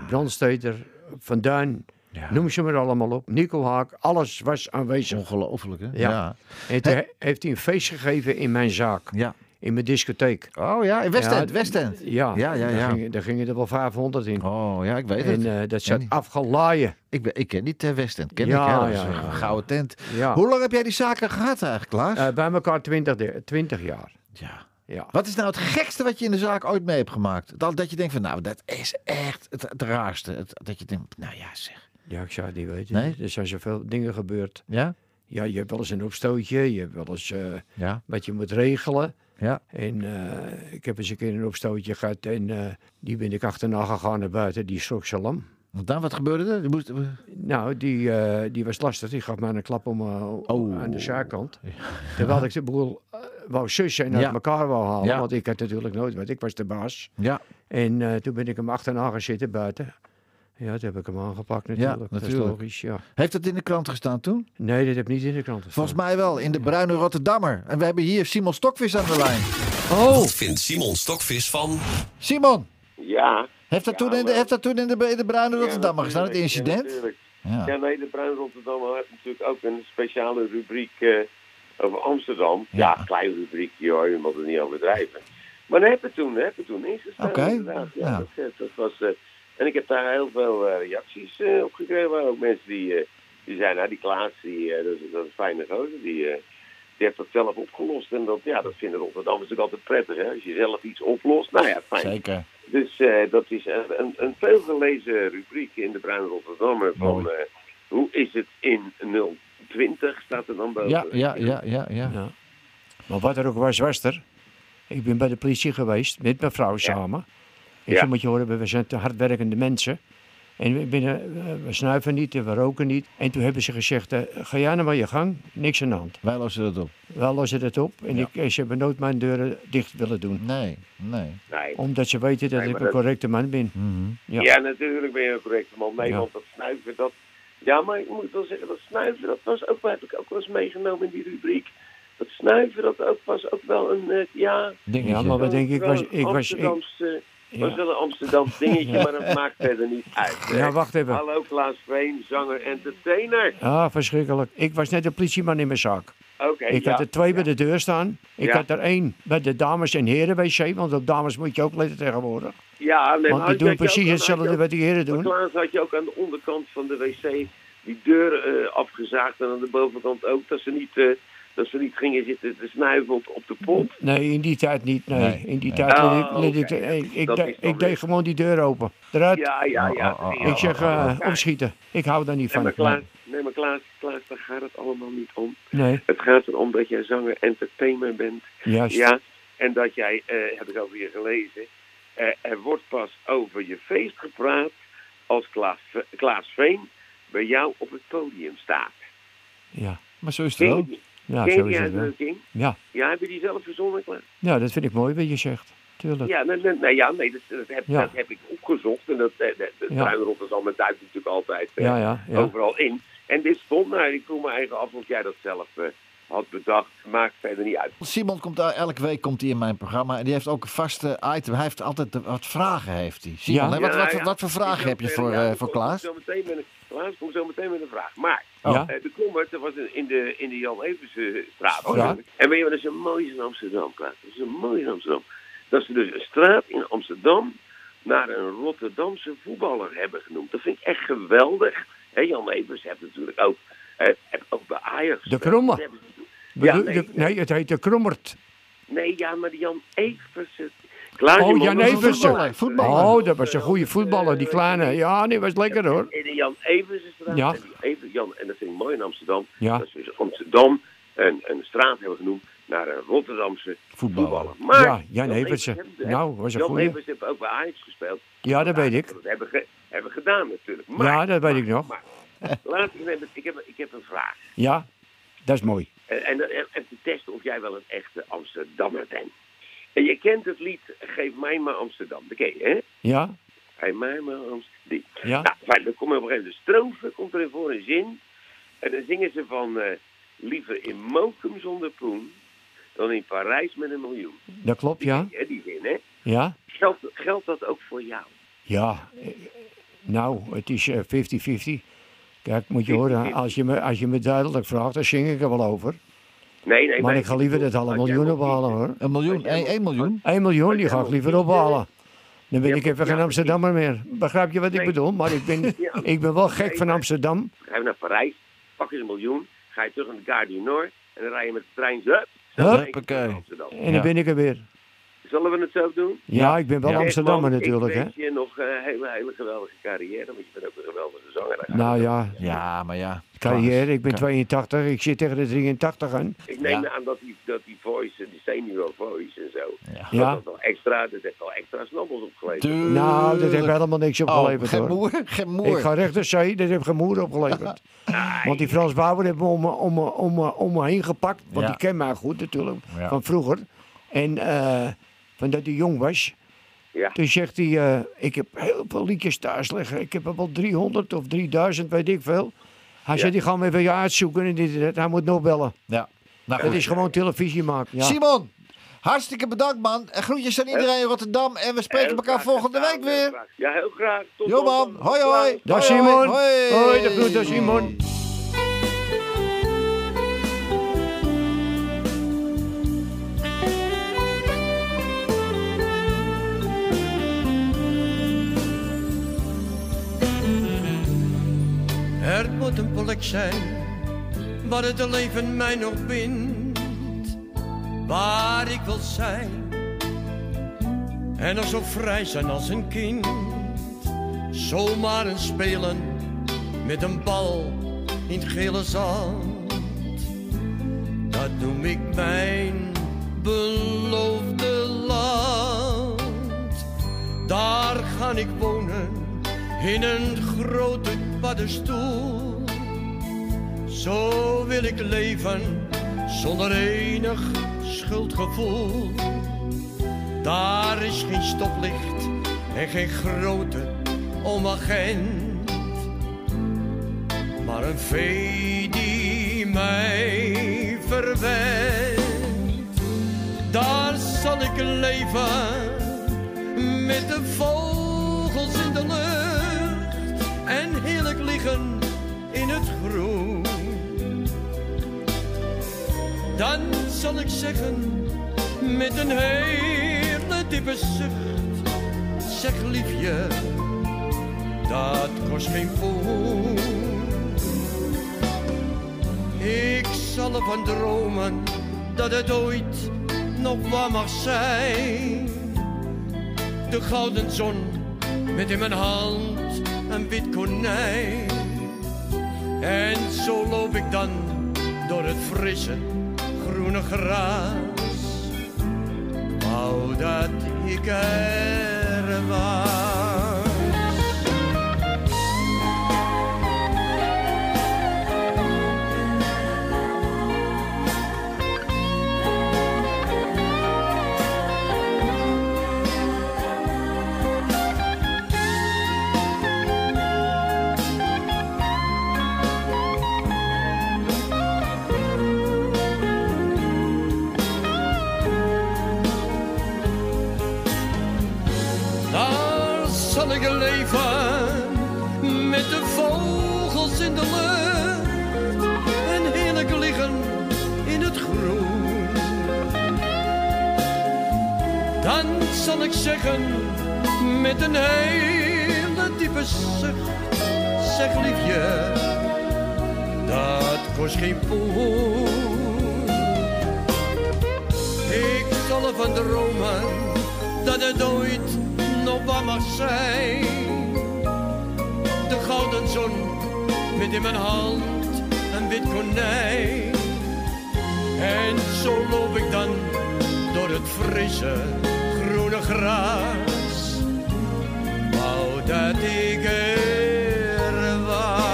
[SPEAKER 4] Brandsteter, Van Duin,
[SPEAKER 2] Ja.
[SPEAKER 4] noem ze maar allemaal op. Nico Haak, alles was aanwezig.
[SPEAKER 2] Ongelooflijk, hè?
[SPEAKER 4] Ja. En toen he- heeft hij een feest gegeven in mijn zaak,
[SPEAKER 2] Ja.
[SPEAKER 4] in mijn discotheek.
[SPEAKER 2] Oh ja, in West End,
[SPEAKER 4] Ja,
[SPEAKER 2] West End.
[SPEAKER 4] Ja,
[SPEAKER 2] Ja, ja,
[SPEAKER 4] daar,
[SPEAKER 2] ja.
[SPEAKER 4] Gingen, daar gingen er wel 500 in.
[SPEAKER 2] Oh ja, ik weet
[SPEAKER 4] en
[SPEAKER 2] het.
[SPEAKER 4] eh, dat
[SPEAKER 2] Ja,
[SPEAKER 4] zat
[SPEAKER 2] die-
[SPEAKER 4] afgelaaien.
[SPEAKER 2] ik, ben, ik ken die ter West End, ken
[SPEAKER 4] Ja,
[SPEAKER 2] ik. Hè? Dat is
[SPEAKER 4] ja,
[SPEAKER 2] een
[SPEAKER 4] ja, ja.
[SPEAKER 2] gouden tent.
[SPEAKER 4] Ja.
[SPEAKER 2] Hoe lang heb jij die zaken gehad eigenlijk, Klaas?
[SPEAKER 4] Eh, bij elkaar 20, de- 20 jaar.
[SPEAKER 2] ja.
[SPEAKER 4] Ja.
[SPEAKER 2] Wat is nou het gekste wat je in de zaak ooit mee hebt gemaakt? Dat, dat je denkt van, nou, dat is echt het, het raarste. Het- dat je denkt, nou ja, zeg.
[SPEAKER 4] ja, ik zou het niet weten.
[SPEAKER 2] Nee?
[SPEAKER 4] Er zijn zoveel dingen gebeurd.
[SPEAKER 2] Ja?
[SPEAKER 4] Ja, je hebt wel eens een opstootje, je hebt wel eens eh,
[SPEAKER 2] Ja.
[SPEAKER 4] wat je moet regelen.
[SPEAKER 2] Ja.
[SPEAKER 4] En eh, ik heb eens een keer een opstootje gehad en eh, die ben ik achterna gegaan naar buiten, die schrok zo lam.
[SPEAKER 2] Want dan, wat gebeurde er? Je moest-
[SPEAKER 4] Nou, die, eh, die was lastig, die gaf mij een klap om, eh,
[SPEAKER 2] Oh.
[SPEAKER 4] aan de zaakkant. Terwijl ik de boel eh, wou sussen en uit
[SPEAKER 2] Ja.
[SPEAKER 4] elkaar wou halen,
[SPEAKER 2] Ja.
[SPEAKER 4] want ik had natuurlijk nooit wat, ik was de baas.
[SPEAKER 2] Ja,
[SPEAKER 4] En eh, toen ben ik hem achterna gaan zitten buiten. Ja, toen heb ik hem aangepakt natuurlijk. Dat
[SPEAKER 2] natuurlijk.
[SPEAKER 4] is logisch, ja.
[SPEAKER 2] heeft dat in de krant gestaan toen?
[SPEAKER 4] Nee, dat heb ik niet in de krant gestaan.
[SPEAKER 2] Volgens mij wel, in de Bruine Rotterdammer. En we hebben hier Simon Stokvis aan de lijn.
[SPEAKER 10] Oh.
[SPEAKER 9] Wat vindt Simon Stokvis van
[SPEAKER 2] Simon,
[SPEAKER 10] Ja.
[SPEAKER 2] heeft dat
[SPEAKER 10] Ja,
[SPEAKER 2] toen in de,
[SPEAKER 10] maar-
[SPEAKER 2] heeft dat toen in de, in de Bruine Rotterdammer
[SPEAKER 10] Ja,
[SPEAKER 2] gestaan, het
[SPEAKER 10] natuurlijk. Ja,
[SPEAKER 2] incident?
[SPEAKER 10] natuurlijk.
[SPEAKER 2] Ja.
[SPEAKER 10] ja, nee, de Bruin Rotterdam heeft natuurlijk ook een speciale rubriek eh, over Amsterdam.
[SPEAKER 2] Ja.
[SPEAKER 10] Ja, klein rubriekje hoor, je moet het niet overdrijven. Maar daar hebben we toen, daar hebben we toen ingestaan.
[SPEAKER 2] Oké,
[SPEAKER 10] inderdaad. Ja,
[SPEAKER 2] ja.
[SPEAKER 10] Dat, eh, dat was, eh, en ik heb daar heel veel eh, reacties eh, op gekregen. Maar ook mensen die, eh, die zeiden, nou die Klaas, die, eh, dat, is, dat is een fijne gozer. Die, eh, die heeft dat zelf opgelost. En dat, ja, dat vinden Rotterdammers natuurlijk altijd prettig. Hè? Als je zelf iets oplost, nou ja, fijn.
[SPEAKER 2] Zeker.
[SPEAKER 10] Dus eh, dat is eh, een, een veelgelezen rubriek in de Bruin Rotterdammer. Van eh, hoe is het in 020 staat er dan boven.
[SPEAKER 2] Ja, ja,
[SPEAKER 10] eh,
[SPEAKER 2] ja, ja, ja.
[SPEAKER 4] Ja. Maar wat er ook was, was er. Ik ben bij de politie geweest, met mijn vrouw samen. Ik
[SPEAKER 10] Ja.
[SPEAKER 4] zei, moet je horen, we zijn te hardwerkende mensen. En we, binnen, eh, we snuiven niet en we roken niet. En toen hebben ze gezegd, eh, ga jij nou maar je gang, niks aan de hand.
[SPEAKER 2] Wij lossen dat op.
[SPEAKER 4] Wij lossen dat op. En ik, eh, ze hebben nooit mijn deuren dicht willen doen.
[SPEAKER 2] Nee, nee.
[SPEAKER 10] Nee.
[SPEAKER 4] Omdat ze weten dat
[SPEAKER 10] Nee,
[SPEAKER 4] ik
[SPEAKER 10] maar
[SPEAKER 4] een
[SPEAKER 10] dat-
[SPEAKER 4] correcte man ben.
[SPEAKER 10] Ja.
[SPEAKER 2] Mhm.
[SPEAKER 4] Ja.
[SPEAKER 10] natuurlijk ben je een correcte man. Nee,
[SPEAKER 4] Ja.
[SPEAKER 10] want dat snuiven, dat... Ja, maar ik moet wel zeggen, dat snuiven, dat was ook, heb ik ook wel eens meegenomen in die rubriek. Dat snuiven, dat ook, was ook wel een, eh, ja...
[SPEAKER 4] Ja, maar wat denk ik, was, ik was... Ik,
[SPEAKER 10] Amsterdamse, was
[SPEAKER 4] ja.
[SPEAKER 10] wel een Amsterdams dingetje, maar dat maakt verder niet uit. hè.
[SPEAKER 4] Ja, wacht even.
[SPEAKER 10] Hallo Klaas Veen, zanger, entertainer.
[SPEAKER 4] Ah, verschrikkelijk. Ik was net een politieman in mijn zaak.
[SPEAKER 10] Oké,
[SPEAKER 4] Ik
[SPEAKER 10] ja.
[SPEAKER 4] had er twee bij de deur staan. Ik
[SPEAKER 10] Ja.
[SPEAKER 4] had er één bij de dames- en heren wc, want op dames moet je ook letten tegenwoordig.
[SPEAKER 10] Ja, nee, maar
[SPEAKER 4] Want die
[SPEAKER 10] had je
[SPEAKER 4] doen
[SPEAKER 10] ook- had
[SPEAKER 4] precies
[SPEAKER 10] je
[SPEAKER 4] hetzelfde
[SPEAKER 10] ook-
[SPEAKER 4] wat die heren
[SPEAKER 10] Maar
[SPEAKER 4] doen.
[SPEAKER 10] Klaas had je ook aan de onderkant van de wc die deur eh, afgezaagd en aan de bovenkant ook. Dat ze niet, eh, dat ze niet gingen zitten te snuiven op, op de pot.
[SPEAKER 4] Nee, in die tijd niet. Nee,
[SPEAKER 2] Nee,
[SPEAKER 4] in die tijd
[SPEAKER 10] Oh,
[SPEAKER 4] liet ik- liet ik,
[SPEAKER 10] oké.
[SPEAKER 4] ik, ik,
[SPEAKER 10] Dat
[SPEAKER 4] de-
[SPEAKER 10] is dan
[SPEAKER 4] ik deed
[SPEAKER 10] weer-
[SPEAKER 4] gewoon die deur open. Eruit.
[SPEAKER 10] Ja, ja, ja.
[SPEAKER 2] Oh, oh, oh,
[SPEAKER 10] ja.
[SPEAKER 4] ik zeg, eh, opschieten. Ik hou daar niet
[SPEAKER 10] Nee,
[SPEAKER 4] van.
[SPEAKER 10] maar Klaas, nee, maar Klaas, Klaas, daar gaat het allemaal niet om.
[SPEAKER 4] Nee,
[SPEAKER 10] Het gaat erom dat jij zanger entertainer bent.
[SPEAKER 4] juist.
[SPEAKER 10] Ja, en dat jij, eh, heb ik over je gelezen, eh, er wordt pas over je feest gepraat als Klaas, Klaas Veen bij jou op het podium staat.
[SPEAKER 4] Ja,
[SPEAKER 2] Maar zo is het
[SPEAKER 10] Ken
[SPEAKER 2] wel.
[SPEAKER 10] je,
[SPEAKER 4] ja
[SPEAKER 10] ken je
[SPEAKER 4] zo
[SPEAKER 10] die
[SPEAKER 4] is het wel.
[SPEAKER 10] uitdrukking?
[SPEAKER 4] Ja.
[SPEAKER 10] Ja, heb je die zelf verzonnen, Klaas?
[SPEAKER 4] ja, dat vind ik mooi wat je zegt. Tuurlijk.
[SPEAKER 10] Ja, nee, nee, nee, ja, nee dat, dat, heb,
[SPEAKER 4] Ja.
[SPEAKER 10] dat heb ik opgezocht. En dat, eh, dat, dat
[SPEAKER 4] Ja.
[SPEAKER 10] Bruin Rotterdam en duikt natuurlijk altijd eh,
[SPEAKER 4] Ja, ja, ja.
[SPEAKER 10] overal in. En dit stond, nou, ik vroeg me eigen af of jij dat zelf eh, had bedacht. Maakt verder niet uit.
[SPEAKER 2] Simon komt daar, elke week komt hij in mijn programma en die heeft ook een vaste item. Hij heeft altijd de- wat vragen heeft hij. Simon,
[SPEAKER 4] Ja.
[SPEAKER 2] hè, wat,
[SPEAKER 10] Ja,
[SPEAKER 2] wat,
[SPEAKER 10] ja.
[SPEAKER 2] wat voor vragen
[SPEAKER 10] Ik
[SPEAKER 2] heb je
[SPEAKER 10] wil
[SPEAKER 2] voor,
[SPEAKER 10] zeggen, ja,
[SPEAKER 2] eh,
[SPEAKER 10] ik
[SPEAKER 2] voor
[SPEAKER 10] kom
[SPEAKER 2] Klaas? Oh.
[SPEAKER 10] Zo meteen met een, Klaas komt zo meteen met een vraag. Maar
[SPEAKER 4] Ja.
[SPEAKER 10] eh, de Kommert, dat was in in de, in de Jan Eversenstraat.
[SPEAKER 4] Oh, ja.
[SPEAKER 10] En weet je wat, dat is een mooie in Amsterdam, Klaas. Dat is een mooie in Amsterdam. Dat ze dus een straat in Amsterdam naar een Rotterdamse voetballer hebben genoemd. Dat vind ik echt geweldig. Hè, Jan Evers heeft natuurlijk ook, eh, heeft ook bij Ajax...
[SPEAKER 4] De Kromme.
[SPEAKER 10] Dat hebben ze-
[SPEAKER 4] We
[SPEAKER 10] Ja,
[SPEAKER 4] doen-
[SPEAKER 10] nee,
[SPEAKER 4] de- nee, het heet de krommert.
[SPEAKER 10] Nee, ja, maar die Jan Eversen... Klaas, je
[SPEAKER 4] Oh,
[SPEAKER 10] moet
[SPEAKER 4] Jan
[SPEAKER 10] nog een
[SPEAKER 4] Eversen.
[SPEAKER 10] voetballer.
[SPEAKER 2] Voetballer.
[SPEAKER 4] Oh, dat was een goede voetballer, die kleine. Ja, die was lekker hoor.
[SPEAKER 10] In de Jan Eversenstraat.
[SPEAKER 4] Ja.
[SPEAKER 10] En, die Even, Jan, en dat vind ik mooi in Amsterdam.
[SPEAKER 4] Ja.
[SPEAKER 10] Dat ze dus Amsterdam een, een straat hebben genoemd naar een Rotterdamse
[SPEAKER 2] Voetballer.
[SPEAKER 10] voetballer. Maar
[SPEAKER 4] Ja, Jan Eversen.
[SPEAKER 10] hebben-
[SPEAKER 4] Nou, was een
[SPEAKER 10] Jan
[SPEAKER 4] goeie.
[SPEAKER 10] Eversen heeft ook bij Ajax gespeeld.
[SPEAKER 4] Ja, dat weet ik.
[SPEAKER 10] Dat hebben we hebben we gedaan natuurlijk. Maar,
[SPEAKER 4] Ja, dat weet ik
[SPEAKER 10] maar-
[SPEAKER 4] nog.
[SPEAKER 10] maar- Laat, ik, heb, ik, heb, ik heb een vraag.
[SPEAKER 4] Ja, dat is mooi.
[SPEAKER 10] En, en, en- en te testen of jij wel een echte Amsterdammer bent. En je kent het lied Geef mij maar Amsterdam. Dat ken je, hè?
[SPEAKER 4] Ja,
[SPEAKER 10] Geef mij maar Amsterdam.
[SPEAKER 4] Ja.
[SPEAKER 10] Nou, fijn, dan komt er op een gegeven moment een strofe, komt erin voor een zin. En dan zingen ze van... eh, liever in Mokum zonder poen... dan in Parijs met een miljoen.
[SPEAKER 4] dat klopt, ja.
[SPEAKER 10] Die, die zin, hè?
[SPEAKER 4] Ja,
[SPEAKER 10] Geldt, geldt dat ook voor jou?
[SPEAKER 4] ja. Eh, Nou, het is eh, 50-50. Kijk, moet je horen, als je, me, als je me duidelijk vraagt, dan zing ik er wel over.
[SPEAKER 10] Nee, nee.
[SPEAKER 4] Maar ik ga liever het halve
[SPEAKER 10] Als jij
[SPEAKER 4] miljoen
[SPEAKER 10] ook
[SPEAKER 4] ophalen,
[SPEAKER 10] niet-
[SPEAKER 4] hoor.
[SPEAKER 2] Een miljoen, één één miljoen.
[SPEAKER 4] 1 miljoen, die ga ik
[SPEAKER 10] Ja,
[SPEAKER 4] liever ophalen. Dan ben
[SPEAKER 10] Ja,
[SPEAKER 4] ik even
[SPEAKER 10] ja,
[SPEAKER 4] geen Amsterdammer meer. Begrijp je wat ik
[SPEAKER 10] Nee.
[SPEAKER 4] bedoel? Maar ik ben,
[SPEAKER 10] Ja.
[SPEAKER 4] ik ben wel gek
[SPEAKER 10] Nee,
[SPEAKER 4] van
[SPEAKER 10] maar-
[SPEAKER 4] Amsterdam.
[SPEAKER 10] Ga je naar Parijs, pak eens een miljoen, ga je terug naar de Gare du Nord en dan rij je met de trein zo. hup, zo
[SPEAKER 4] Hup.
[SPEAKER 10] naar Amsterdam.
[SPEAKER 4] En
[SPEAKER 2] Ja.
[SPEAKER 4] dan ben ik er weer.
[SPEAKER 10] Zullen we het zo doen?
[SPEAKER 4] Ja, ik ben wel
[SPEAKER 2] Ja.
[SPEAKER 4] Amsterdammer
[SPEAKER 10] Echt, man,
[SPEAKER 4] natuurlijk,
[SPEAKER 10] Ik
[SPEAKER 4] hè.
[SPEAKER 10] wens je nog eh, een hele, hele geweldige carrière, want je bent ook een geweldige zanger.
[SPEAKER 4] Nou ja,
[SPEAKER 2] Ja, maar ja.
[SPEAKER 4] carrière. Ik ben
[SPEAKER 2] Kan-
[SPEAKER 4] 82, ik zit tegen de 83 aan.
[SPEAKER 10] Ik neem
[SPEAKER 2] Ja.
[SPEAKER 10] aan dat die, dat die voice, eh, die senior voice en zo, dat
[SPEAKER 4] Ja.
[SPEAKER 10] dat wel extra, dat heeft wel extra snabbels opgeleverd.
[SPEAKER 2] Tuurlijk.
[SPEAKER 4] Nou, dat heeft helemaal niks
[SPEAKER 2] Oh,
[SPEAKER 4] opgeleverd,
[SPEAKER 2] geen
[SPEAKER 4] hoor.
[SPEAKER 2] moer, geen
[SPEAKER 4] Ik
[SPEAKER 2] moer.
[SPEAKER 4] ga recht door zee, dat heeft geen moer opgeleverd. Want die Frans Bauer heeft me om me, om me, om me, om me heen gepakt. Want
[SPEAKER 2] Ja.
[SPEAKER 4] die kent mij goed natuurlijk,
[SPEAKER 2] Ja.
[SPEAKER 4] van vroeger. En eh, van dat hij jong was.
[SPEAKER 10] Ja.
[SPEAKER 4] Toen zegt hij, eh, ik heb heel veel liedjes thuis liggen. Ik heb er wel 300 of 3000, weet ik veel. Hij zegt, die gaan we even je uitzoeken en dit en dat. Hij moet nog bellen.
[SPEAKER 2] Ja. Nou,
[SPEAKER 4] Het
[SPEAKER 2] goed.
[SPEAKER 4] is gewoon televisie maken. Ja.
[SPEAKER 2] Simon, hartstikke bedankt, man. En groetjes aan iedereen in Rotterdam. En we spreken
[SPEAKER 10] Heel
[SPEAKER 2] elkaar
[SPEAKER 10] graag
[SPEAKER 2] volgende
[SPEAKER 10] gedaan,
[SPEAKER 2] week
[SPEAKER 10] heel
[SPEAKER 2] weer.
[SPEAKER 10] graag. Ja, heel graag. Tot
[SPEAKER 2] Jo,
[SPEAKER 10] dan.
[SPEAKER 2] man. Hoi, hoi.
[SPEAKER 4] Dag
[SPEAKER 2] Hoi, hoi.
[SPEAKER 4] Simon.
[SPEAKER 2] Hoi.
[SPEAKER 4] Hoi, de groet aan Simon.
[SPEAKER 3] Het moet een plek zijn waar het leven mij nog bindt, waar ik wil zijn en nog zo vrij zijn als een kind. Zomaar een spelen met een bal in het gele zand, dat noem ik mijn beloofde land. Daar ga ik wonen in een grote paddenstoel. Zo wil ik leven zonder enig schuldgevoel. Daar is geen stoplicht en geen grote omagent. Maar een vee die mij verwendt. Daar zal ik leven met de vogels in de lucht en heerlijk liggen in het groen. Dan zal ik zeggen met een hele diepe zucht, zeg liefje, dat kost geen poen. Ik zal ervan dromen dat het ooit nog waar mag zijn de gouden zon met in mijn hand een wit konijn. En zo loop ik dan door het frisse groene gras. Wou dat ik er was. Daar zal ik leven met de vogels in de lucht en heerlijk liggen in het groen. Dan zal ik zeggen met een hele diepe zucht, zeg liefje, dat kost geen poen. Ik zal ervan dromen dat het ooit nog waar mag zijn. De gouden zon met in mijn hand een wit konijn. En zo loop ik dan door het frisse groene gras. Wou dat ik er was.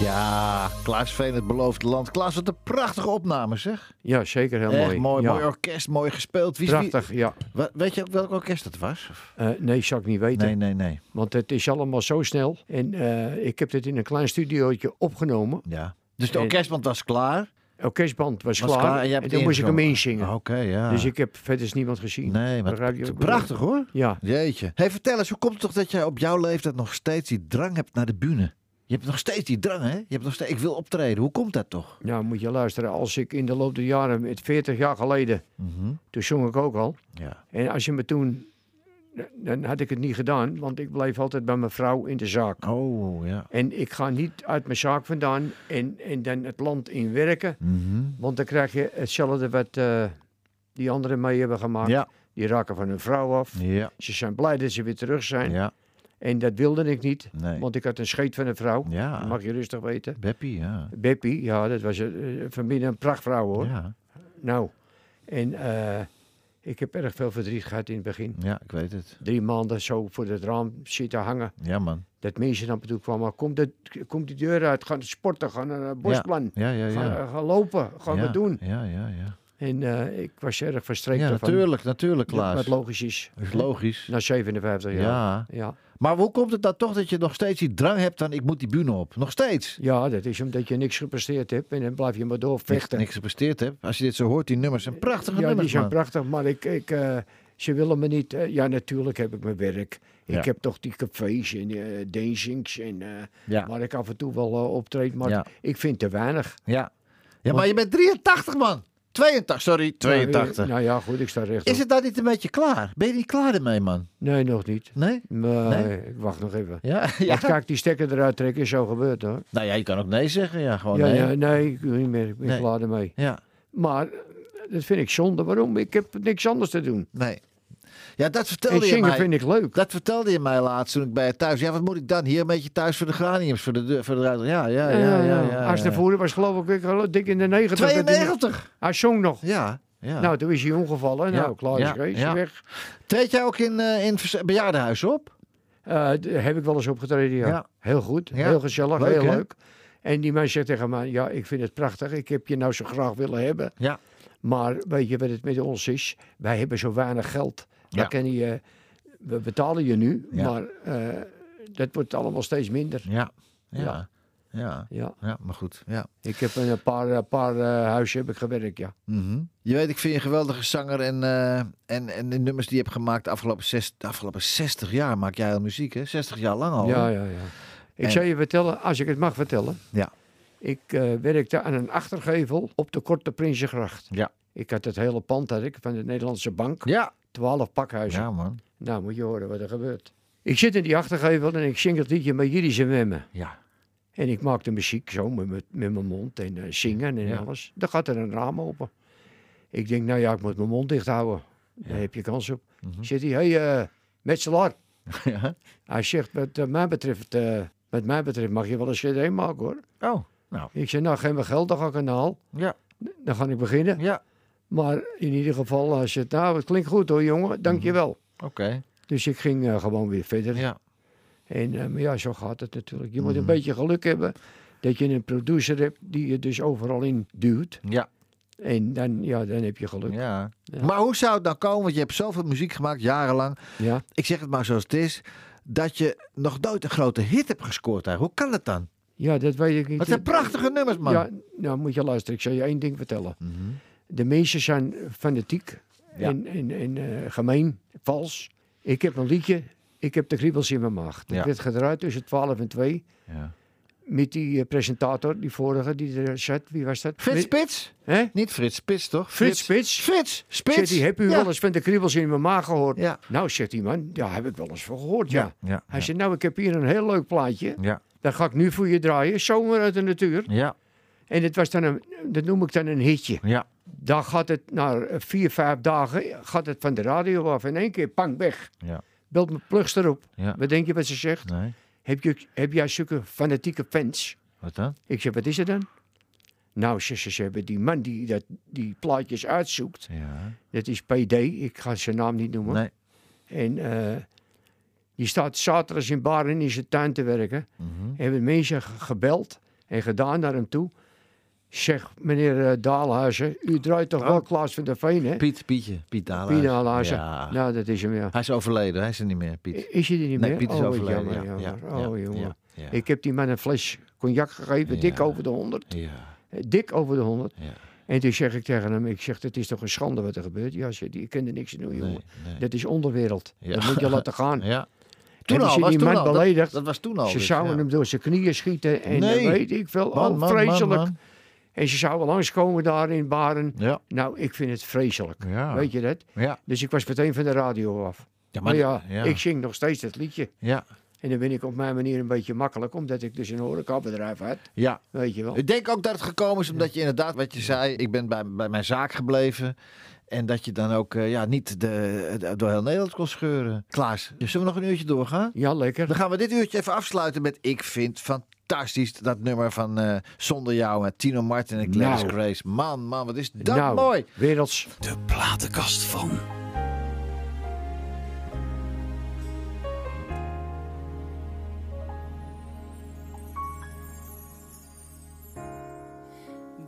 [SPEAKER 2] Ja, Klaas Veen, het beloofde land. Klaas, wat een prachtige opname zeg.
[SPEAKER 4] Ja, zeker. Heel
[SPEAKER 2] Echt
[SPEAKER 4] mooi.
[SPEAKER 2] mooi,
[SPEAKER 4] ja.
[SPEAKER 2] mooi orkest, mooi gespeeld. Wie, is wie-
[SPEAKER 4] Prachtig, ja.
[SPEAKER 2] Wa- weet je ook welk orkest het was? Of-
[SPEAKER 4] Eh, nee, zou ik niet weten.
[SPEAKER 2] Nee, nee, nee.
[SPEAKER 4] Want het is allemaal zo snel. En eh, ik heb dit in een klein studiootje opgenomen.
[SPEAKER 2] Ja. Dus
[SPEAKER 4] Eh.
[SPEAKER 2] de orkestband was klaar.
[SPEAKER 4] Orkestband was,
[SPEAKER 2] Was
[SPEAKER 4] klaar.
[SPEAKER 2] klaar en
[SPEAKER 4] en
[SPEAKER 2] jij hebt
[SPEAKER 4] toen
[SPEAKER 2] het
[SPEAKER 4] moest ik hem
[SPEAKER 2] ingezongen. Ah,
[SPEAKER 4] inzingen.
[SPEAKER 2] Oké, ja.
[SPEAKER 4] Dus ik heb verder niemand gezien.
[SPEAKER 2] Nee, maar
[SPEAKER 4] Begrijp je
[SPEAKER 2] het-
[SPEAKER 4] wat ik
[SPEAKER 2] prachtig hoor.
[SPEAKER 4] bedoel? Ja.
[SPEAKER 2] Jeetje. Hey, vertel eens, hoe komt het toch dat jij op jouw leeftijd nog steeds die drang hebt naar de bühne? Je hebt nog steeds die drang, hè? Je hebt nog steeds, ik wil optreden. Hoe komt dat toch?
[SPEAKER 4] Nou, moet je luisteren. Als ik in de loop der jaren, met 40 jaar geleden, toen zong ik ook al.
[SPEAKER 2] Mhm. Ja.
[SPEAKER 4] En als je me toen, dan had ik het niet gedaan, want ik bleef altijd bij mijn vrouw in de zaak.
[SPEAKER 2] Oh, ja.
[SPEAKER 4] En ik ga niet uit mijn zaak vandaan en, en dan het land in
[SPEAKER 2] Hm.
[SPEAKER 4] werken, want dan krijg je hetzelfde wat eh, die anderen mee hebben gemaakt.
[SPEAKER 2] Ja.
[SPEAKER 4] Die raken van hun vrouw af.
[SPEAKER 2] Ja.
[SPEAKER 4] Ze zijn blij dat ze weer terug zijn.
[SPEAKER 2] Ja.
[SPEAKER 4] En dat wilde ik niet,
[SPEAKER 2] Nee.
[SPEAKER 4] want ik had een scheet van een vrouw.
[SPEAKER 2] Ja.
[SPEAKER 4] Dat mag je rustig weten.
[SPEAKER 2] Beppie, ja.
[SPEAKER 4] Beppie, ja, dat was eh, van binnen een prachtvrouw hoor.
[SPEAKER 2] Ja.
[SPEAKER 4] Nou, en eh, ik heb erg veel verdriet gehad in het begin.
[SPEAKER 2] Ja, ik weet het.
[SPEAKER 4] Drie maanden zo voor het raam zitten hangen.
[SPEAKER 2] Ja, man.
[SPEAKER 4] Dat mensen dan toe kwamen, kom, dat, kom die deur uit, gaan sporten, gaan naar het bosplan.
[SPEAKER 2] Ja, ja, ja.
[SPEAKER 4] Gaan,
[SPEAKER 2] ja.
[SPEAKER 4] eh, gaan lopen, gaan
[SPEAKER 2] ja.
[SPEAKER 4] we doen.
[SPEAKER 2] Ja, ja, ja.
[SPEAKER 4] En eh, ik was erg verstrekt
[SPEAKER 2] Ja,
[SPEAKER 4] daarvan.
[SPEAKER 2] natuurlijk, natuurlijk,
[SPEAKER 4] Ja,
[SPEAKER 2] Klaas.
[SPEAKER 4] Wat logisch is,
[SPEAKER 2] Dat is logisch.
[SPEAKER 4] na 57 jaar.
[SPEAKER 2] Ja.
[SPEAKER 4] Ja.
[SPEAKER 2] Maar hoe komt het dan toch dat je nog steeds die drang hebt van ik moet die bühne op? Nog steeds?
[SPEAKER 4] ja, dat is omdat je niks gepresteerd hebt en dan blijf je maar
[SPEAKER 2] Niks,
[SPEAKER 4] doorvechten.
[SPEAKER 2] niks gepresteerd heb. Als je dit zo hoort, die nummers zijn prachtige
[SPEAKER 4] Ja, die
[SPEAKER 2] nummers,
[SPEAKER 4] zijn
[SPEAKER 2] man.
[SPEAKER 4] prachtig, maar ik, ik, eh, ze willen me niet. eh, ja, natuurlijk heb ik mijn werk.
[SPEAKER 2] Ja.
[SPEAKER 4] Ik heb toch die cafés en eh dancings en, eh,
[SPEAKER 2] Ja.
[SPEAKER 4] waar ik af en toe wel eh, optreed. Maar
[SPEAKER 2] Ja.
[SPEAKER 4] ik vind te weinig.
[SPEAKER 2] Ja. Ja, maar je bent 83, man. 82, sorry, 82.
[SPEAKER 4] Nou, eh, nou ja, goed, ik sta recht.
[SPEAKER 2] Is
[SPEAKER 4] op.
[SPEAKER 2] het dan niet een beetje klaar? Ben je niet klaar ermee, man?
[SPEAKER 4] Nee, nog niet.
[SPEAKER 2] Nee?
[SPEAKER 4] Maar
[SPEAKER 2] Nee?
[SPEAKER 4] ik wacht nog even.
[SPEAKER 2] Ja?
[SPEAKER 4] Want
[SPEAKER 2] ja.
[SPEAKER 4] kijk, die stekker eruit trekken is zo gebeurd hoor.
[SPEAKER 2] Nou ja, je kan ook nee zeggen. Ja, gewoon
[SPEAKER 4] ja,
[SPEAKER 2] Oh, nee.
[SPEAKER 4] ja, nee, ik wil niet meer. Ik ben
[SPEAKER 2] Nee.
[SPEAKER 4] klaar ermee.
[SPEAKER 2] Ja.
[SPEAKER 4] Maar eh, dat vind ik zonde. Waarom? Ik heb niks anders te doen.
[SPEAKER 2] Nee. Ja, dat
[SPEAKER 4] En
[SPEAKER 2] vertelde je
[SPEAKER 4] zingen
[SPEAKER 2] mij.
[SPEAKER 4] vind ik leuk.
[SPEAKER 2] Dat vertelde je mij laatst toen ik bij je thuis. Ja, wat moet ik dan? Hier een beetje thuis voor de graniums, voor de deur, voor de ruiter. Ja, ja, ja, ja. ja, ja,
[SPEAKER 4] Als Eh, de voerder was geloof ik, ik geloof, dik in de 90. dat hij-
[SPEAKER 2] 92.
[SPEAKER 4] Hij zong nog.
[SPEAKER 2] Ja, ja.
[SPEAKER 4] Nou, toen is hij ongevallen.
[SPEAKER 2] Ja,
[SPEAKER 4] Nou, klaar is
[SPEAKER 2] ja,
[SPEAKER 4] Kees,
[SPEAKER 2] ja.
[SPEAKER 4] weg.
[SPEAKER 2] Treed jij ook in, eh, in verz- bejaardenhuizen op?
[SPEAKER 4] Eh, d- heb ik wel eens opgetreden, ja.
[SPEAKER 2] Ja.
[SPEAKER 4] Heel goed,
[SPEAKER 2] Ja.
[SPEAKER 4] heel gezellig,
[SPEAKER 2] Leuk,
[SPEAKER 4] heel
[SPEAKER 2] hè?
[SPEAKER 4] leuk. En die man zegt tegen mij, ja, ik vind het prachtig. Ik heb je nou zo graag willen hebben.
[SPEAKER 2] Ja.
[SPEAKER 4] Maar weet je wat het met ons is? Wij hebben zo weinig geld.
[SPEAKER 2] Ja.
[SPEAKER 4] We, kennen je, we betalen je nu,
[SPEAKER 2] Ja.
[SPEAKER 4] maar eh, dat wordt allemaal steeds minder.
[SPEAKER 2] Ja. Ja. Ja.
[SPEAKER 4] Ja.
[SPEAKER 2] Ja,
[SPEAKER 4] Ja,
[SPEAKER 2] maar goed. Ja.
[SPEAKER 4] ik heb in een paar, een paar eh, huizen heb ik gewerkt, ja.
[SPEAKER 2] Mhm. Je weet, ik vind je een geweldige zanger. En, eh, en, en de nummers die je hebt gemaakt de afgelopen, zes, de afgelopen 60 jaar maak jij al muziek, hè? 60 jaar lang al. hè?
[SPEAKER 4] Ja, ja, ja. Ik
[SPEAKER 2] En-
[SPEAKER 4] zou je vertellen, als ik het mag vertellen.
[SPEAKER 2] Ja.
[SPEAKER 4] Ik eh, werkte aan een achtergevel op de Korte Prinsengracht.
[SPEAKER 2] Ja.
[SPEAKER 4] Ik had het hele pand had ik, van de Nederlandse Bank.
[SPEAKER 2] Ja.
[SPEAKER 4] 12 pakhuizen.
[SPEAKER 2] Ja, man.
[SPEAKER 4] Nou, moet je horen wat er gebeurt. Ik zit in die achtergevel en ik zing het liedje met Jiddische Wemmen.
[SPEAKER 2] Ja.
[SPEAKER 4] En ik maak de muziek zo met, mijn- met mijn mond en eh, zingen en
[SPEAKER 2] Ja.
[SPEAKER 4] alles. Dan gaat er een raam open. Ik denk, nou ja, ik moet mijn mond dicht houden. Daar heb je kans op. Zit hij, hé, hey, eh metselaar.
[SPEAKER 2] Mhm. Ja.
[SPEAKER 4] Hij zegt, wat eh, mij betreft, eh, wat mij betreft mag je wel een cd maken hoor.
[SPEAKER 2] Oh, nou.
[SPEAKER 4] Ik zeg, nou, geen mijn geld, dan ga ik een haal.
[SPEAKER 2] Ja.
[SPEAKER 4] Dan ga ik beginnen.
[SPEAKER 2] Ja.
[SPEAKER 4] Maar in ieder geval, als je het, nou, het klinkt goed hoor jongen, dank je wel.
[SPEAKER 2] Oké.
[SPEAKER 4] Dus ik ging eh, gewoon weer verder.
[SPEAKER 2] Mhm. Ja. Mhm.
[SPEAKER 4] En eh, maar ja, zo gaat het natuurlijk. Je moet een beetje geluk hebben dat je een producer hebt die je dus overal in duwt.
[SPEAKER 2] Ja.
[SPEAKER 4] En dan, ja, dan heb je geluk. Ja.
[SPEAKER 2] Ja. Maar hoe zou het nou komen? Want je hebt zoveel muziek gemaakt, jarenlang. Ik zeg het maar zoals het is. Dat je nog nooit een grote hit hebt gescoord. Eigenlijk. Hoe kan dat dan?
[SPEAKER 4] Ja, dat weet ik niet.
[SPEAKER 2] Wat zijn prachtige nummers, man. Mhm.
[SPEAKER 4] Ja, nou moet je luisteren. Ik zal je één ding vertellen. De mensen zijn fanatiek
[SPEAKER 2] Ja.
[SPEAKER 4] en, en, en eh, gemeen, vals. Ik heb een liedje, ik heb de kriebels in mijn maag. Dat
[SPEAKER 2] Ja.
[SPEAKER 4] werd gedraaid tussen 12 en 2.
[SPEAKER 2] Ja.
[SPEAKER 4] Met die eh, presentator, die vorige, die er zat. Wie was dat?
[SPEAKER 2] Frits
[SPEAKER 4] Mi-
[SPEAKER 2] Spits?
[SPEAKER 4] Hè?
[SPEAKER 2] Niet Frits Spits, toch?
[SPEAKER 4] Frits Spits.
[SPEAKER 2] Frits Spits.
[SPEAKER 4] Zegt hij, heb u
[SPEAKER 2] Ja.
[SPEAKER 4] wel eens van de kriebels in mijn maag gehoord?
[SPEAKER 2] Ja.
[SPEAKER 4] Nou, zegt die man, daar heb ik wel eens van gehoord, ja.
[SPEAKER 2] Ja, ja,
[SPEAKER 4] Hij
[SPEAKER 2] ja.
[SPEAKER 4] zegt, nou, ik heb hier een heel leuk plaatje.
[SPEAKER 2] Ja.
[SPEAKER 4] Dat ga ik nu voor je draaien, zomer uit de natuur.
[SPEAKER 2] Ja.
[SPEAKER 4] En het was dan een, dat noem ik dan een hitje.
[SPEAKER 2] Ja.
[SPEAKER 4] Dan gaat het na eh, vier, vijf dagen gaat het van de radio af. In één keer, pang, weg.
[SPEAKER 2] Ja.
[SPEAKER 4] Belt mijn plugster op.
[SPEAKER 2] Ja.
[SPEAKER 4] Wat denk je wat ze zegt?
[SPEAKER 2] Nee.
[SPEAKER 4] Heb, je, heb jij zulke fanatieke fans?
[SPEAKER 2] Wat dan?
[SPEAKER 4] Ik zeg, wat is het dan? Nou, ze, ze, ze hebben die man die dat, die plaatjes uitzoekt.
[SPEAKER 2] Ja.
[SPEAKER 4] Dat is PD, ik ga zijn naam niet noemen.
[SPEAKER 2] Nee.
[SPEAKER 4] En eh,
[SPEAKER 2] Mhm.
[SPEAKER 4] die staat zaterdags in Baren in zijn tuin te werken. Hebben mensen ge- gebeld en gedaan naar hem toe. Zeg, meneer eh, Daalhuizen, u draait
[SPEAKER 2] Oh.
[SPEAKER 4] toch wel Klaas van der Veen, hè?
[SPEAKER 2] Piet, Pietje, Piet Daalhuis.
[SPEAKER 4] Piet Daalhuizen.
[SPEAKER 2] Ja.
[SPEAKER 4] Nou, dat is hem, ja.
[SPEAKER 2] Hij is overleden, hij is er niet meer, Piet.
[SPEAKER 4] Is hij er niet
[SPEAKER 2] nee,
[SPEAKER 4] meer?
[SPEAKER 2] Piet is
[SPEAKER 4] oh,
[SPEAKER 2] overleden.
[SPEAKER 4] Jammer,
[SPEAKER 2] ja, ja,
[SPEAKER 4] jammer.
[SPEAKER 2] ja,
[SPEAKER 4] oh,
[SPEAKER 2] ja,
[SPEAKER 4] jongen.
[SPEAKER 2] ja,
[SPEAKER 4] Ik heb die man een fles cognac gegeven, dik
[SPEAKER 2] Ja.
[SPEAKER 4] over de 100.
[SPEAKER 2] ja,
[SPEAKER 4] Eh, Dik over de 100.
[SPEAKER 2] ja.
[SPEAKER 4] En toen zeg ik tegen hem, ik zeg, het is toch een schande wat er gebeurt? Ja, zegt hij, je kunt er niks aan doen, jongen.
[SPEAKER 2] nee.
[SPEAKER 4] Dat is onderwereld.
[SPEAKER 2] Ja.
[SPEAKER 4] Dat moet je laten gaan.
[SPEAKER 2] Ja.
[SPEAKER 4] Toen al,
[SPEAKER 2] was
[SPEAKER 4] was die
[SPEAKER 2] toen
[SPEAKER 4] man
[SPEAKER 2] al, dat-
[SPEAKER 4] beledigd.
[SPEAKER 2] Dat was toen al.
[SPEAKER 4] ze
[SPEAKER 2] dus,
[SPEAKER 4] zouden
[SPEAKER 2] ja.
[SPEAKER 4] hem door zijn knieën schieten en eh,
[SPEAKER 2] Nee.
[SPEAKER 4] weet ik veel.
[SPEAKER 2] Man,
[SPEAKER 4] oh,
[SPEAKER 2] man, man,
[SPEAKER 4] vreselijk.
[SPEAKER 2] man.
[SPEAKER 4] En ze zouden langskomen daar in Baren.
[SPEAKER 2] Ja.
[SPEAKER 4] Nou, ik vind het vreselijk.
[SPEAKER 2] Ja.
[SPEAKER 4] Weet je dat?
[SPEAKER 2] Ja.
[SPEAKER 4] Dus ik was meteen van de radio af.
[SPEAKER 2] Ja,
[SPEAKER 4] maar ja,
[SPEAKER 2] ja.
[SPEAKER 4] ik zing nog steeds dat liedje.
[SPEAKER 2] Ja.
[SPEAKER 4] En dan ben ik op mijn manier een beetje makkelijk, omdat ik dus een horecabedrijf had.
[SPEAKER 2] ja.
[SPEAKER 4] Weet je wel.
[SPEAKER 2] Ik denk ook dat het gekomen is omdat je inderdaad, wat je zei, ik ben bij, bij mijn zaak gebleven. En dat je dan ook eh, ja, niet de, eh, de- door heel Nederland kon scheuren. Klaas, zullen we nog een uurtje doorgaan?
[SPEAKER 4] Ja, lekker.
[SPEAKER 2] Dan gaan we dit uurtje even afsluiten met Ik vind fantastisch dat nummer van eh, Zonder Jou met Tino Martin en Gladys
[SPEAKER 4] Nou.
[SPEAKER 2] Grace. Man, man, wat is dat
[SPEAKER 4] nou,
[SPEAKER 2] mooi.
[SPEAKER 4] werelds.
[SPEAKER 1] De platenkast van.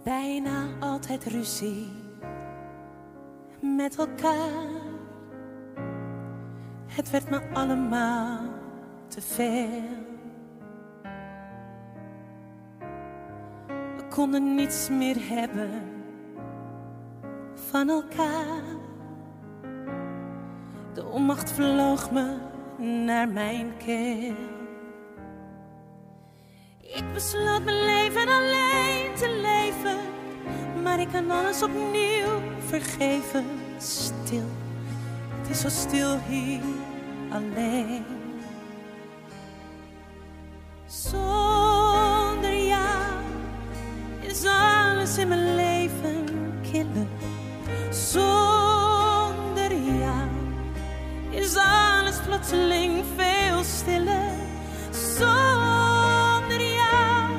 [SPEAKER 7] bijna altijd ruzie met elkaar. Het werd me allemaal te veel. We konden niets meer hebben van elkaar. De onmacht vloog me naar mijn keel. Ik besloot mijn leven alleen te leven, maar ik kan alles opnieuw vergeven. Stil, het is zo stil hier alleen. Zonder jou is alles in mijn leven kille. Zonder jou is alles plotseling veel stiller. Zonder jou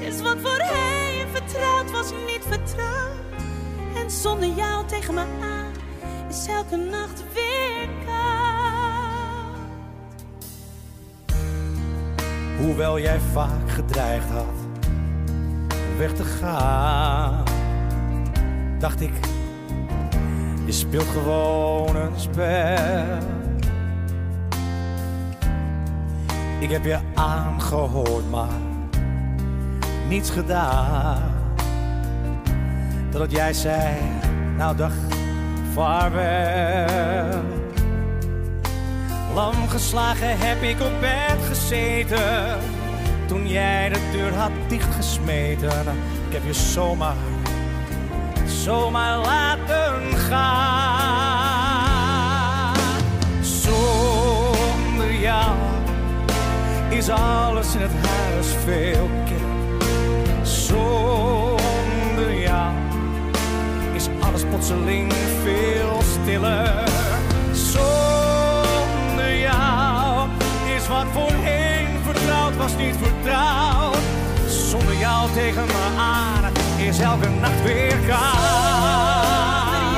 [SPEAKER 7] is wat voorheen vertrouwd was niet vertrouwd. En zonder jou tegen me aan is elke nacht weer koud.
[SPEAKER 11] Hoewel jij vaak gedreigd had weg te gaan, dacht ik, je speelt gewoon een spel. Ik heb je aangehoord, maar niets gedaan. Totdat jij zei, nou dag, vaarwel. Lam geslagen heb ik op bed gezeten. Toen jij de deur had dichtgesmeten. Ik heb je zomaar, zomaar laten gaan. Zonder jou is alles in het huis veel kil. Zonder jou is alles plotseling veel stiller. Zonder jou is wat voorheen vertrouwd was niet vertrouwd. Zonder jou tegen me aan is elke nacht weer
[SPEAKER 7] Zonder
[SPEAKER 11] koud.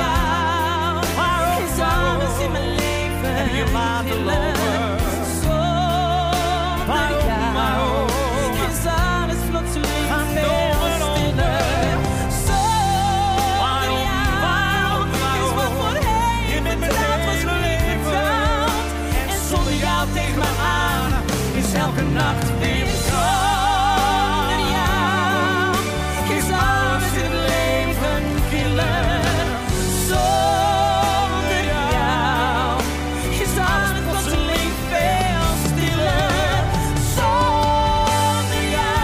[SPEAKER 7] jou
[SPEAKER 11] Waarom,
[SPEAKER 7] is alles in mijn leven
[SPEAKER 11] Heb je laten
[SPEAKER 7] killer.
[SPEAKER 11] lopen?
[SPEAKER 7] Zonder
[SPEAKER 11] Waarom,
[SPEAKER 7] jou
[SPEAKER 11] waarom?
[SPEAKER 7] is alles plotseling
[SPEAKER 11] Gaan
[SPEAKER 7] veel
[SPEAKER 11] door en onder.
[SPEAKER 7] stiller. Zonder
[SPEAKER 11] Waarom,
[SPEAKER 7] jou
[SPEAKER 11] waarom,
[SPEAKER 7] is wat
[SPEAKER 11] waarom? Je
[SPEAKER 7] voorheen
[SPEAKER 11] bent mijn
[SPEAKER 7] vertrouwd was
[SPEAKER 11] hele
[SPEAKER 7] niet
[SPEAKER 11] leven.
[SPEAKER 7] vertrouwd. En zonder jou tegen me aan is elke nacht weer zonder jou. Is alles in het leven killer. Zonder jou is alles plotseling veel stiller. Zonder jou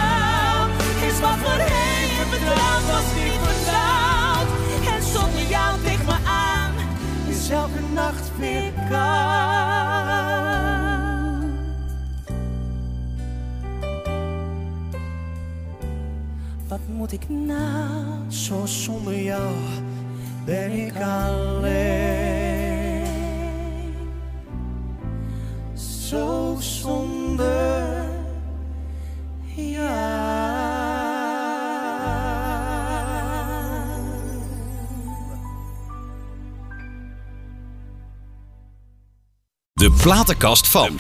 [SPEAKER 7] is wat voorheen vertrouwd was niet vertrouwd. En zonder jou tegen me aan is elke nacht weer koud. Wat moet ik nou?
[SPEAKER 11] Zo zonder jou ben ik alleen.
[SPEAKER 7] Zo zonder jou.
[SPEAKER 1] De platenkast van.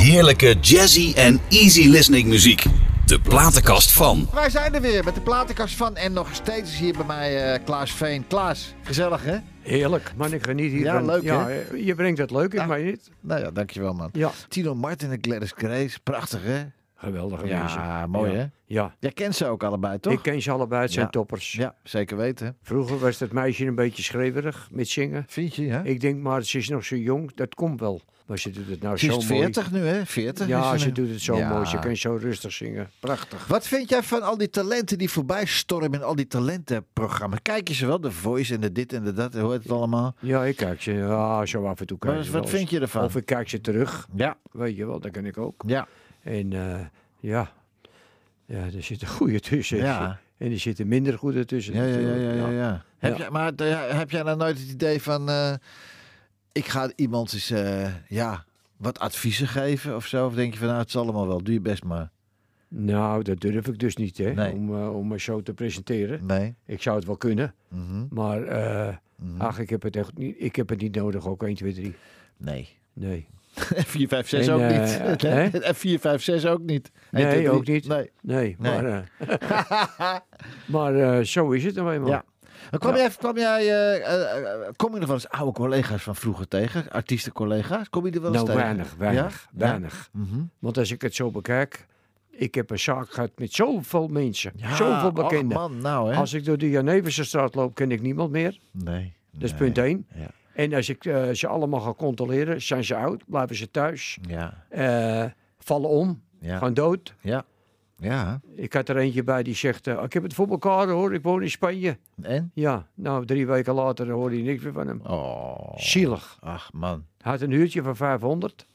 [SPEAKER 1] Heerlijke jazzy en easy listening muziek. De platenkast van.
[SPEAKER 2] Wij zijn er weer met de platenkast van en nog steeds is hier bij mij eh, Klaas Veen. Klaas, gezellig hè?
[SPEAKER 4] Heerlijk, man, ik geniet hier.
[SPEAKER 2] Ja, leuk, hè?
[SPEAKER 4] Je brengt het leuk, ik meen het.
[SPEAKER 2] Nou ja, dankjewel man.
[SPEAKER 4] Ja.
[SPEAKER 2] Tino Martin en Gladys Grace, prachtig hè?
[SPEAKER 4] Geweldige mensen.
[SPEAKER 2] Ja, mooi
[SPEAKER 4] Ja.
[SPEAKER 2] hè?
[SPEAKER 4] Ja,
[SPEAKER 2] Jij kent ze ook allebei toch?
[SPEAKER 4] ik ken ze allebei, het zijn
[SPEAKER 2] Ja.
[SPEAKER 4] toppers.
[SPEAKER 2] Ja, zeker weten.
[SPEAKER 4] Vroeger was dat meisje een beetje schreeuwerig met zingen.
[SPEAKER 2] Vind je hè?
[SPEAKER 4] Ik denk maar, ze is nog zo jong, dat komt wel. Maar ze doet het nou
[SPEAKER 2] Ze
[SPEAKER 4] zo
[SPEAKER 2] is
[SPEAKER 4] mooi.
[SPEAKER 2] 40 nu hè? 40
[SPEAKER 4] Ja,
[SPEAKER 2] is
[SPEAKER 4] ze
[SPEAKER 2] nu.
[SPEAKER 4] doet het zo
[SPEAKER 2] Ja.
[SPEAKER 4] mooi. Ze kan zo rustig zingen. Prachtig.
[SPEAKER 2] Wat vind jij van al die talenten die voorbij stormen in al die talentenprogramma's? Kijk je ze wel, de Voice en de dit en de dat, hoe heet het allemaal?
[SPEAKER 4] Ja, ik kijk ze ja, zo af en toe. Kijk
[SPEAKER 2] Wat-
[SPEAKER 4] ik
[SPEAKER 2] wat
[SPEAKER 4] wel eens.
[SPEAKER 2] vind je ervan?
[SPEAKER 4] Of ik kijk ze terug.
[SPEAKER 2] Ja.
[SPEAKER 4] Weet je wel, dat kan ik ook.
[SPEAKER 2] Ja.
[SPEAKER 4] En eh, ja. ja, er zitten goede tussen.
[SPEAKER 2] Ja.
[SPEAKER 4] En er zitten minder goede tussen.
[SPEAKER 2] Ja, ja, ja,
[SPEAKER 4] natuurlijk.
[SPEAKER 2] ja, ja. ja. Heb,
[SPEAKER 4] Ja.
[SPEAKER 2] Jij, maar eh, heb jij nou nooit het idee van, eh, ik ga iemand eens eh, ja, wat adviezen geven of zo? Of denk je van, nou, het is allemaal wel, doe je best maar.
[SPEAKER 4] Nou, dat durf ik dus niet, hè.
[SPEAKER 2] Nee.
[SPEAKER 4] Om, eh, om me zo te presenteren.
[SPEAKER 2] Nee.
[SPEAKER 4] Ik zou het wel kunnen.
[SPEAKER 2] Mhm.
[SPEAKER 4] Maar, eh, ach, ik heb het echt niet, ik heb het niet nodig. Ook 1, 2, 3.
[SPEAKER 2] Nee.
[SPEAKER 4] Nee.
[SPEAKER 2] F4, 5, 6
[SPEAKER 4] En,
[SPEAKER 2] ook
[SPEAKER 4] eh,
[SPEAKER 2] niet.
[SPEAKER 4] hè?
[SPEAKER 2] F4, 5, 6 ook niet. Eén,
[SPEAKER 4] Nee,
[SPEAKER 2] twee, drie.
[SPEAKER 4] ook niet.
[SPEAKER 2] Nee.
[SPEAKER 4] Nee,
[SPEAKER 2] Nee.
[SPEAKER 4] maar, eh, maar eh, zo is het nou eenmaal.
[SPEAKER 2] Ja. Maar Kwam
[SPEAKER 4] Ja.
[SPEAKER 2] jij, kwam jij eh, eh, eh, kom je nog wel eens oude collega's van vroeger tegen? Artiestencollega's? Kom je er wel eens
[SPEAKER 4] Nou,
[SPEAKER 2] tegen?
[SPEAKER 4] weinig, weinig,
[SPEAKER 2] Ja?
[SPEAKER 4] weinig.
[SPEAKER 2] Mhm.
[SPEAKER 4] Want als ik het zo bekijk, ik heb een zaak gehad met zoveel mensen,
[SPEAKER 2] Ja,
[SPEAKER 4] zoveel
[SPEAKER 2] och,
[SPEAKER 4] bekenden.
[SPEAKER 2] man, nou hè.
[SPEAKER 4] als ik door de Janeverse straat loop, ken ik niemand meer.
[SPEAKER 2] Nee.
[SPEAKER 4] Dat is punt één.
[SPEAKER 2] Ja.
[SPEAKER 4] En als ik eh, ze allemaal ga controleren, zijn ze oud, blijven ze thuis,
[SPEAKER 2] Ja.
[SPEAKER 4] eh, vallen om,
[SPEAKER 2] Ja.
[SPEAKER 4] gaan dood.
[SPEAKER 2] Ja. Ja.
[SPEAKER 4] Ik had er eentje bij die zegt, eh, ik heb het voor elkaar hoor, ik woon in Spanje.
[SPEAKER 2] En?
[SPEAKER 4] Ja, nou drie weken later hoorde je niks meer van hem.
[SPEAKER 2] Oh.
[SPEAKER 4] Zielig.
[SPEAKER 2] Ach man.
[SPEAKER 4] Hij had een huurtje van 500.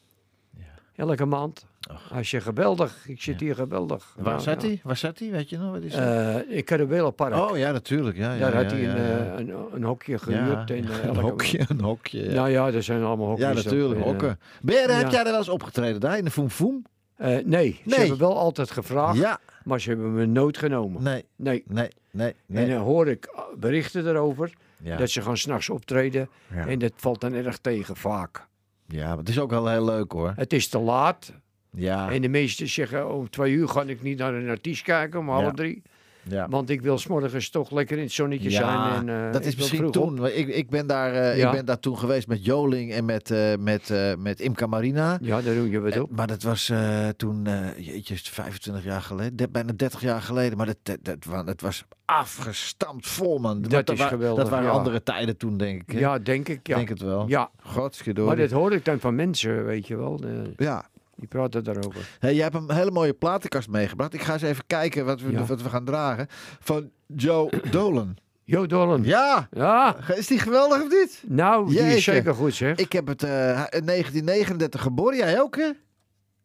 [SPEAKER 4] Elke maand. Hij zegt geweldig. Ik zit hier geweldig.
[SPEAKER 2] Waar
[SPEAKER 4] Nou,
[SPEAKER 2] zat
[SPEAKER 4] ja.
[SPEAKER 2] hij? Waar zat hij? Weet je nog? Wat is dat?
[SPEAKER 4] Eh, in Caruelopark.
[SPEAKER 2] oh ja, natuurlijk. Ja, ja,
[SPEAKER 4] Daar
[SPEAKER 2] ja,
[SPEAKER 4] had hij
[SPEAKER 2] ja,
[SPEAKER 4] een,
[SPEAKER 2] ja.
[SPEAKER 4] eh, een, een hokje
[SPEAKER 2] Ja,
[SPEAKER 4] gehuurd. en, eh,
[SPEAKER 2] een
[SPEAKER 4] elke-
[SPEAKER 2] hokje, een hokje. Ja,
[SPEAKER 4] Nou ja, er zijn allemaal hokjes.
[SPEAKER 2] ja
[SPEAKER 4] op,
[SPEAKER 2] natuurlijk,
[SPEAKER 4] en, eh,
[SPEAKER 2] hokken. Ben jij,
[SPEAKER 4] ja.
[SPEAKER 2] Heb jij er wel eens opgetreden daar in de Foem Foem?
[SPEAKER 4] eh, nee,
[SPEAKER 2] Nee.
[SPEAKER 4] ze hebben wel altijd gevraagd,
[SPEAKER 2] Ja.
[SPEAKER 4] maar ze hebben me nooit genomen.
[SPEAKER 2] Nee,
[SPEAKER 4] Nee.
[SPEAKER 2] nee, nee. nee.
[SPEAKER 4] En dan hoor ik ah, berichten erover
[SPEAKER 2] ja.
[SPEAKER 4] dat ze gaan s'nachts optreden.
[SPEAKER 2] Ja.
[SPEAKER 4] En dat valt dan erg tegen vaak.
[SPEAKER 2] ja, maar het is ook wel heel leuk hoor.
[SPEAKER 4] Het is te laat.
[SPEAKER 2] Ja,
[SPEAKER 4] En de meesten zeggen, oh, om twee uur ga ik niet naar een artiest kijken, om half
[SPEAKER 2] Ja.
[SPEAKER 4] drie.
[SPEAKER 2] ja.
[SPEAKER 4] Want ik wil s'morgens toch lekker in het zonnetje
[SPEAKER 2] Ja,
[SPEAKER 4] zijn. En, eh,
[SPEAKER 2] dat
[SPEAKER 4] ik
[SPEAKER 2] is
[SPEAKER 4] wil
[SPEAKER 2] misschien
[SPEAKER 4] vroeg
[SPEAKER 2] toen.
[SPEAKER 4] op.
[SPEAKER 2] want Ik, ik, ben daar, eh,
[SPEAKER 4] Ja.
[SPEAKER 2] ik ben daar toen geweest met Joling en met, eh, met, eh, met Imca Marina.
[SPEAKER 4] Ja, daar doe je wat
[SPEAKER 2] Eh,
[SPEAKER 4] op.
[SPEAKER 2] maar dat was eh, toen, eh jeetje, is het 25 jaar geleden, de- bijna 30 jaar geleden. Maar dat, dat, dat, wa- dat was afgestampt vol, man. Want
[SPEAKER 4] is
[SPEAKER 2] wa-
[SPEAKER 4] geweldig,
[SPEAKER 2] Dat waren
[SPEAKER 4] ja.
[SPEAKER 2] andere tijden toen, denk ik. hè?
[SPEAKER 4] Ja, denk ik. Ja.
[SPEAKER 2] Denk het wel.
[SPEAKER 4] Ja.
[SPEAKER 2] Godskidorie.
[SPEAKER 4] Maar dat hoor ik dan van mensen, weet je wel. eh,
[SPEAKER 2] Ja.
[SPEAKER 4] die praten daarover.
[SPEAKER 2] Hey, jij hebt een hele mooie platenkast meegebracht. Ik ga eens even kijken wat we,
[SPEAKER 4] Ja.
[SPEAKER 2] wat we gaan dragen. Van Joe Dolan.
[SPEAKER 4] Jo, Dolan. Ja.
[SPEAKER 2] Ja! Is die geweldig of niet?
[SPEAKER 4] Nou, die
[SPEAKER 2] Jeetje.
[SPEAKER 4] is zeker goed, zeg.
[SPEAKER 2] Ik heb het eh, in 1939 geboren. Jij ook, hè?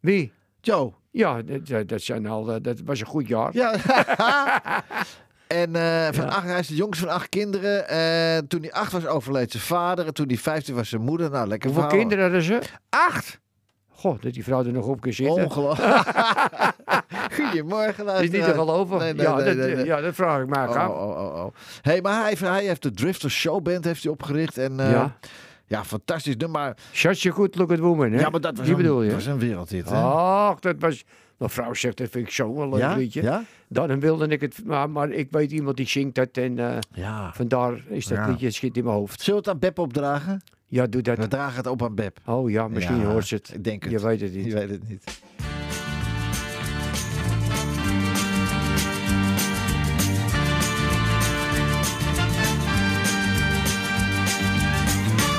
[SPEAKER 4] Wie?
[SPEAKER 2] Joe.
[SPEAKER 4] Ja, dat- dat, dat, zijn al, eh, dat was een goed jaar.
[SPEAKER 2] Ja. en eh, van acht, hij is de jongste van acht kinderen. En toen hij acht was, overleed zijn vader. En toen hij vijftien was, zijn moeder. Nou, lekker
[SPEAKER 4] Hoeveel
[SPEAKER 2] verhaal.
[SPEAKER 4] kinderen hadden ze?
[SPEAKER 2] Acht!
[SPEAKER 4] Goh, dat die vrouw er nog op kan zitten.
[SPEAKER 2] Ongelooflijk. Goedemorgen,
[SPEAKER 4] Dat
[SPEAKER 2] luisteraar.
[SPEAKER 4] is niet te geloven.
[SPEAKER 2] Nee, nee,
[SPEAKER 4] ja,
[SPEAKER 2] nee,
[SPEAKER 4] dat,
[SPEAKER 2] nee, nee.
[SPEAKER 4] ja, dat vraag ik me
[SPEAKER 2] Oh,
[SPEAKER 4] af.
[SPEAKER 2] oh, oh, oh. Hey, maar hij heeft, hij heeft de Drifter Showband heeft hij opgericht. En, eh,
[SPEAKER 4] Ja.
[SPEAKER 2] ja. fantastisch nummer. Maar,
[SPEAKER 4] Shut your good look at woman, hè?
[SPEAKER 2] ja, maar dat was,
[SPEAKER 4] die
[SPEAKER 2] een,
[SPEAKER 4] bedoel je? Oh,
[SPEAKER 2] was een wereldhit. Hè?
[SPEAKER 4] Ach, dat was... Mijn vrouw zegt, dat vind ik zo wel leuk
[SPEAKER 2] ja?
[SPEAKER 4] liedje.
[SPEAKER 2] ja?
[SPEAKER 4] Dan wilde ik het, maar, maar ik weet iemand die zingt dat en eh,
[SPEAKER 2] Ja.
[SPEAKER 4] vandaar is dat
[SPEAKER 2] Ja.
[SPEAKER 4] liedje schiet in mijn hoofd.
[SPEAKER 2] Zullen we het aan Beb opdragen?
[SPEAKER 4] Ja, doe dat.
[SPEAKER 2] We dragen het op aan Beb.
[SPEAKER 4] Oh ja, misschien
[SPEAKER 2] Ja,
[SPEAKER 4] hoort ze het.
[SPEAKER 2] ik denk het.
[SPEAKER 4] Je weet het niet.
[SPEAKER 2] Je weet het niet.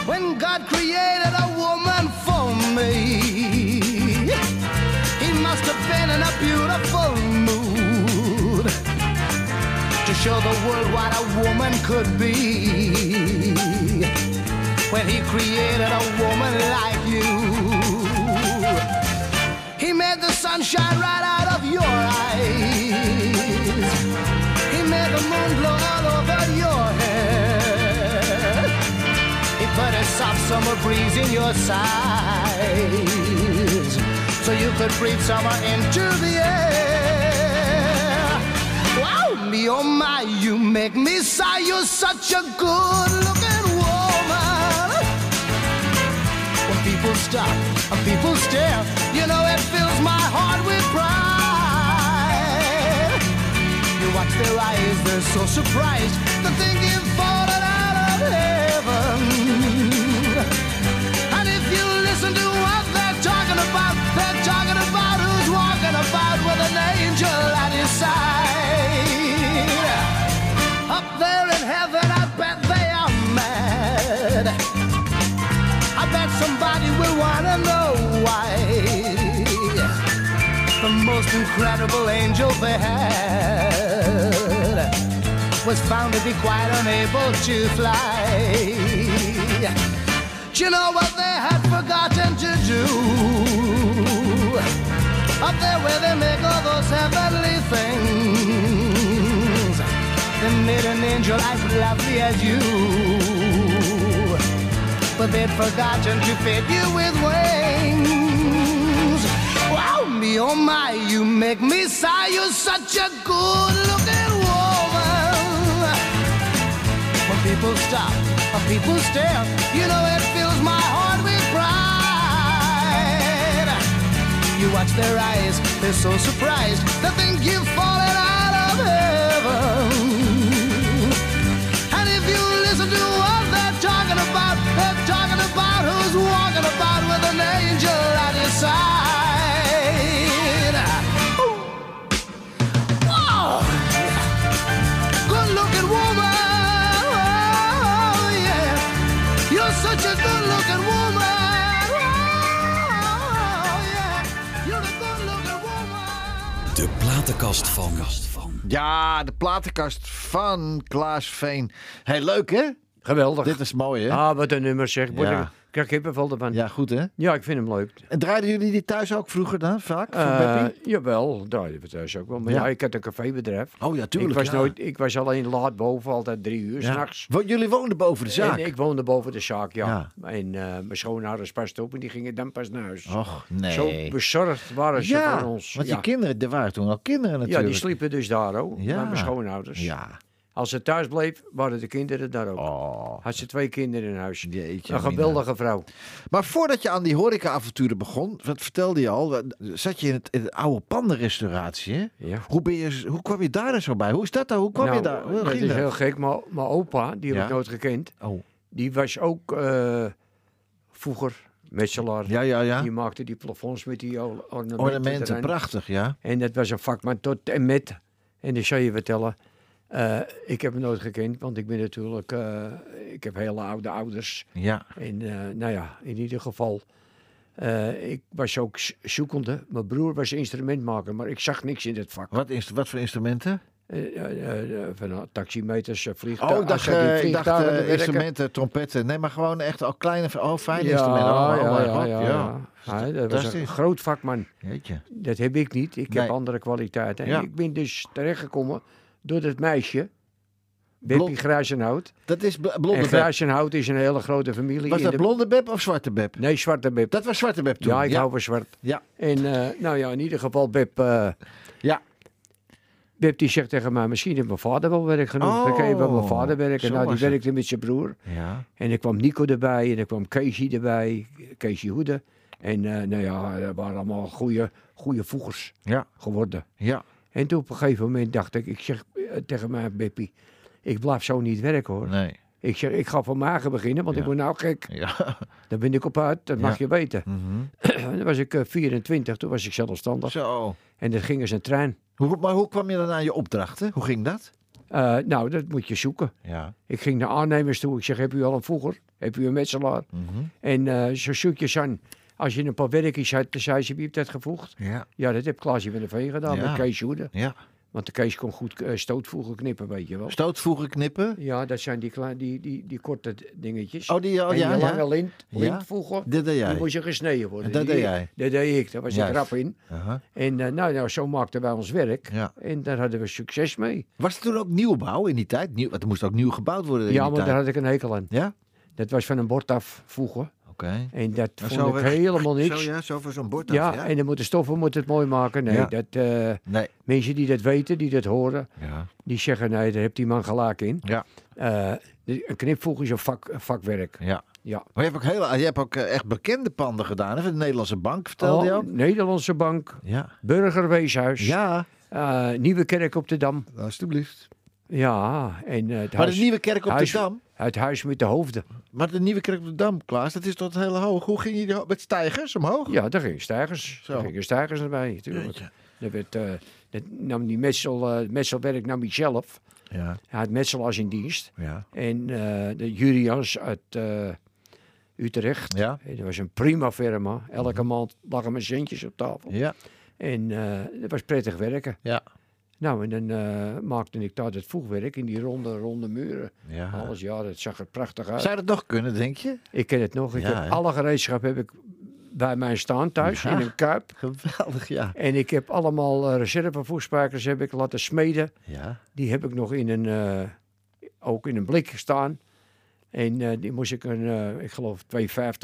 [SPEAKER 12] When God created a woman for me, He must have been in a beautiful mood to show the world what a woman could be. When He created a woman like you, He made the sunshine right out of your eyes, He made the moon glow all over your head. He put a soft summer breeze in your sighs So you could breathe summer into the air Wow, me oh my, you make me sigh You're such a good looking woman When people stop and people stare You know it fills my heart with pride watch their eyes. They're so surprised to think you've fallen out of heaven. And if you listen to what they're talking about, they're talking about who's walking about with an angel at his side. Up there in heaven, I bet they are mad. I bet somebody will wanna know why the most incredible angel they had was found to be quite unable to fly. Do you know what they had forgotten to do? Up there where they make all those heavenly things, they made an angel as lovely as you but they'd forgotten to fit you with wings. Wow, me, oh my, you make me sigh. You're such a good looking woman. When people stop, when people stare, you know it fills my heart with pride. You watch their eyes, they're so surprised. They think you've fallen out of heaven. And if you listen to what they're talking about, they're talking about who's walking about with an angel at his side. Ooh. Whoa! Good looking woman, oh, yeah. You're such a good looking woman. Oh, yeah. You're a good looking woman.
[SPEAKER 9] De platenkast van.
[SPEAKER 2] Ja, de platenkast van Klaas Veen. Hey, leuk hè?
[SPEAKER 4] Geweldig.
[SPEAKER 2] Dit is mooi hè?
[SPEAKER 4] Ah, wat een nummer zeg. Word
[SPEAKER 2] Ja.
[SPEAKER 4] ik- Ik krijg kippenvel ervan.
[SPEAKER 2] Ja, goed hè?
[SPEAKER 4] Ja, ik vind hem leuk.
[SPEAKER 2] En draaiden jullie die thuis ook vroeger dan, vaak? Van
[SPEAKER 4] Eh
[SPEAKER 2] Beppie?
[SPEAKER 4] jawel, daar was thuis ook wel. Maar
[SPEAKER 2] Ja.
[SPEAKER 4] ja. ik had een cafébedrijf.
[SPEAKER 2] Oh ja,
[SPEAKER 4] ik,
[SPEAKER 2] tuurlijk.
[SPEAKER 4] was
[SPEAKER 2] ja.
[SPEAKER 4] nooit, ik was alleen laat boven, altijd drie uur
[SPEAKER 2] Ja.
[SPEAKER 4] s'nachts.
[SPEAKER 2] Want jullie woonden boven de zaak?
[SPEAKER 4] En ik woonde boven de zaak, ja.
[SPEAKER 2] Ja.
[SPEAKER 4] En eh, mijn schoonouders pasten op en die gingen dan pas naar huis.
[SPEAKER 2] Och, nee.
[SPEAKER 4] Zo bezorgd waren ze
[SPEAKER 2] ja,
[SPEAKER 4] voor ons.
[SPEAKER 2] want
[SPEAKER 4] ja.
[SPEAKER 2] die kinderen, er waren toen al kinderen
[SPEAKER 4] ja,
[SPEAKER 2] natuurlijk.
[SPEAKER 4] die sliepen dus daar ook,
[SPEAKER 2] Ja.
[SPEAKER 4] bij mijn schoonouders.
[SPEAKER 2] Ja.
[SPEAKER 4] Als ze thuis bleef, waren de kinderen daar ook. Had ze twee kinderen in huis.
[SPEAKER 2] Oh. Jeetje,
[SPEAKER 4] een geweldige vrouw.
[SPEAKER 2] Maar voordat je aan die horecaavonturen begon, wat vertelde je al, zat je in het, in het oude pandenrestauratie. Hè?
[SPEAKER 4] Ja.
[SPEAKER 2] Hoe, ben je, hoe kwam je daar er zo bij? Hoe is dat dan? Hoe kwam je
[SPEAKER 4] Nou,
[SPEAKER 2] daar? Hoe
[SPEAKER 4] dat
[SPEAKER 2] ging
[SPEAKER 4] is
[SPEAKER 2] dat?
[SPEAKER 4] heel gek. Maar mijn opa, die heb
[SPEAKER 2] Ja.
[SPEAKER 4] ik nooit gekend,
[SPEAKER 2] Oh.
[SPEAKER 4] die was ook eh, vroeger metselaar.
[SPEAKER 2] Ja, ja, ja.
[SPEAKER 4] Die maakte die plafonds met die or- ornamenten.
[SPEAKER 2] Ornamenten,
[SPEAKER 4] erin.
[SPEAKER 2] prachtig, ja.
[SPEAKER 4] En dat was een vakman tot en met. En ik zal je vertellen, eh, ik heb hem nooit gekend, want ik ben natuurlijk, eh, ik heb hele oude ouders.
[SPEAKER 2] Ja,
[SPEAKER 4] En eh, nou ja, in ieder geval, eh, ik was ook z- zoekende. Mijn broer was instrumentmaker, maar ik zag niks in het vak.
[SPEAKER 2] wat, is, wat voor instrumenten?
[SPEAKER 4] Eh, eh, eh, van eh, taximeters, eh, vliegtuigen.
[SPEAKER 2] Oh, ik dacht,
[SPEAKER 4] als hij die
[SPEAKER 2] eh, ik dacht
[SPEAKER 4] vliegtuigen
[SPEAKER 2] eh,
[SPEAKER 4] werken.
[SPEAKER 2] instrumenten, trompetten. Nee, maar gewoon echt al kleine, oh, fijne instrumenten. Oh, oh mijn god, ja.
[SPEAKER 4] Hij, dat was een
[SPEAKER 2] Fantastisch.
[SPEAKER 4] groot vakman.
[SPEAKER 2] Jeetje.
[SPEAKER 4] Dat heb ik niet. Ik
[SPEAKER 2] Nee.
[SPEAKER 4] heb andere kwaliteiten. En
[SPEAKER 2] Ja.
[SPEAKER 4] ik ben dus terechtgekomen door dat meisje, Beppie
[SPEAKER 2] Blond-
[SPEAKER 4] Grazenhout.
[SPEAKER 2] Dat is bl-
[SPEAKER 4] En
[SPEAKER 2] blonde beb.
[SPEAKER 4] Grazenhout is een hele grote familie.
[SPEAKER 2] Was
[SPEAKER 4] in
[SPEAKER 2] dat
[SPEAKER 4] de-
[SPEAKER 2] blonde beb of zwarte beb?
[SPEAKER 4] Nee, Zwarte Beb.
[SPEAKER 2] Dat was zwarte beb toen.
[SPEAKER 4] Ja, ik hou van zwart.
[SPEAKER 2] Ja.
[SPEAKER 4] En eh, nou ja, in ieder geval Beb... eh,
[SPEAKER 2] Ja.
[SPEAKER 4] Beb die zegt tegen mij, misschien heeft mijn vader wel werk genoeg. Dan kan je bij mijn
[SPEAKER 2] Oh,
[SPEAKER 4] vader werken.
[SPEAKER 2] zo
[SPEAKER 4] Nou, die
[SPEAKER 2] was het.
[SPEAKER 4] werkte met zijn broer.
[SPEAKER 2] Ja.
[SPEAKER 4] En er kwam Nico erbij en er kwam Keesje erbij, Keesje Hoede. En eh, nou ja, dat waren allemaal goede, goede voegers
[SPEAKER 2] Ja.
[SPEAKER 4] geworden.
[SPEAKER 2] Ja.
[SPEAKER 4] En toen op een gegeven moment dacht ik, ik zeg eh, tegen mijn Beppie, ik blijf zo niet werken hoor.
[SPEAKER 2] Nee.
[SPEAKER 4] Ik zeg, ik ga van magen beginnen, want ik
[SPEAKER 2] Ja.
[SPEAKER 4] word nou gek.
[SPEAKER 2] Ja.
[SPEAKER 4] Daar ben ik op uit, dat
[SPEAKER 2] Ja.
[SPEAKER 4] mag je weten.
[SPEAKER 2] Mhm.
[SPEAKER 4] toen was ik eh, 24, toen was ik zelfstandig.
[SPEAKER 2] Zo.
[SPEAKER 4] En dat ging als een trein.
[SPEAKER 2] Hoe, maar hoe kwam je dan aan je opdrachten? Hoe ging dat?
[SPEAKER 4] Eh, nou, dat moet je zoeken.
[SPEAKER 2] Ja.
[SPEAKER 4] Ik ging naar aannemers toe. Ik zeg, heb u al een voeger? Heb u een metselaar?
[SPEAKER 2] Mhm.
[SPEAKER 4] En eh, zo zoek je zo'n... Als je een paar werkjes had, dan zei ze, wie heeft dat gevoegd?
[SPEAKER 2] Ja.
[SPEAKER 4] Ja, dat heb Klaasje van de Veen gedaan
[SPEAKER 2] Ja.
[SPEAKER 4] met Kees Hoede.
[SPEAKER 2] Ja.
[SPEAKER 4] Want de Kees kon goed eh, stootvoegen knippen, weet je wel.
[SPEAKER 2] Stootvoegen knippen.
[SPEAKER 4] Ja, dat zijn die, kla- die, die, die korte d- dingetjes.
[SPEAKER 2] Oh, die, oh,
[SPEAKER 4] en
[SPEAKER 2] ja,
[SPEAKER 4] die
[SPEAKER 2] ja.
[SPEAKER 4] lange lint,
[SPEAKER 2] Ja.
[SPEAKER 4] lintvoegen,
[SPEAKER 2] Dit deed jij.
[SPEAKER 4] die moest je gesneden worden.
[SPEAKER 2] Dat
[SPEAKER 4] Die-
[SPEAKER 2] deed jij.
[SPEAKER 4] Dat deed ik, daar was ik
[SPEAKER 2] Juist.
[SPEAKER 4] rap in.
[SPEAKER 2] Aha.
[SPEAKER 4] En eh, nou, nou, zo maakten wij ons werk.
[SPEAKER 2] Ja.
[SPEAKER 4] En daar hadden we succes mee.
[SPEAKER 2] Was er toen ook nieuwbouw in die tijd? Nieuw, want er moest ook nieuw gebouwd worden in
[SPEAKER 4] ja,
[SPEAKER 2] die
[SPEAKER 4] maar
[SPEAKER 2] tijd.
[SPEAKER 4] daar had ik een hekel aan.
[SPEAKER 2] Ja?
[SPEAKER 4] Dat was van een bord af voegen.
[SPEAKER 2] Oké.
[SPEAKER 4] En dat
[SPEAKER 2] Maar
[SPEAKER 4] vond ik
[SPEAKER 2] weg-
[SPEAKER 4] helemaal niks.
[SPEAKER 2] Zo, ja, zo voor zo'n bord af,
[SPEAKER 4] Ja,
[SPEAKER 2] ja.
[SPEAKER 4] en dan moeten stoffen moeten het mooi maken. Nee,
[SPEAKER 2] Ja.
[SPEAKER 4] dat, eh,
[SPEAKER 2] Nee.
[SPEAKER 4] mensen die dat weten, die dat horen,
[SPEAKER 2] Ja.
[SPEAKER 4] die zeggen nee, daar hebt die man gelijk in.
[SPEAKER 2] Ja.
[SPEAKER 4] Eh, dus een knipvoeg is een vak, een vakwerk.
[SPEAKER 2] Ja.
[SPEAKER 4] Ja.
[SPEAKER 2] Maar je hebt ook, heel, je hebt ook eh, echt bekende panden gedaan. Hè? Van de Nederlandse Bank, vertelde je
[SPEAKER 4] Oh,
[SPEAKER 2] ook.
[SPEAKER 4] Nederlandse Bank,
[SPEAKER 2] Ja.
[SPEAKER 4] Burgerweeshuis,
[SPEAKER 2] Ja.
[SPEAKER 4] Eh, Nieuwe Kerk op de Dam.
[SPEAKER 2] Alsjeblieft.
[SPEAKER 4] Ja, en eh, het
[SPEAKER 2] Maar
[SPEAKER 4] huis-
[SPEAKER 2] de Nieuwe Kerk op de
[SPEAKER 4] huis-
[SPEAKER 2] Dam?
[SPEAKER 4] Het huis met de hoofden.
[SPEAKER 2] Maar de Nieuwe Kerk op de Dam, Klaas, dat is toch heel hoog. Hoe ging je die ho- met stijgers omhoog?
[SPEAKER 4] Ja, daar gingen stijgers.
[SPEAKER 2] Zo.
[SPEAKER 4] Daar gingen stijgers erbij, natuurlijk.
[SPEAKER 2] Jeetje.
[SPEAKER 4] Dat werd, eh, dat nam die metsel, eh metselwerk nam hij zelf.
[SPEAKER 2] Ja,
[SPEAKER 4] Hij had metsel als in dienst.
[SPEAKER 2] ja.
[SPEAKER 4] En eh, de Jurians uit eh, Utrecht.
[SPEAKER 2] Ja. Mhm.
[SPEAKER 4] Eh, Dat was een prima firma. Elke maand lagen mijn centjes op tafel.
[SPEAKER 2] Ja,
[SPEAKER 4] En eh, dat was prettig werken.
[SPEAKER 2] ja.
[SPEAKER 4] Nou, en dan eh, maakte ik daar het voegwerk in die ronde, ronde muren.
[SPEAKER 2] Ja.
[SPEAKER 4] Alles, ja, dat zag er prachtig uit.
[SPEAKER 2] Zou dat nog kunnen, denk je?
[SPEAKER 4] Ik ken het nog. Ik
[SPEAKER 2] Ja,
[SPEAKER 4] heb
[SPEAKER 2] hè?
[SPEAKER 4] alle gereedschap heb ik bij mij staan thuis
[SPEAKER 2] Ja.
[SPEAKER 4] in een kuip.
[SPEAKER 2] Geweldig, ja.
[SPEAKER 4] En ik heb allemaal eh, reservevoerspijkers heb ik laten smeden.
[SPEAKER 2] Ja.
[SPEAKER 4] Die heb ik nog in een, eh, ook in een blik staan. En eh, die moest ik een, eh, ik geloof 2,50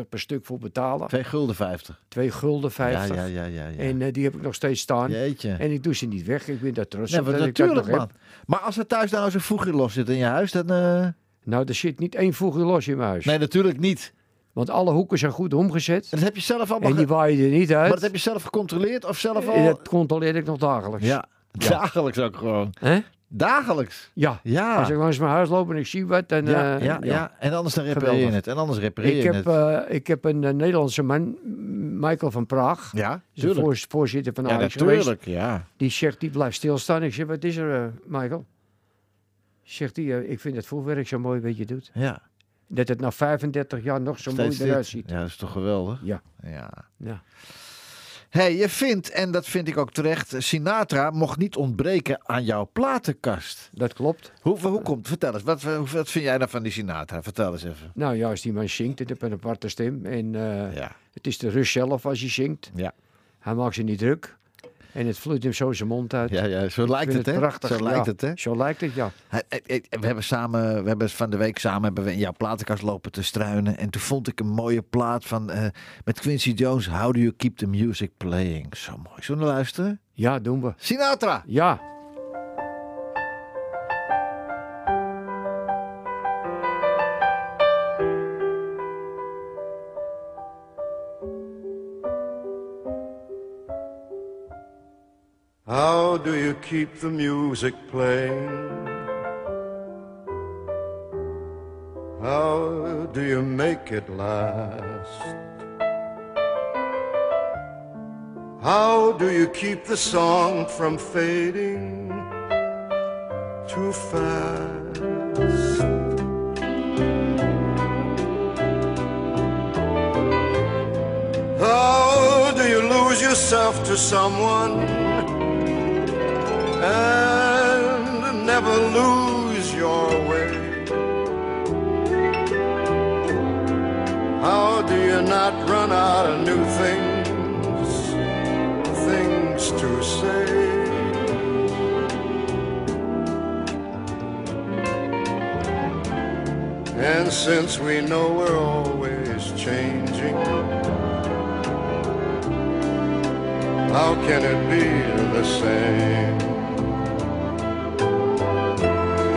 [SPEAKER 4] per stuk voor betalen.
[SPEAKER 2] 2 gulden 50.
[SPEAKER 4] 2 gulden 50.
[SPEAKER 2] Ja, ja, ja, ja. ja.
[SPEAKER 4] En eh, die heb ik nog steeds staan.
[SPEAKER 2] Jeetje.
[SPEAKER 4] En ik doe ze niet weg. Ik ben daar trots
[SPEAKER 2] nee,
[SPEAKER 4] op.
[SPEAKER 2] want
[SPEAKER 4] dat ik dat
[SPEAKER 2] natuurlijk,
[SPEAKER 4] nog heb.
[SPEAKER 2] man. Maar als er thuis nou zo'n voegje los zit in je huis, dan... eh,
[SPEAKER 4] Nou, er zit niet één voegje los in mijn huis.
[SPEAKER 2] Nee, natuurlijk niet.
[SPEAKER 4] Want alle hoeken zijn goed omgezet.
[SPEAKER 2] Dat heb je zelf allemaal...
[SPEAKER 4] En die
[SPEAKER 2] ge-
[SPEAKER 4] waaien er niet uit.
[SPEAKER 2] Maar dat heb je zelf gecontroleerd of zelf al...
[SPEAKER 4] En dat controleer ik nog dagelijks.
[SPEAKER 2] Ja. Dagelijks ook gewoon.
[SPEAKER 4] Hè?
[SPEAKER 2] Dagelijks.
[SPEAKER 4] Ja.
[SPEAKER 2] Ja.
[SPEAKER 4] Als ik langs mijn huis loop en ik zie wat, dan...
[SPEAKER 2] ja,
[SPEAKER 4] eh,
[SPEAKER 2] ja, ja. En anders dan repareer je
[SPEAKER 4] Geweldig.
[SPEAKER 2] het. En anders repareer je
[SPEAKER 4] Ik heb,
[SPEAKER 2] het.
[SPEAKER 4] eh, ik heb een eh, Nederlandse man, Michael van Praag.
[SPEAKER 2] ja,
[SPEAKER 4] is de
[SPEAKER 2] tuurlijk.
[SPEAKER 4] voors- voorzitter van
[SPEAKER 2] Ja,
[SPEAKER 4] Ajax geweest.
[SPEAKER 2] natuurlijk. Ja.
[SPEAKER 4] Die zegt, die blijft stilstaan. Ik zeg, wat is er, eh, Michael? Zegt hij, eh, ik vind het voorwerk zo mooi wat je doet.
[SPEAKER 2] Ja.
[SPEAKER 4] Dat het na 35 jaar nog zo
[SPEAKER 2] Steeds
[SPEAKER 4] mooi eruit
[SPEAKER 2] dit.
[SPEAKER 4] ziet.
[SPEAKER 2] Ja, dat is toch geweldig.
[SPEAKER 4] Ja.
[SPEAKER 2] Ja.
[SPEAKER 4] ja.
[SPEAKER 2] Hey, je vindt, en dat vind ik ook terecht, Sinatra mocht niet ontbreken aan jouw platenkast.
[SPEAKER 4] Dat klopt.
[SPEAKER 2] Hoe, hoe komt, vertel eens, wat, hoe- wat vind jij dan van die Sinatra? Vertel eens even.
[SPEAKER 4] Nou ja, als die man zingt, het heeft een aparte stem. En eh,
[SPEAKER 2] Ja,
[SPEAKER 4] het is de rust zelf als je zingt.
[SPEAKER 2] ja,
[SPEAKER 4] Hij maakt ze niet druk. En het vloeit hem zo zijn mond uit.
[SPEAKER 2] ja, ja zo
[SPEAKER 4] Ik
[SPEAKER 2] lijkt
[SPEAKER 4] vind
[SPEAKER 2] het, hè?
[SPEAKER 4] prachtig.
[SPEAKER 2] Zo
[SPEAKER 4] ja.
[SPEAKER 2] lijkt het, hè?
[SPEAKER 4] Zo lijkt het, ja.
[SPEAKER 2] Hey, hey, hey, We hebben samen, we hebben van de week samen hebben we in jouw platenkast lopen te struinen. En toen vond ik een mooie plaat van, eh, met Quincy Jones, How Do You Keep the Music Playing? Zo mooi. Zullen we luisteren?
[SPEAKER 4] Ja, doen we.
[SPEAKER 2] Sinatra!
[SPEAKER 4] Ja.
[SPEAKER 13] How do you keep the music playing? How do you make it last? How do you keep the song from fading too fast? How Oh, do you lose yourself to someone? and never lose your way. How do you not run out of new things, things to say? And since we know we're always changing, how can it be the same?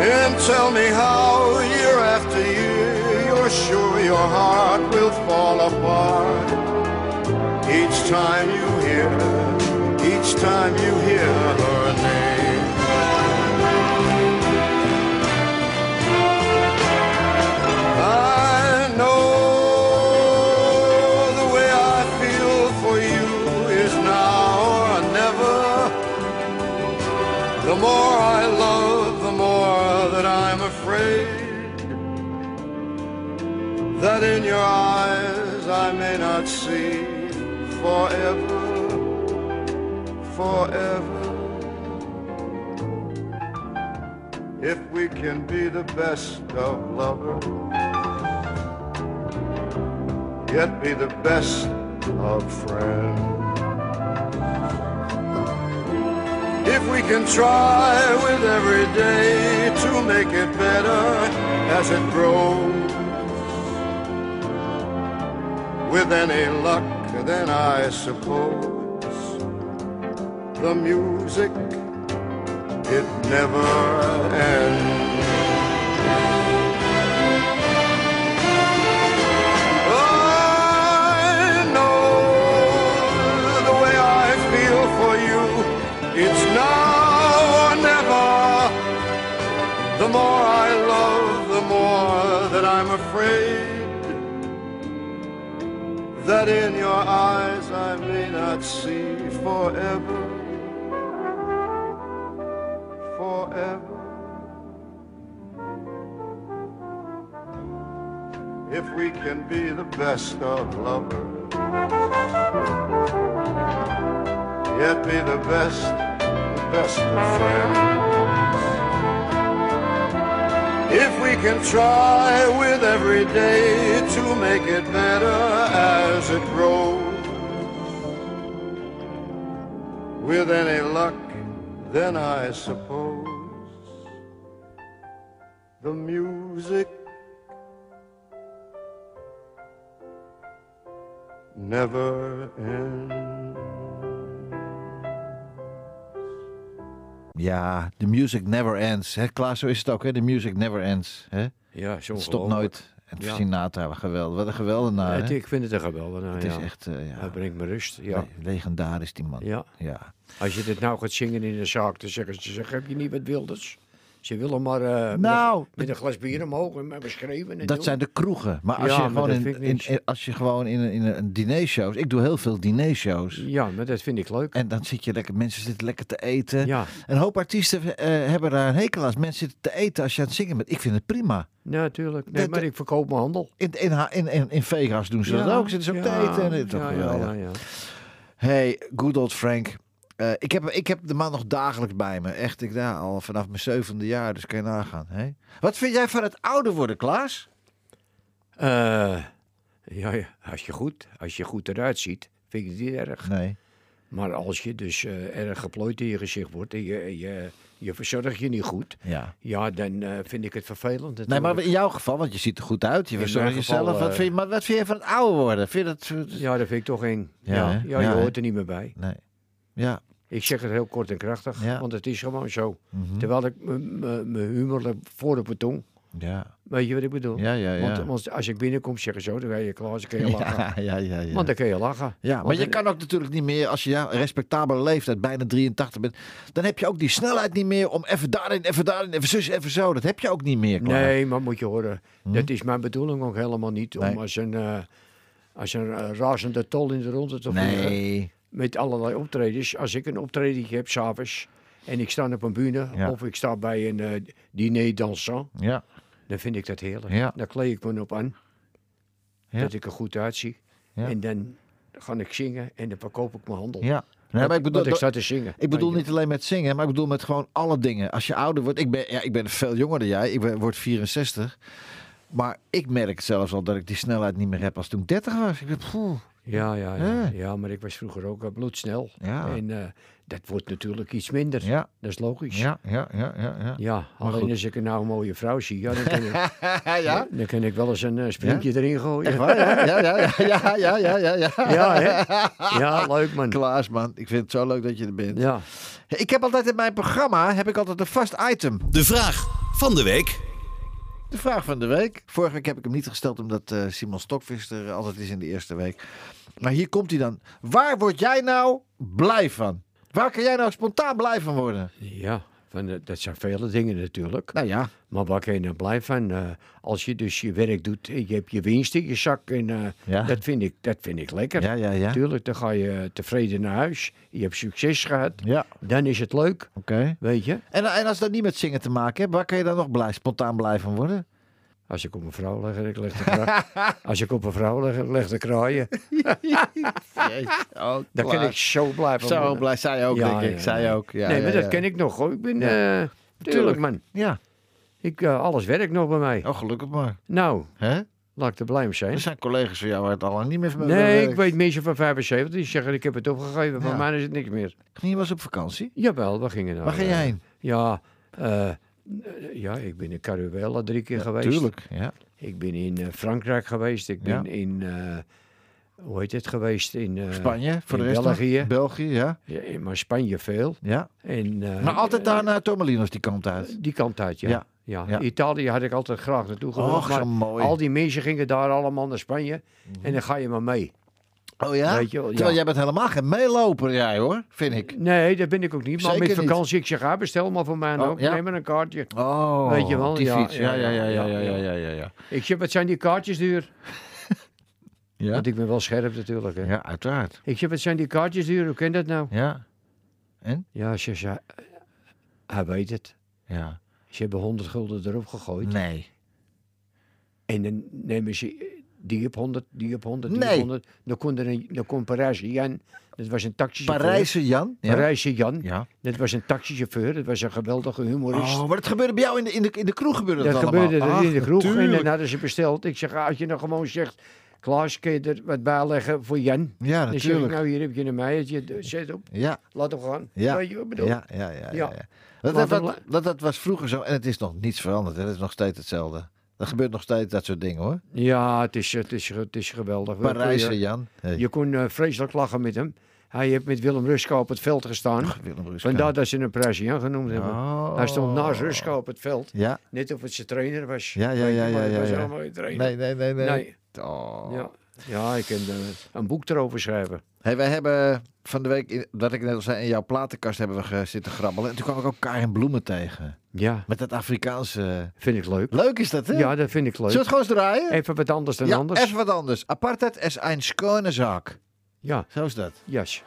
[SPEAKER 13] And tell me how year after year you're sure your heart will fall apart. Each time you hear, each time you hear her name. I know the way I feel for you is now or never. The more I love, the more that I'm afraid that in your eyes I may not see forever, forever. If we can be the best of lovers, yet be the best of friends. If we can try with every day to make it better as it grows, with any luck, then I suppose the music it never ends. I know the way I feel for you. It's now The more I love, the more that I'm afraid that in your eyes I may not see forever. Forever. If we can be the best of lovers, yet be the best, the best of friends. If we can try with every day to make it better as it grows, with any luck, then I suppose the music never ends.
[SPEAKER 2] Ja, the music never ends. Hè, Klaas, zo is het ook, hè? The music never ends. Hè?
[SPEAKER 4] Ja, is
[SPEAKER 2] Het stopt
[SPEAKER 4] ongelooflijk.
[SPEAKER 2] nooit. En het
[SPEAKER 4] Ja.
[SPEAKER 2] is Sinatra, geweldig. Wat een geweldig
[SPEAKER 4] Ja,
[SPEAKER 2] naar.
[SPEAKER 4] het- ik vind het een geweldig
[SPEAKER 2] Nou, Het is echt, eh, ja.
[SPEAKER 4] Dat brengt me rust. Ja.
[SPEAKER 2] legendarisch, die man.
[SPEAKER 4] Ja.
[SPEAKER 2] ja.
[SPEAKER 4] Als je dit nou gaat zingen in een zaak, dan zeggen ze, zeg, heb je niet wat Wilders? Ze willen maar eh,
[SPEAKER 2] Nou,
[SPEAKER 4] met, met een glas bier omhoog en maar beschreven. En
[SPEAKER 2] Dat
[SPEAKER 4] doen.
[SPEAKER 2] zijn de kroegen. Maar als
[SPEAKER 4] Ja,
[SPEAKER 2] je
[SPEAKER 4] maar
[SPEAKER 2] gewoon
[SPEAKER 4] dat
[SPEAKER 2] in,
[SPEAKER 4] vind ik
[SPEAKER 2] in-
[SPEAKER 4] niks.
[SPEAKER 2] in- als je gewoon in, een- in een dinershows. Ik doe heel veel dinershows.
[SPEAKER 4] Ja, maar dat vind ik leuk.
[SPEAKER 2] En dan zit je lekker, mensen zitten lekker te eten.
[SPEAKER 4] Ja.
[SPEAKER 2] Een hoop artiesten eh, hebben daar een hekel aan. als Mensen zitten te eten als je aan het zingen bent. Ik vind het prima.
[SPEAKER 4] Ja, natuurlijk. Nee,
[SPEAKER 2] Dat-
[SPEAKER 4] maar ik verkoop mijn handel.
[SPEAKER 2] In, in, ha- in, in, in Vegas doen ze dat
[SPEAKER 4] Ja,
[SPEAKER 2] ook. Zitten ze ook
[SPEAKER 4] ja,
[SPEAKER 2] te eten. En het, toch
[SPEAKER 4] ja, ja,
[SPEAKER 2] geweldig.
[SPEAKER 4] ja, ja.
[SPEAKER 2] Hey, good old Frank. Eh, ik, heb, ik heb de man nog dagelijks bij me. Echt, ik, nou, al vanaf mijn zevende jaar. Dus kan je nagaan. Hè? Wat vind jij van het ouder worden, Klaas?
[SPEAKER 4] Eh, ja, ja, als je goed, als je goed eruit ziet, vind ik het niet erg.
[SPEAKER 2] Nee.
[SPEAKER 4] Maar als je dus eh, erg geplooid in je gezicht wordt en je, je, je verzorgt je niet goed,
[SPEAKER 2] Ja.
[SPEAKER 4] ja, dan eh, vind ik het vervelend.
[SPEAKER 2] Nee, maar
[SPEAKER 4] natuurlijk.
[SPEAKER 2] in jouw geval, want je ziet er goed uit. Je
[SPEAKER 4] In
[SPEAKER 2] verzorgt
[SPEAKER 4] mijn geval,
[SPEAKER 2] jezelf. Wat
[SPEAKER 4] eh,
[SPEAKER 2] vind je, maar wat vind je van het ouder worden? Vind je dat...
[SPEAKER 4] Ja, dat vind ik toch eng.
[SPEAKER 2] Ja,
[SPEAKER 4] Ja,
[SPEAKER 2] hè?
[SPEAKER 4] ja, je
[SPEAKER 2] Ja, hè?
[SPEAKER 4] hoort er niet meer bij.
[SPEAKER 2] Nee. Ja.
[SPEAKER 4] Ik zeg het heel kort en krachtig,
[SPEAKER 2] Ja.
[SPEAKER 4] want het is gewoon zo.
[SPEAKER 2] Mhm.
[SPEAKER 4] Terwijl ik m- m- mijn humor heb voor op mijn tong.
[SPEAKER 2] Ja.
[SPEAKER 4] Weet je wat ik bedoel?
[SPEAKER 2] Ja, ja, ja.
[SPEAKER 4] Want, want als ik binnenkom, zeggen ze zo, dan ga je klaar, dan kun je lachen.
[SPEAKER 2] Ja, ja, ja, ja.
[SPEAKER 4] Want dan kun je lachen.
[SPEAKER 2] Ja, maar
[SPEAKER 4] Want
[SPEAKER 2] je
[SPEAKER 4] dan-
[SPEAKER 2] kan ook natuurlijk niet meer, als je ja, respectabele leeftijd, bijna 83 bent, dan heb je ook die snelheid niet meer om even daarin, even daarin, even zus, even zo. Dat heb je ook niet meer. Klaas.
[SPEAKER 4] Nee, maar moet je horen, dat is mijn bedoeling ook helemaal niet. Om
[SPEAKER 2] Mhm. Nee.
[SPEAKER 4] als een, eh, als een eh, razende tol in de ronde te vliegen.
[SPEAKER 2] Nee.
[SPEAKER 4] Met allerlei optredens. Als ik een optredentje heb s'avonds en ik sta op een bühne
[SPEAKER 2] Ja.
[SPEAKER 4] of ik sta bij een eh, diner dansant.
[SPEAKER 2] Ja.
[SPEAKER 4] Dan vind ik dat heerlijk.
[SPEAKER 2] Ja.
[SPEAKER 4] Daar kleed ik me op aan.
[SPEAKER 2] Ja.
[SPEAKER 4] Dat ik er goed uitzie.
[SPEAKER 2] Ja.
[SPEAKER 4] En dan ga ik zingen en dan verkoop ik mijn handel.
[SPEAKER 2] Ja. Nee,
[SPEAKER 4] Want-
[SPEAKER 2] maar ik bedoel,
[SPEAKER 4] want ik sta te zingen.
[SPEAKER 2] Ik bedoel
[SPEAKER 4] Weet je.
[SPEAKER 2] niet alleen met zingen, maar ik bedoel met gewoon alle dingen. Als je ouder wordt, ik ben, ja, ik ben veel jonger dan jij, ik ben, word 64. Maar ik merk zelfs al dat ik die snelheid niet meer heb als toen ik 30 was. Ik ben, poeh.
[SPEAKER 4] Ja, ja, ja.
[SPEAKER 2] Ja.
[SPEAKER 4] ja, maar ik was vroeger ook eh, bloedsnel.
[SPEAKER 2] Ah. Ja.
[SPEAKER 4] En eh, dat wordt natuurlijk iets minder.
[SPEAKER 2] Ja.
[SPEAKER 4] Dat is logisch.
[SPEAKER 2] Ja, ja, ja, ja. ja.
[SPEAKER 4] Ja,
[SPEAKER 2] Maar
[SPEAKER 4] alleen
[SPEAKER 2] goed.
[SPEAKER 4] als ik er nou een mooie vrouw zie, ja, dan, kan ik,
[SPEAKER 2] ja?
[SPEAKER 4] dan kan ik wel eens een eh, sprintje erin gooien.
[SPEAKER 2] Echt waar, ja? Ja, ja, ja, ja, ja, ja, ja.
[SPEAKER 4] Ja, hè? Ja, leuk man.
[SPEAKER 2] Klaas, man. Ik vind het zo leuk dat je er bent.
[SPEAKER 4] Ja.
[SPEAKER 2] Ik heb altijd in mijn programma heb ik altijd een vast item.
[SPEAKER 1] De vraag van de week.
[SPEAKER 2] De vraag van de week. Vorige week heb ik hem niet gesteld omdat eh, Simon Stokvis er altijd is in de eerste week. Maar hier komt hij dan. Waar word jij nou blij van? Waar kan jij nou spontaan blij van worden?
[SPEAKER 4] Ja, van, eh, dat zijn vele dingen natuurlijk.
[SPEAKER 2] Nou ja,
[SPEAKER 4] Maar waar kan je nou blij van? Eh, als je dus je werk doet, eh, je hebt je winst in je zak. En, eh,
[SPEAKER 2] Ja.
[SPEAKER 4] dat, vind ik, dat vind ik lekker.
[SPEAKER 2] Ja, ja, ja.
[SPEAKER 4] Tuurlijk, dan ga je tevreden naar huis. Je hebt succes gehad.
[SPEAKER 2] Ja.
[SPEAKER 4] Dan is het leuk,
[SPEAKER 2] oké.
[SPEAKER 4] weet je.
[SPEAKER 2] En, en als dat niet met zingen te maken heeft, waar kan je dan nog blij, spontaan blij van worden?
[SPEAKER 4] Als ik op een vrouw leg en ik leg de kraaien. Als ik op een vrouw leg, en leg de kraaien.
[SPEAKER 2] Jezus, oh,
[SPEAKER 4] Dan kan ik zo blij van
[SPEAKER 2] Zo
[SPEAKER 4] worden.
[SPEAKER 2] blij, zij ook,
[SPEAKER 4] Ja,
[SPEAKER 2] denk ik.
[SPEAKER 4] ja,
[SPEAKER 2] zij
[SPEAKER 4] nee.
[SPEAKER 2] ook. Ja,
[SPEAKER 4] nee,
[SPEAKER 2] ja,
[SPEAKER 4] maar dat
[SPEAKER 2] ja.
[SPEAKER 4] ken ik nog hoor. Ik ben, eh,
[SPEAKER 2] Tuurlijk.
[SPEAKER 4] tuurlijk man.
[SPEAKER 2] Ja,
[SPEAKER 4] Ik, eh, alles werkt nog bij mij.
[SPEAKER 2] oh, gelukkig maar.
[SPEAKER 4] Nou,
[SPEAKER 2] Hè?
[SPEAKER 4] laat ik er blij om zijn.
[SPEAKER 2] Er zijn collega's van jou waar het al lang niet meer van
[SPEAKER 4] Nee,
[SPEAKER 2] werkt.
[SPEAKER 4] ik weet mensen van 75 die zeggen ik heb het opgegeven. Voor
[SPEAKER 2] Ja.
[SPEAKER 4] mij is het niks meer.
[SPEAKER 2] Je was op vakantie.
[SPEAKER 4] Jawel, waar ging je nou?
[SPEAKER 2] Waar ging
[SPEAKER 4] eh,
[SPEAKER 2] jij heen?
[SPEAKER 4] Ja, eh, ja, ik ben in Caruela drie keer geweest.
[SPEAKER 2] Tuurlijk, ja.
[SPEAKER 4] Ik ben in eh, Frankrijk geweest. Ik ben
[SPEAKER 2] Ja.
[SPEAKER 4] in, eh, hoe heet het geweest? In eh,
[SPEAKER 2] Spanje, voor
[SPEAKER 4] in
[SPEAKER 2] de rest nog.
[SPEAKER 4] België.
[SPEAKER 2] België, ja.
[SPEAKER 4] Ja, in- maar Spanje veel.
[SPEAKER 2] ja.
[SPEAKER 4] En, eh,
[SPEAKER 2] Maar altijd daar naar Tormelinos die kant uit.
[SPEAKER 4] Die kant uit, ja.
[SPEAKER 2] Ja,
[SPEAKER 4] ja.
[SPEAKER 2] ja.
[SPEAKER 4] Italië had ik altijd graag naartoe gewild.
[SPEAKER 2] Och, zo
[SPEAKER 4] maar
[SPEAKER 2] mooi.
[SPEAKER 4] Al die mensen gingen daar allemaal naar Spanje. En dan ga je maar mee.
[SPEAKER 2] Oh ja?
[SPEAKER 4] Weet je wel, ja.
[SPEAKER 2] Terwijl jij bent helemaal geen meeloper, jij hoor, vind ik.
[SPEAKER 4] Nee, dat ben ik ook niet. Maar
[SPEAKER 2] Zeker
[SPEAKER 4] met
[SPEAKER 2] niet.
[SPEAKER 4] vakantie, ik zeg, ah, bestel maar voor mij
[SPEAKER 2] Oh,
[SPEAKER 4] ook.
[SPEAKER 2] ja.
[SPEAKER 4] Neem maar een kaartje.
[SPEAKER 2] Oh,
[SPEAKER 4] Weet je wel,
[SPEAKER 2] die
[SPEAKER 4] ja,
[SPEAKER 2] fiets. Ja, ja,
[SPEAKER 4] ja,
[SPEAKER 2] ja,
[SPEAKER 4] ja,
[SPEAKER 2] ja, ja, ja,
[SPEAKER 4] ja.
[SPEAKER 2] ja, ja, ja.
[SPEAKER 4] Ik zeg, wat zijn die kaartjes duur?
[SPEAKER 2] Ja?
[SPEAKER 4] Want ik ben wel scherp natuurlijk. Hè.
[SPEAKER 2] Ja, uiteraard.
[SPEAKER 4] Ik zeg, wat zijn die kaartjes duur? Hoe ken dat nou?
[SPEAKER 2] Ja. En?
[SPEAKER 4] Ja, ze zei, eh, hij weet het.
[SPEAKER 2] Ja.
[SPEAKER 4] Ze hebben 100 gulden erop gegooid.
[SPEAKER 2] Nee.
[SPEAKER 4] En dan nemen ze die op 100, die op 100, die
[SPEAKER 2] Nee.
[SPEAKER 4] op 100. Dan kon, er een, dan kon Parijse Jan, dat was een taxichauffeur.
[SPEAKER 2] Parijse Jan? Ja.
[SPEAKER 4] Parijse Jan,
[SPEAKER 2] Ja.
[SPEAKER 4] dat was een taxichauffeur. Dat was een geweldige humorist.
[SPEAKER 2] Oh, maar dat gebeurde bij jou in de, in de, in de kroeg gebeurde dat,
[SPEAKER 4] dat
[SPEAKER 2] allemaal.
[SPEAKER 4] gebeurde er
[SPEAKER 2] Ach,
[SPEAKER 4] in de kroeg en dan
[SPEAKER 2] natuurlijk.
[SPEAKER 4] hadden ze besteld. Ik zeg, ah, als je nou gewoon zegt, Klaas, kun je er wat bij leggen voor Jan?
[SPEAKER 2] Ja,
[SPEAKER 4] Dan zeg ik,
[SPEAKER 2] natuurlijk.
[SPEAKER 4] nou, hier heb je een meisje, d- zet op,
[SPEAKER 2] Ja.
[SPEAKER 4] laat hem gaan.
[SPEAKER 2] Ja.
[SPEAKER 4] Weet je wat ik bedoel?
[SPEAKER 2] Ja, ja, ja, ja,
[SPEAKER 4] Ja.
[SPEAKER 2] ja. Dat,
[SPEAKER 4] Laat
[SPEAKER 2] dat,
[SPEAKER 4] hem
[SPEAKER 2] dat, dat, dat was vroeger zo en het is nog niets veranderd. Hè. Het is nog steeds hetzelfde. Er gebeurt nog steeds dat soort dingen hoor.
[SPEAKER 4] Ja, het is, het is, het is geweldig. We-
[SPEAKER 2] Parijse
[SPEAKER 4] je-
[SPEAKER 2] Jan. Hey.
[SPEAKER 4] Je kon eh, vreselijk lachen met hem. Hij heeft met Willem Ruska op het veld gestaan.
[SPEAKER 2] Willem Ruska.
[SPEAKER 4] Vandaar dat ze een Parijse Jan genoemd hebben.
[SPEAKER 2] Oh.
[SPEAKER 4] Hij stond naast Ruska op het veld.
[SPEAKER 2] Ja.
[SPEAKER 4] Net of het zijn trainer was.
[SPEAKER 2] Ja, ja,
[SPEAKER 4] Weet je,
[SPEAKER 2] ja, ja,
[SPEAKER 4] maar het
[SPEAKER 2] ja,
[SPEAKER 4] was
[SPEAKER 2] ja.
[SPEAKER 4] helemaal geen trainer.
[SPEAKER 2] Nee, nee, nee, nee.
[SPEAKER 4] Nee.
[SPEAKER 2] Oh.
[SPEAKER 4] Ja. ja, ik kan er een boek erover schrijven.
[SPEAKER 2] Hey, wij hebben van de week, in- wat ik net al zei, in jouw platenkast hebben we ge- zitten grabbelen. En toen kwam ik ook Karin Bloemen tegen.
[SPEAKER 4] Ja,
[SPEAKER 2] Met dat Afrikaanse...
[SPEAKER 4] vind ik leuk.
[SPEAKER 2] Leuk is dat, hè?
[SPEAKER 4] Ja, dat vind ik leuk.
[SPEAKER 2] Zullen we het gewoon eens draaien?
[SPEAKER 4] Even wat anders dan
[SPEAKER 2] ja,
[SPEAKER 4] anders.
[SPEAKER 2] even wat anders. Apartheid is een schone zaak.
[SPEAKER 4] Ja,
[SPEAKER 2] Zo is dat.
[SPEAKER 4] jas.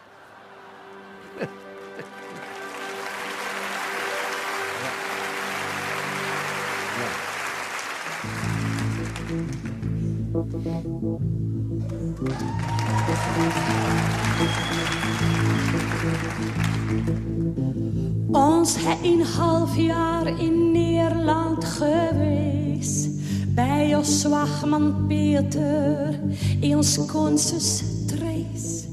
[SPEAKER 14] Ons een half jaar in Nederland geweest. Bij ons zwagman Peter, in ons konsus Trace.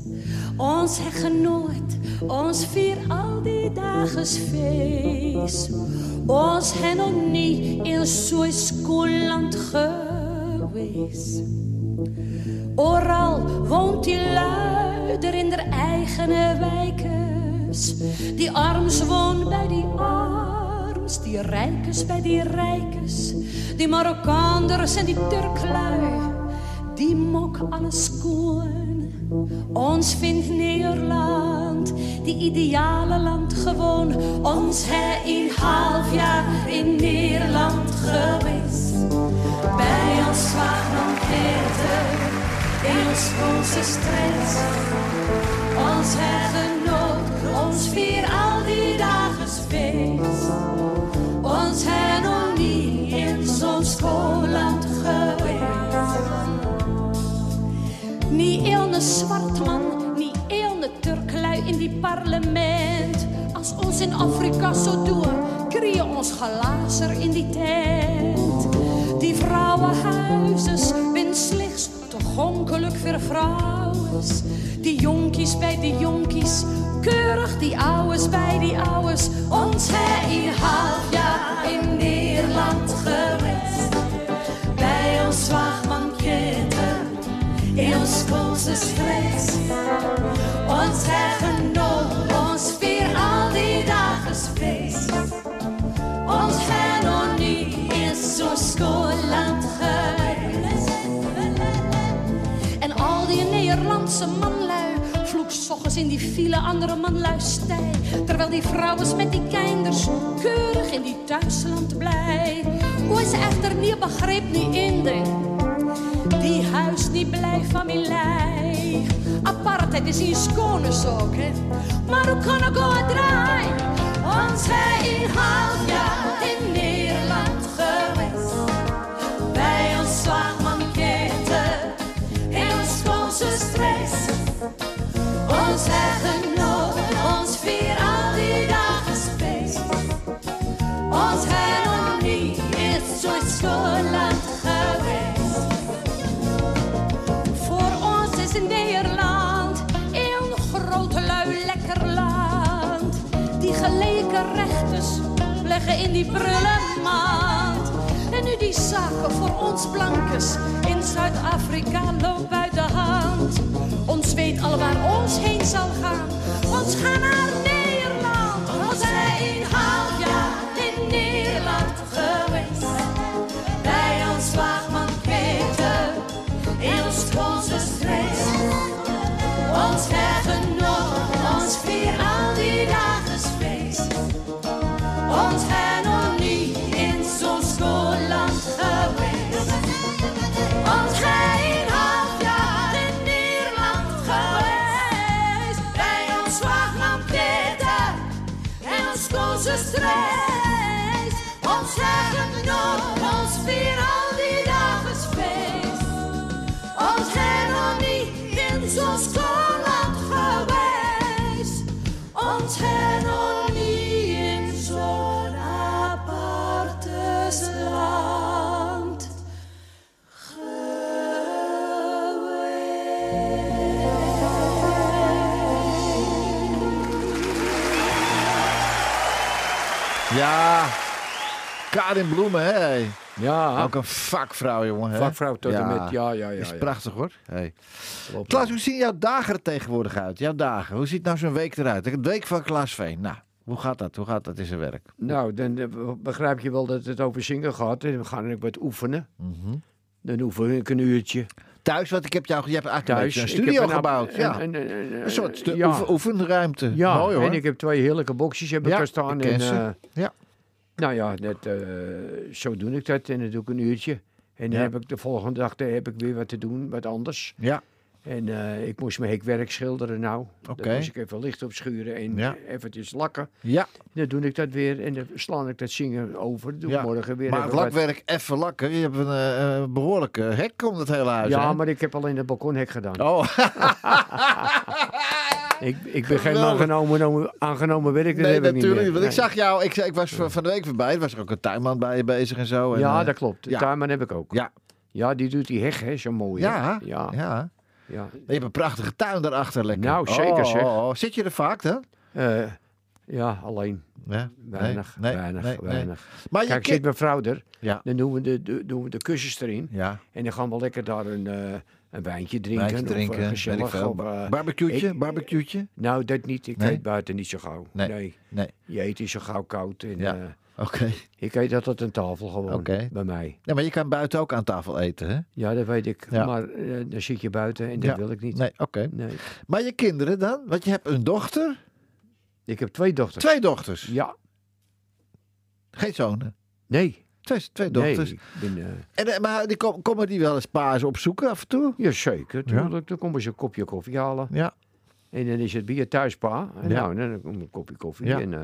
[SPEAKER 14] Ons he genoot, ons vier al die dagen feest. Ons he nog niet in zo'n schoolland geweest. Oral woont die luider in der eigen wijkes. Die arms woont bij die arms, die rijkes bij die rijkes. Die Marokkaanders en die Turklui, die mok alles koen. Ons vindt Nederland, die ideale land gewoon. Ons hè een half jaar in Nederland geweest. Bij ons zwaagman Peter in ons onze stress. Ons hergenoot, ons vier al die dagen feest. Ons her nog niet in zo'n schoolland geweest. Niet eeuwne zwartman, niet eeuwne Turklui in die parlement. Als ons in Afrika zo doen, krieën ons glazer in die tent. Die vrouwenhuizen bin slechts te gonkelijk voor vrouwen. Die jonkies bij de jonkies, keurig die ouwes bij die ouwes. Ons hè een half jaar in Nederland geweest. Bij ons wachtman Peter in ons onze stress. Ons hergenoot, ons weer al die dagen feest. Ons hernonie is zo'n schoolland geweest. En al die Nederlandse manlui vloek s'ochtends in die file andere manlui stij. Terwijl die vrouwen met die kinders keurig in die thuisland blij. Hoe is echter niet begreep niet in de die huis niet blij van mijn lei. Apartheid is in skonus ook, hè. Maar hoe kan ik ook draai? Ons wij een half jaar in Nederland geweest. Bij ons zwaagman Peter, in ons onze stress. Ons hergenoot, ons vier al die dagen feest. Ons hernonie is zo'n schoolland geweest. Voor ons is Nederland een groot lui lekker land. Die gelijke rechters leggen in die prullenmand. En nu die zaken voor ons blankes in Zuid-Afrika loopt uit de hand. Ons weet al waar ons heen zal gaan. Ons gaan naar Nederland. Ons zijn een half jaar in Nederland geweest. Bij ons waagman Peter in ons onze stress.
[SPEAKER 2] Ja. Karin Bloemen, hè? hey.
[SPEAKER 4] Ja.
[SPEAKER 2] Ook een vakvrouw, jongen. Hè?
[SPEAKER 4] Vakvrouw tot en met, ja, ja, ja,
[SPEAKER 2] Is
[SPEAKER 4] ja.
[SPEAKER 2] prachtig, hoor. Hey.
[SPEAKER 4] Klopt.
[SPEAKER 2] Klaas, hoe zien jouw dagen er tegenwoordig uit? Jouw dagen. Hoe ziet nou zo'n week eruit? De week van Klaas Veen. Nou, hoe gaat dat? Hoe gaat dat in zijn werk?
[SPEAKER 4] Nou, dan eh, begrijp je wel dat het over zingen gaat. En we gaan ook wat oefenen. Dan oefen ik een uurtje.
[SPEAKER 2] Thuis, want ik heb jou, je hebt eigenlijk
[SPEAKER 4] Thuis.
[SPEAKER 2] een
[SPEAKER 4] Ik
[SPEAKER 2] beetje
[SPEAKER 4] heb
[SPEAKER 2] een studio
[SPEAKER 4] een ab-
[SPEAKER 2] gebouwd.
[SPEAKER 4] een-
[SPEAKER 2] ja.
[SPEAKER 4] een- een- een-
[SPEAKER 2] Een soort stu-
[SPEAKER 4] ja.
[SPEAKER 2] Eh, oefen- oefenruimte.
[SPEAKER 4] Ja,
[SPEAKER 2] Mooi, hoor.
[SPEAKER 4] en ik heb twee heerlijke boxjes heb ik
[SPEAKER 2] Ja,
[SPEAKER 4] daar staan.
[SPEAKER 2] ik ken
[SPEAKER 4] en,
[SPEAKER 2] ze.
[SPEAKER 13] uh,
[SPEAKER 4] eh,
[SPEAKER 2] Ja.
[SPEAKER 4] Nou ja, net, eh, zo doe ik dat. En dan doe ik een uurtje. En dan
[SPEAKER 2] Ja.
[SPEAKER 4] heb ik de volgende dag eh, heb ik weer wat te doen, wat anders.
[SPEAKER 2] Ja.
[SPEAKER 4] En eh, ik moest mijn hekwerk schilderen nou.
[SPEAKER 2] Oké.
[SPEAKER 4] Daar moest ik even licht op schuren en
[SPEAKER 2] Ja.
[SPEAKER 4] eventjes lakken.
[SPEAKER 2] Ja.
[SPEAKER 4] Dan doe ik dat weer en dan slaan ik dat zingen over. Dan doe
[SPEAKER 2] Ja,
[SPEAKER 4] ik morgen weer
[SPEAKER 2] maar het
[SPEAKER 4] even wat.
[SPEAKER 2] lakwerk even lakken. Je hebt een eh, eh, behoorlijke hek om het hele huis.
[SPEAKER 4] Ja,
[SPEAKER 2] hè?
[SPEAKER 4] maar ik heb alleen het balkonhek gedaan.
[SPEAKER 2] Oh.
[SPEAKER 4] ik, ik ben geen
[SPEAKER 2] Geweldig.
[SPEAKER 4] aangenomen, aangenomen werker.
[SPEAKER 2] nee,
[SPEAKER 4] heb ik niet
[SPEAKER 2] natuurlijk.
[SPEAKER 4] meer.
[SPEAKER 2] want ik
[SPEAKER 4] Nee.
[SPEAKER 2] zag jou, ik, zei- ik was van van de week voorbij. Er was er ook een tuinman bij je bezig en zo. En,
[SPEAKER 4] Ja,
[SPEAKER 2] eh,
[SPEAKER 4] dat klopt. De
[SPEAKER 2] ja.
[SPEAKER 4] tuinman heb ik ook.
[SPEAKER 2] Ja.
[SPEAKER 4] Ja, die doet die heg, hè, zo mooi. hè?
[SPEAKER 2] Ja, ja.
[SPEAKER 4] Ja. ja.
[SPEAKER 2] Je hebt een prachtige tuin daarachter. Lekker.
[SPEAKER 4] Nou, zeker,
[SPEAKER 2] Oh,
[SPEAKER 4] zeg.
[SPEAKER 2] oh, oh. Zit je er vaak, hè?
[SPEAKER 4] Eh, ja, alleen.
[SPEAKER 2] Ja, nee,
[SPEAKER 4] Weinig,
[SPEAKER 2] nee,
[SPEAKER 4] weinig,
[SPEAKER 2] nee, nee.
[SPEAKER 4] weinig.
[SPEAKER 2] Maar je
[SPEAKER 4] Kijk,
[SPEAKER 2] kind-
[SPEAKER 4] zit mijn vrouw er,
[SPEAKER 2] Ja.
[SPEAKER 4] dan doen we de, de- doen we de kussens erin.
[SPEAKER 2] Ja.
[SPEAKER 4] En dan gaan we lekker daar een, eh, een wijntje drinken.
[SPEAKER 2] Wijntje
[SPEAKER 4] of, eh,
[SPEAKER 2] drinken, weet
[SPEAKER 4] gezellig.
[SPEAKER 2] ik veel.
[SPEAKER 4] of, eh,
[SPEAKER 2] Barbecuetje,
[SPEAKER 4] ik-
[SPEAKER 2] barbecuetje.
[SPEAKER 4] nou, dat niet. Ik
[SPEAKER 2] Nee?
[SPEAKER 4] eet buiten niet zo gauw.
[SPEAKER 2] Nee,
[SPEAKER 4] Nee.
[SPEAKER 2] nee.
[SPEAKER 4] Je eet is zo gauw koud. En,
[SPEAKER 2] Ja,
[SPEAKER 4] eh,
[SPEAKER 2] Oké.
[SPEAKER 4] ik eet altijd aan tafel gewoon.
[SPEAKER 2] Oké.
[SPEAKER 4] Bij mij.
[SPEAKER 2] Ja, maar je kan buiten ook aan tafel eten, hè?
[SPEAKER 4] Ja, dat weet ik.
[SPEAKER 2] Ja.
[SPEAKER 4] Maar eh, dan zit je buiten en dat
[SPEAKER 2] Ja.
[SPEAKER 4] wil ik niet.
[SPEAKER 2] Nee, oké.
[SPEAKER 4] Nee.
[SPEAKER 2] Maar je kinderen dan? Want je hebt een dochter,
[SPEAKER 4] Ik heb twee dochters.
[SPEAKER 2] twee dochters.
[SPEAKER 4] Ja.
[SPEAKER 2] Geen zonen.
[SPEAKER 4] Nee.
[SPEAKER 2] Twee, twee
[SPEAKER 4] Nee,
[SPEAKER 2] dochters.
[SPEAKER 4] ik ben, eh,
[SPEAKER 2] En, eh, maar die kom- komen die wel eens paars opzoeken af en toe?
[SPEAKER 4] Jazeker, tuurlijk. Dan komen ze een kopje koffie halen.
[SPEAKER 2] Ja.
[SPEAKER 4] En dan is het bij je thuis, pa. En
[SPEAKER 2] Ja.
[SPEAKER 4] nou, dan komt een kopje koffie.
[SPEAKER 2] Ja.
[SPEAKER 4] En eh,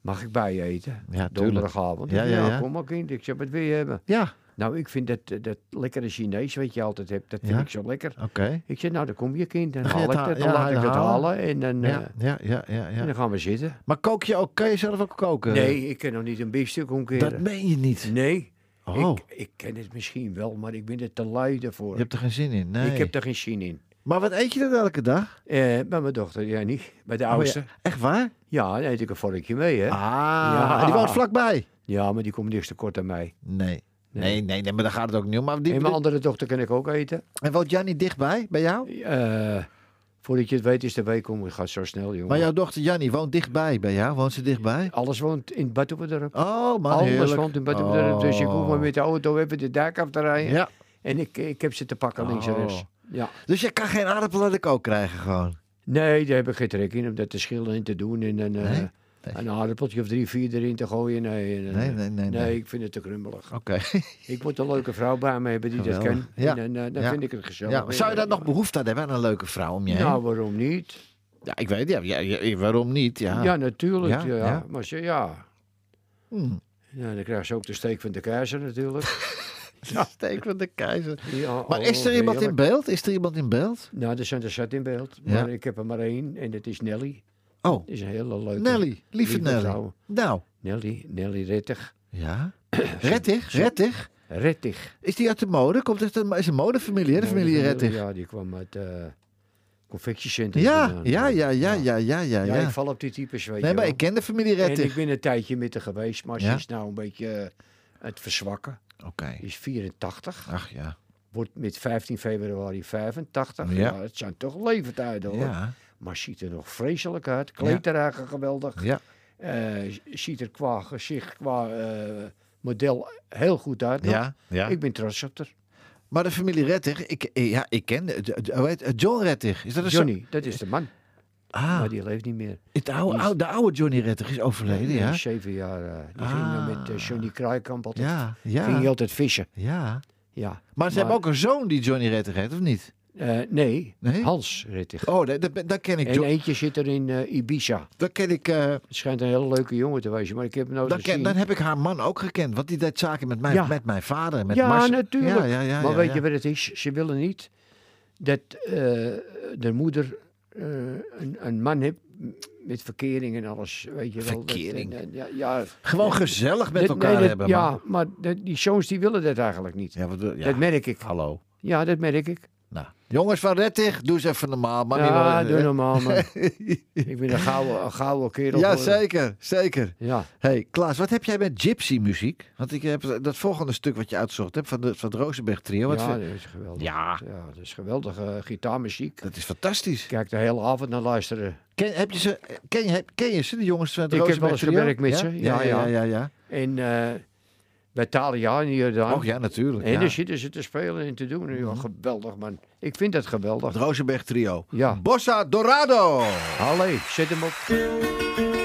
[SPEAKER 4] mag ik bij je eten?
[SPEAKER 2] Ja,
[SPEAKER 4] Donderdagavond.
[SPEAKER 2] Ja, ja, ja.
[SPEAKER 4] kom maar kind, ik zou het weer hebben.
[SPEAKER 2] Ja,
[SPEAKER 4] Nou, ik vind dat, eh, dat lekkere Chinees wat je altijd hebt, dat vind
[SPEAKER 2] Ja.
[SPEAKER 4] ik zo lekker.
[SPEAKER 2] oké.
[SPEAKER 4] Ik zeg, nou, dan kom je kind. Dan
[SPEAKER 2] Dan ga je
[SPEAKER 4] haal ik
[SPEAKER 2] het
[SPEAKER 4] dat,
[SPEAKER 2] ha-
[SPEAKER 4] dan
[SPEAKER 2] ja,
[SPEAKER 4] laat ik
[SPEAKER 2] dan
[SPEAKER 4] het
[SPEAKER 2] halen.
[SPEAKER 4] halen. En dan, eh,
[SPEAKER 2] Ja, ja, ja, ja.
[SPEAKER 4] en
[SPEAKER 2] ja.
[SPEAKER 4] dan gaan we zitten.
[SPEAKER 2] Maar kook je ook, kan je zelf ook koken?
[SPEAKER 4] Nee, ik kan nog niet een biefstuk omkeren.
[SPEAKER 2] Dat meen je niet.
[SPEAKER 4] Nee.
[SPEAKER 2] Oh.
[SPEAKER 4] Ik, ik ken het misschien wel, maar ik ben er te lui daarvoor.
[SPEAKER 2] Je hebt er geen zin in, nee.
[SPEAKER 4] Ik heb er geen zin in.
[SPEAKER 2] Maar wat eet je dan elke dag?
[SPEAKER 4] Eh, bij mijn dochter, jij niet. Bij de oudste.
[SPEAKER 2] Oh, ja. Echt waar?
[SPEAKER 4] ja. dan eet ik een vorkje mee, hè.
[SPEAKER 2] Ah,
[SPEAKER 4] Ja.
[SPEAKER 2] die woont vlakbij.
[SPEAKER 4] Ja, maar die komt niks tekort aan mij.
[SPEAKER 2] Nee. Nee, nee, nee, maar daar gaat het ook niet om. Maar die,
[SPEAKER 4] en mijn andere dochter kan ik ook eten.
[SPEAKER 2] En woont Jannie dichtbij, bij jou?
[SPEAKER 4] Eh, voordat je het weet is de week om. Het gaat zo snel, jongen.
[SPEAKER 2] Maar jouw dochter Jannie woont dichtbij bij jou? Woont ze dichtbij?
[SPEAKER 4] Alles woont in Batuverdorp.
[SPEAKER 2] Oh, man,
[SPEAKER 4] Alles
[SPEAKER 2] heerlijk. Oh.
[SPEAKER 4] woont in Batuverdorp. Dus ik hoef maar met de auto even de dijk af te rijden.
[SPEAKER 2] Ja.
[SPEAKER 4] En ik, ik heb ze te pakken links en
[SPEAKER 2] Oh.
[SPEAKER 4] rechts. Ja.
[SPEAKER 2] Dus je kan geen aardappelen dat ik ook krijgen gewoon?
[SPEAKER 4] Nee, daar heb ik geen trek in om dat te schillen en te doen. En een, eh,
[SPEAKER 2] Nee?
[SPEAKER 4] een aardappeltje of drie, vier erin te gooien. Nee, en, eh,
[SPEAKER 2] Nee, nee, nee, nee.
[SPEAKER 4] ik vind het te krummelig.
[SPEAKER 2] Oké.
[SPEAKER 4] Ik moet een leuke vrouw bij me hebben die
[SPEAKER 2] Geweldig.
[SPEAKER 4] dat kan.
[SPEAKER 2] Ja.
[SPEAKER 4] En dan, eh, dan
[SPEAKER 2] Ja.
[SPEAKER 4] vind ik het gezellig.
[SPEAKER 2] Ja, maar zou je daar nog behoefte aan hebben, aan een leuke vrouw om je heen?
[SPEAKER 4] Nou, waarom niet?
[SPEAKER 2] ja, ik weet ja, ja, ja, waarom niet? Ja.
[SPEAKER 4] Ja, natuurlijk.
[SPEAKER 2] Ja,
[SPEAKER 4] Ja,
[SPEAKER 2] ja.
[SPEAKER 4] Maar ze, ja.
[SPEAKER 2] Hmm.
[SPEAKER 4] ja, dan krijg ze ook de steek van de keizer natuurlijk.
[SPEAKER 2] Steek van de keizer.
[SPEAKER 4] Ja,
[SPEAKER 2] Maar
[SPEAKER 4] oh,
[SPEAKER 2] is er iemand in
[SPEAKER 4] heerlijk.
[SPEAKER 2] beeld? Is er iemand in beeld?
[SPEAKER 4] Nou, er zijn er zat in beeld.
[SPEAKER 2] Ja.
[SPEAKER 4] Maar ik heb er maar één en dat is Nelly.
[SPEAKER 2] Oh,
[SPEAKER 4] Dat is een hele leuke...
[SPEAKER 2] Nelly. Lieve Nelly.
[SPEAKER 4] vrouw.
[SPEAKER 2] Nou,
[SPEAKER 4] Nelly, Nelly Rettig.
[SPEAKER 2] ja. Rettig, Rettig.
[SPEAKER 4] Rettig.
[SPEAKER 2] Is die uit de mode? Komt het een, is een modefamilie, hè, de familie Rettig?
[SPEAKER 4] Ja, die kwam uit eh confectiecentrum.
[SPEAKER 2] Ja,
[SPEAKER 4] vandaan.
[SPEAKER 2] ja, ja, ja, ja, ja, ja.
[SPEAKER 4] Ja,
[SPEAKER 2] ja.
[SPEAKER 4] ik val op die types, weet
[SPEAKER 2] Nee,
[SPEAKER 4] je
[SPEAKER 2] maar
[SPEAKER 4] wel.
[SPEAKER 2] ik ken de familie
[SPEAKER 4] En ik
[SPEAKER 2] Rettig.
[SPEAKER 4] ben een tijdje met haar geweest, maar
[SPEAKER 2] Ja? Oh.
[SPEAKER 4] ze is nou een beetje eh, het verzwakken.
[SPEAKER 2] Oké.
[SPEAKER 4] Die is 84.
[SPEAKER 2] Ach ja.
[SPEAKER 4] Wordt met 15 februari 85.
[SPEAKER 2] Ja.
[SPEAKER 4] Ja, het zijn toch leeftijden hoor.
[SPEAKER 2] Ja.
[SPEAKER 4] Maar ziet er nog vreselijk uit. Kleed haar eigenlijk geweldig.
[SPEAKER 2] Ja.
[SPEAKER 4] Eh, ziet er qua gezicht, qua eh, model heel goed uit. nog.
[SPEAKER 2] Ja, ja.
[SPEAKER 4] Ik ben trots op haar.
[SPEAKER 2] Maar de familie Rettig, ik, eh, ja, ik ken. de- de- de- Hoe heet eh, John Rettig? Is dat een
[SPEAKER 4] Johnny, dat is de man.
[SPEAKER 2] zo- Ah,
[SPEAKER 4] Maar die leeft niet meer.
[SPEAKER 2] het oude, oude, de oude Johnny Rettig is overleden,
[SPEAKER 4] Die
[SPEAKER 2] ja.
[SPEAKER 4] is Zeven jaar. eh, die ging
[SPEAKER 2] Ah.
[SPEAKER 4] eh, met eh, Johnny Kraaikamp altijd.
[SPEAKER 2] Ja,
[SPEAKER 4] Ging hij
[SPEAKER 2] ja.
[SPEAKER 4] altijd vissen.
[SPEAKER 2] ja.
[SPEAKER 4] Ja.
[SPEAKER 2] Maar ze hebben ook een zoon die Johnny Rettig heet, of niet?
[SPEAKER 4] eh, nee,
[SPEAKER 2] Nee?
[SPEAKER 4] Hans Rittig.
[SPEAKER 2] Oh, dat, dat, dat ken ik.
[SPEAKER 4] En
[SPEAKER 2] Jo-
[SPEAKER 4] eentje zit er in eh, Ibiza.
[SPEAKER 2] Dat ken ik. eh,
[SPEAKER 4] Het schijnt een hele leuke jongen te wezen, maar Oh, ik heb hem nooit
[SPEAKER 2] dat ken,
[SPEAKER 4] gezien.
[SPEAKER 2] dan heb ik haar man ook gekend, want die deed zaken met, mij,
[SPEAKER 4] Ja.
[SPEAKER 2] met mijn vader. Met
[SPEAKER 4] ja,
[SPEAKER 2] Mars.
[SPEAKER 4] natuurlijk.
[SPEAKER 2] Ja, ja, ja,
[SPEAKER 4] maar
[SPEAKER 2] ja,
[SPEAKER 4] weet
[SPEAKER 2] ja.
[SPEAKER 4] je wat het is? Ze willen niet dat eh, de moeder eh, een, een man heeft met verkering en alles. Weet je wel. Dat- eh,
[SPEAKER 2] Verkering?
[SPEAKER 4] en- en- ja, ja,
[SPEAKER 2] Gewoon gezellig met
[SPEAKER 4] Eh, Dat-
[SPEAKER 2] elkaar
[SPEAKER 4] nee, dat-
[SPEAKER 2] hebben.
[SPEAKER 4] Ja,
[SPEAKER 2] man.
[SPEAKER 4] maar dat- die zoons die willen dat eigenlijk niet.
[SPEAKER 2] ja, wat, wil- ja.
[SPEAKER 4] Dat merk ik.
[SPEAKER 2] hallo.
[SPEAKER 4] Ja, dat merk ik.
[SPEAKER 2] Nou, jongens van Rettig, doe eens even normaal. Man.
[SPEAKER 4] Ja, doe normaal, man. ik ben een gouden, een gouden kerel.
[SPEAKER 2] Ja,
[SPEAKER 4] geworden.
[SPEAKER 2] zeker, zeker.
[SPEAKER 4] Ja.
[SPEAKER 2] Hey, Klaas, wat heb jij met gypsy muziek? Want ik heb dat volgende stuk wat je uitzocht hebt van, de, van het Rosenberg trio. Wat
[SPEAKER 4] ja,
[SPEAKER 2] vind-
[SPEAKER 4] dat is geweldig.
[SPEAKER 2] Ja.
[SPEAKER 4] dat is geweldige eh, gitaarmuziek.
[SPEAKER 2] Dat is fantastisch.
[SPEAKER 4] Kijk de hele avond naar luisteren.
[SPEAKER 2] Ken, heb je ze, ken, je, ken je ze, de jongens van het
[SPEAKER 4] ik heb wel
[SPEAKER 2] Rozenberg
[SPEAKER 4] eens
[SPEAKER 2] trio?
[SPEAKER 4] gewerkt met
[SPEAKER 2] Ja?
[SPEAKER 4] ze.
[SPEAKER 2] Ja, ja, ja. ja,
[SPEAKER 4] En eh, bij Thalia in Jordaan.
[SPEAKER 2] Och ja, natuurlijk.
[SPEAKER 4] En
[SPEAKER 2] ja. Mhm.
[SPEAKER 4] er zitten ze te spelen en te doen. Ja, geweldig, man. Ik vind dat geweldig.
[SPEAKER 2] Het Rozenberg trio.
[SPEAKER 4] Ja.
[SPEAKER 2] Bossa Dorado.
[SPEAKER 4] Allee, zet hem op.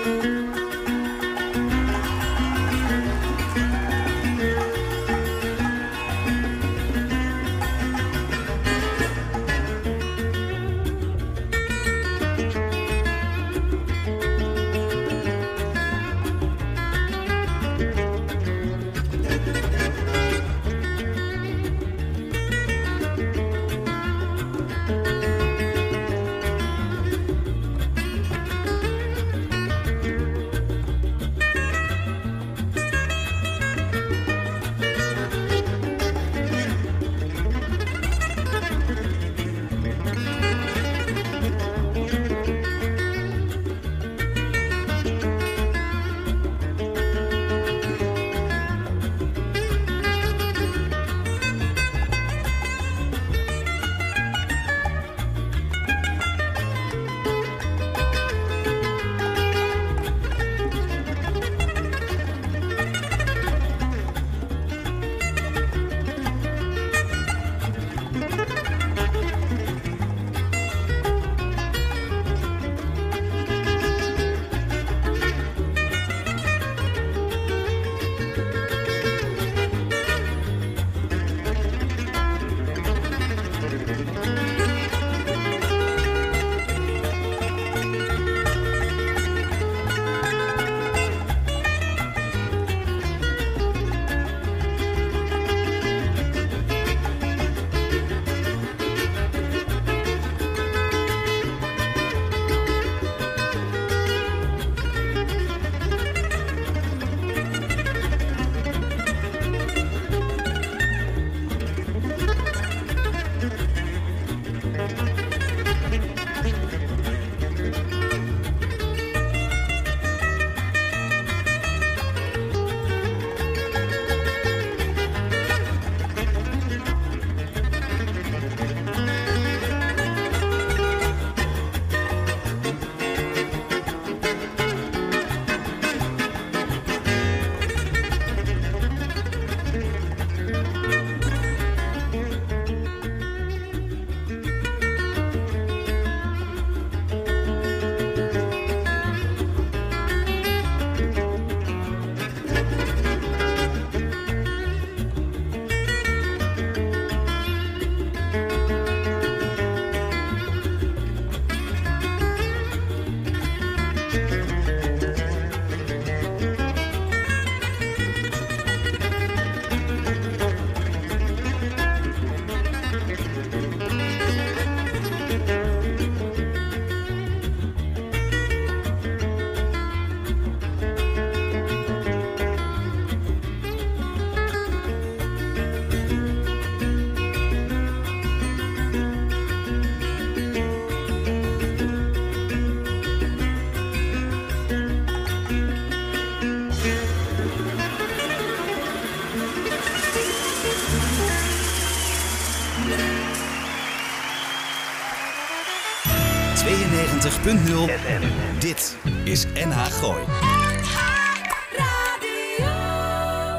[SPEAKER 1] FM. Dit is NH Gooi.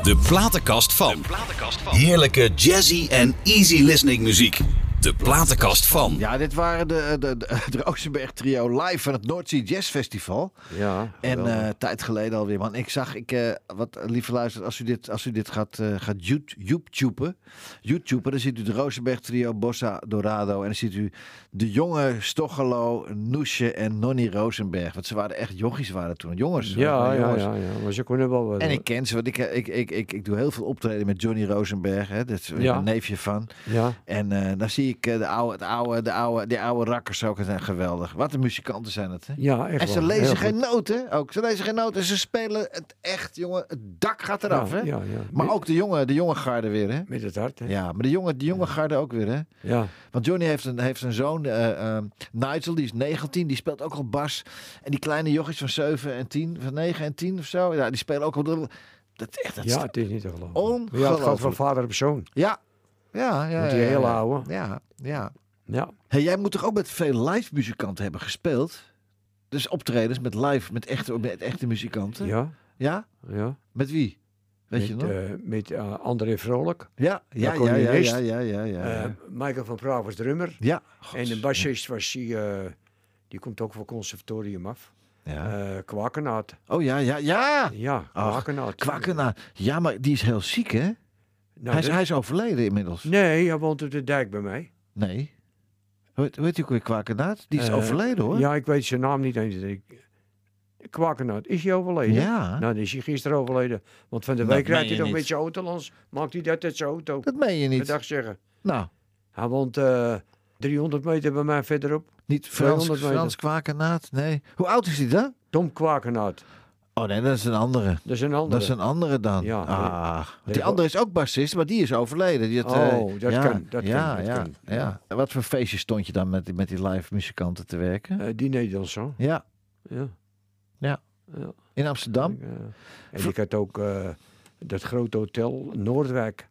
[SPEAKER 1] De platenkast van. Heerlijke jazzy en easy listening muziek. De platenkast van.
[SPEAKER 2] Ja, dit waren de, de, de, het Rozenberg trio live van het Noordzee Jazz Festival.
[SPEAKER 4] Ja,
[SPEAKER 2] En
[SPEAKER 4] geweldig.
[SPEAKER 2] eh, tijd geleden alweer, man. Ik zag, ik, eh, wat, eh, lieve luisteraars, als u dit, als u dit gaat, eh gaat yout- YouTuben, YouTuben, dan ziet u de Rozenberg Trio, Bossa Dorado. En dan ziet u de jonge Stochelo, Noesje en Nonnie Rosenberg. Want ze waren echt jochies waren toen. Jongens.
[SPEAKER 4] Ja,
[SPEAKER 2] waren
[SPEAKER 4] ja,
[SPEAKER 2] jongens.
[SPEAKER 4] ja, ja. Maar ze kunnen wel wat.
[SPEAKER 2] En ik ken ze, want ik, eh, ik, ik, ik, ik doe heel veel optreden met Johnny Rosenberg. Hè. Dat is
[SPEAKER 4] Ja.
[SPEAKER 2] een neefje van.
[SPEAKER 4] Ja.
[SPEAKER 2] En eh, dan zie muziek, eh, de oude, het oude, de oude, die oude rakkers ook, het zijn geweldig. Wat een muzikanten zijn het, hè?
[SPEAKER 4] Ja, echt
[SPEAKER 2] En ze
[SPEAKER 4] waar.
[SPEAKER 2] lezen
[SPEAKER 4] Heel
[SPEAKER 2] geen
[SPEAKER 4] goed.
[SPEAKER 2] noten ook. Ze lezen geen noten. Ze spelen het echt, jongen. Het dak gaat eraf,
[SPEAKER 4] Nou, Ja,
[SPEAKER 2] hè?
[SPEAKER 4] ja, ja.
[SPEAKER 2] Maar
[SPEAKER 4] Met-
[SPEAKER 2] ook de jonge, de jonge garde weer, hè?
[SPEAKER 4] Met het hart, hè?
[SPEAKER 2] Ja, maar de jonge, de jonge garde ook weer, hè?
[SPEAKER 4] Ja.
[SPEAKER 2] Want Johnny heeft een, heeft een zoon, eh, eh, Nigel, die is 19, die speelt ook al bas. En die kleine jochies van 7 en 10, van 9 en 10 of zo, ja, die spelen ook al... Dat, is echt, dat is
[SPEAKER 4] ja, het is niet te geloven.
[SPEAKER 2] ongelooflijk.
[SPEAKER 4] Ja, het gaat van vader op zoon.
[SPEAKER 2] Ja, ja, ja.
[SPEAKER 4] Met die
[SPEAKER 2] ja,
[SPEAKER 4] hele
[SPEAKER 2] ja.
[SPEAKER 4] oude.
[SPEAKER 2] Ja, ja.
[SPEAKER 4] Ja.
[SPEAKER 2] Hey, jij moet toch ook met veel live muzikanten hebben gespeeld? Dus optredens met live, met echte, met echte muzikanten?
[SPEAKER 4] Ja.
[SPEAKER 2] Ja?
[SPEAKER 4] Ja.
[SPEAKER 2] Met wie? Weet
[SPEAKER 4] met,
[SPEAKER 2] je nog?
[SPEAKER 4] eh, met eh, André Vrolijk.
[SPEAKER 2] Ja, ja,
[SPEAKER 4] de
[SPEAKER 2] ja, ja,
[SPEAKER 4] componist.
[SPEAKER 2] ja, ja, ja, ja, ja.
[SPEAKER 4] Eh, Michael van Praag was drummer.
[SPEAKER 2] Ja,
[SPEAKER 4] En de bassist was die, eh, die komt ook van conservatorium af.
[SPEAKER 2] Ja.
[SPEAKER 4] Eh, Kwakenaat.
[SPEAKER 2] Oh ja, ja, ja!
[SPEAKER 4] Ja,
[SPEAKER 2] Ach,
[SPEAKER 4] Kwakenaat.
[SPEAKER 2] Kwakkena. Ja, maar die is heel ziek, hè? hij, is,
[SPEAKER 4] dat-
[SPEAKER 2] hij is overleden inmiddels.
[SPEAKER 4] Nee, hij woont op de dijk bij mij.
[SPEAKER 2] Nee. Hoe heet- hoe heet die ook weer Kwakenaat? Die is
[SPEAKER 4] Eh,
[SPEAKER 2] overleden, hoor.
[SPEAKER 4] Ja, ik weet zijn naam niet eens. Ik- Kwakenaat, is hij overleden?
[SPEAKER 2] Ja.
[SPEAKER 4] Nou, dan is hij gisteren overleden. Want van de
[SPEAKER 2] Dat
[SPEAKER 4] week
[SPEAKER 2] meen
[SPEAKER 4] rijdt
[SPEAKER 2] je
[SPEAKER 4] hij nog
[SPEAKER 2] niet.
[SPEAKER 4] met zijn auto langs. Maakt hij dat uit zijn auto?
[SPEAKER 2] Dat meen je niet.
[SPEAKER 4] Dag zeggen.
[SPEAKER 2] Nou,
[SPEAKER 4] Hij woont eh, 300 meter bij mij verderop.
[SPEAKER 2] niet
[SPEAKER 4] 200
[SPEAKER 2] Frans,
[SPEAKER 4] meter.
[SPEAKER 2] Frans Kwakenaat, nee. Hoe oud is die dan?
[SPEAKER 4] Tom Kwakenaat.
[SPEAKER 2] Oh nee, dat is een andere.
[SPEAKER 4] Dat is een andere.
[SPEAKER 2] Dat is een andere dan.
[SPEAKER 4] Ja,
[SPEAKER 2] ah,
[SPEAKER 4] nee.
[SPEAKER 2] die andere is ook bassist, maar die is overleden. Die had, eh,
[SPEAKER 4] Oh, dat
[SPEAKER 2] ja,
[SPEAKER 4] kan, dat
[SPEAKER 2] ja,
[SPEAKER 4] kan, dat
[SPEAKER 2] ja,
[SPEAKER 4] kan.
[SPEAKER 2] ja. En Wat voor feestjes stond je dan met, die- met die live muzikanten te werken?
[SPEAKER 4] Eh, die Nederlands zo.
[SPEAKER 2] ja,
[SPEAKER 4] Ja.
[SPEAKER 2] ja.
[SPEAKER 4] ja.
[SPEAKER 2] In Amsterdam?
[SPEAKER 4] Ja. En ik had ook eh, dat grote hotel Noordwijk,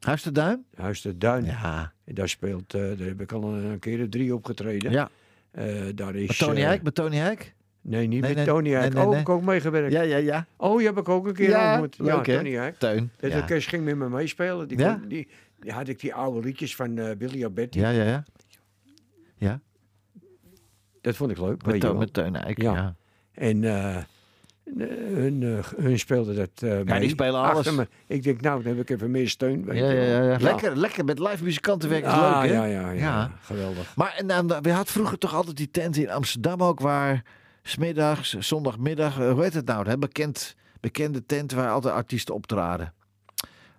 [SPEAKER 2] Huis de Duin?
[SPEAKER 4] Huis de Duin.
[SPEAKER 2] Ja.
[SPEAKER 4] En daar speelt, eh, daar heb ik al een, een keer of drie opgetreden.
[SPEAKER 2] Ja.
[SPEAKER 4] Eh, daar is,
[SPEAKER 2] Met Tony
[SPEAKER 4] eh,
[SPEAKER 2] Hijk? Met Tony Hijk?
[SPEAKER 4] Nee, niet
[SPEAKER 2] Nee,
[SPEAKER 4] met
[SPEAKER 2] nee,
[SPEAKER 4] Tony Hijk.
[SPEAKER 2] nee, nee,
[SPEAKER 4] oh,
[SPEAKER 2] nee.
[SPEAKER 4] heb ik ook meegewerkt.
[SPEAKER 2] Ja, ja, ja.
[SPEAKER 4] Oh, die heb ik ook een keer
[SPEAKER 2] Ja,
[SPEAKER 4] ontmoet.
[SPEAKER 2] leuk, hè?
[SPEAKER 4] ja, Tony Hijk.
[SPEAKER 2] Teun,
[SPEAKER 4] Het
[SPEAKER 2] ja.
[SPEAKER 4] orkest ging met me meespelen. Die,
[SPEAKER 2] Ja?
[SPEAKER 4] kon- die, die had ik die oude liedjes van eh, Billy Abetti.
[SPEAKER 2] Ja, ja, ja. Ja,
[SPEAKER 4] Dat vond ik leuk. weet
[SPEAKER 2] met,
[SPEAKER 4] je
[SPEAKER 2] Teun-
[SPEAKER 4] wel.
[SPEAKER 2] met Teun Hijk.
[SPEAKER 4] Ja.
[SPEAKER 2] Ja. ja.
[SPEAKER 4] En eh, hun, eh, hun speelde dat eh
[SPEAKER 2] die
[SPEAKER 4] mee.
[SPEAKER 2] spelen
[SPEAKER 4] achter
[SPEAKER 2] alles.
[SPEAKER 4] me. Ik denk, nou, dan heb ik even meer steun. weet
[SPEAKER 2] Ja,
[SPEAKER 4] je
[SPEAKER 2] ja,
[SPEAKER 4] wel.
[SPEAKER 2] ja. Lekker, lekker met live muzikanten werken is
[SPEAKER 4] Ah,
[SPEAKER 2] leuk, hè?
[SPEAKER 4] ja, ja, ja, Geweldig.
[SPEAKER 2] Maar en, dan we had vroeger toch altijd die tent in Amsterdam ook waar smiddags, zondagmiddag, eh, hoe heet het nou? Hè? Bekend, bekende tent waar altijd artiesten optraden.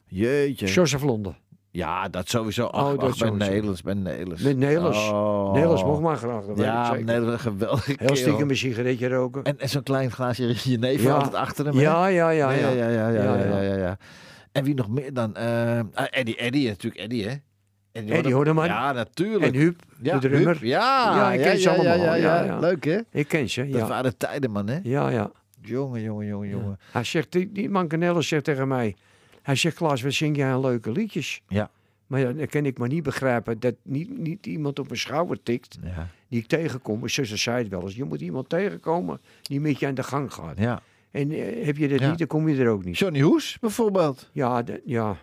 [SPEAKER 2] Jeetje.
[SPEAKER 4] Joseph Londen.
[SPEAKER 2] Ja, dat sowieso. Ach,
[SPEAKER 4] Oh, dat
[SPEAKER 2] ach, bij
[SPEAKER 4] sowieso.
[SPEAKER 2] Nederlands, bij Nederlands.
[SPEAKER 4] Met Nederlands.
[SPEAKER 2] Oh.
[SPEAKER 4] Nederlands mocht maar graag. dat weet ik
[SPEAKER 2] Ja,
[SPEAKER 4] zeker.
[SPEAKER 2] Nederlands, geweldig.
[SPEAKER 4] Heel stiekem een sigaretje roken.
[SPEAKER 2] En, en zo'n klein glaasje jenever
[SPEAKER 4] Ja.
[SPEAKER 2] altijd achter hem. hè?
[SPEAKER 4] Ja, ja, ja,
[SPEAKER 2] Nee,
[SPEAKER 4] ja.
[SPEAKER 2] ja, ja, ja,
[SPEAKER 4] Ja,
[SPEAKER 2] ja, ja,
[SPEAKER 4] ja.
[SPEAKER 2] ja, ja. En wie nog meer dan? Eh, ah, Eddie, Eddie, natuurlijk Eddie, hè?
[SPEAKER 4] Eddie Horneman.
[SPEAKER 2] Ja, natuurlijk.
[SPEAKER 4] En Huub,
[SPEAKER 2] ja,
[SPEAKER 4] de drummer.
[SPEAKER 2] Huub, ja,
[SPEAKER 4] ja, ik
[SPEAKER 2] ja,
[SPEAKER 4] ken ze
[SPEAKER 2] ja,
[SPEAKER 4] allemaal.
[SPEAKER 2] Ja, ja, ja.
[SPEAKER 4] ja.
[SPEAKER 2] Leuk, hè?
[SPEAKER 4] Ik ken ze,
[SPEAKER 2] Dat
[SPEAKER 4] ja.
[SPEAKER 2] waren tijden, man, hè?
[SPEAKER 4] Ja, ja.
[SPEAKER 2] Jongen, jongen, jongen, jongen.
[SPEAKER 4] Hij zegt, die, die Mancanello zegt tegen mij... Hij zegt, Klaas, wat zing jij aan leuke liedjes?
[SPEAKER 2] Ja.
[SPEAKER 4] Maar ja, dan kan ik maar niet begrijpen dat niet, niet iemand op mijn schouder tikt...
[SPEAKER 2] Ja.
[SPEAKER 4] die ik tegenkom. Mijn zuster zei het wel eens. Je moet iemand tegenkomen die met je aan de gang gaat.
[SPEAKER 2] ja.
[SPEAKER 4] En eh, heb je dat
[SPEAKER 2] Ja.
[SPEAKER 4] niet, dan kom je er ook niet.
[SPEAKER 2] Johnny Hoes, bijvoorbeeld.
[SPEAKER 4] Ja, dat- ja.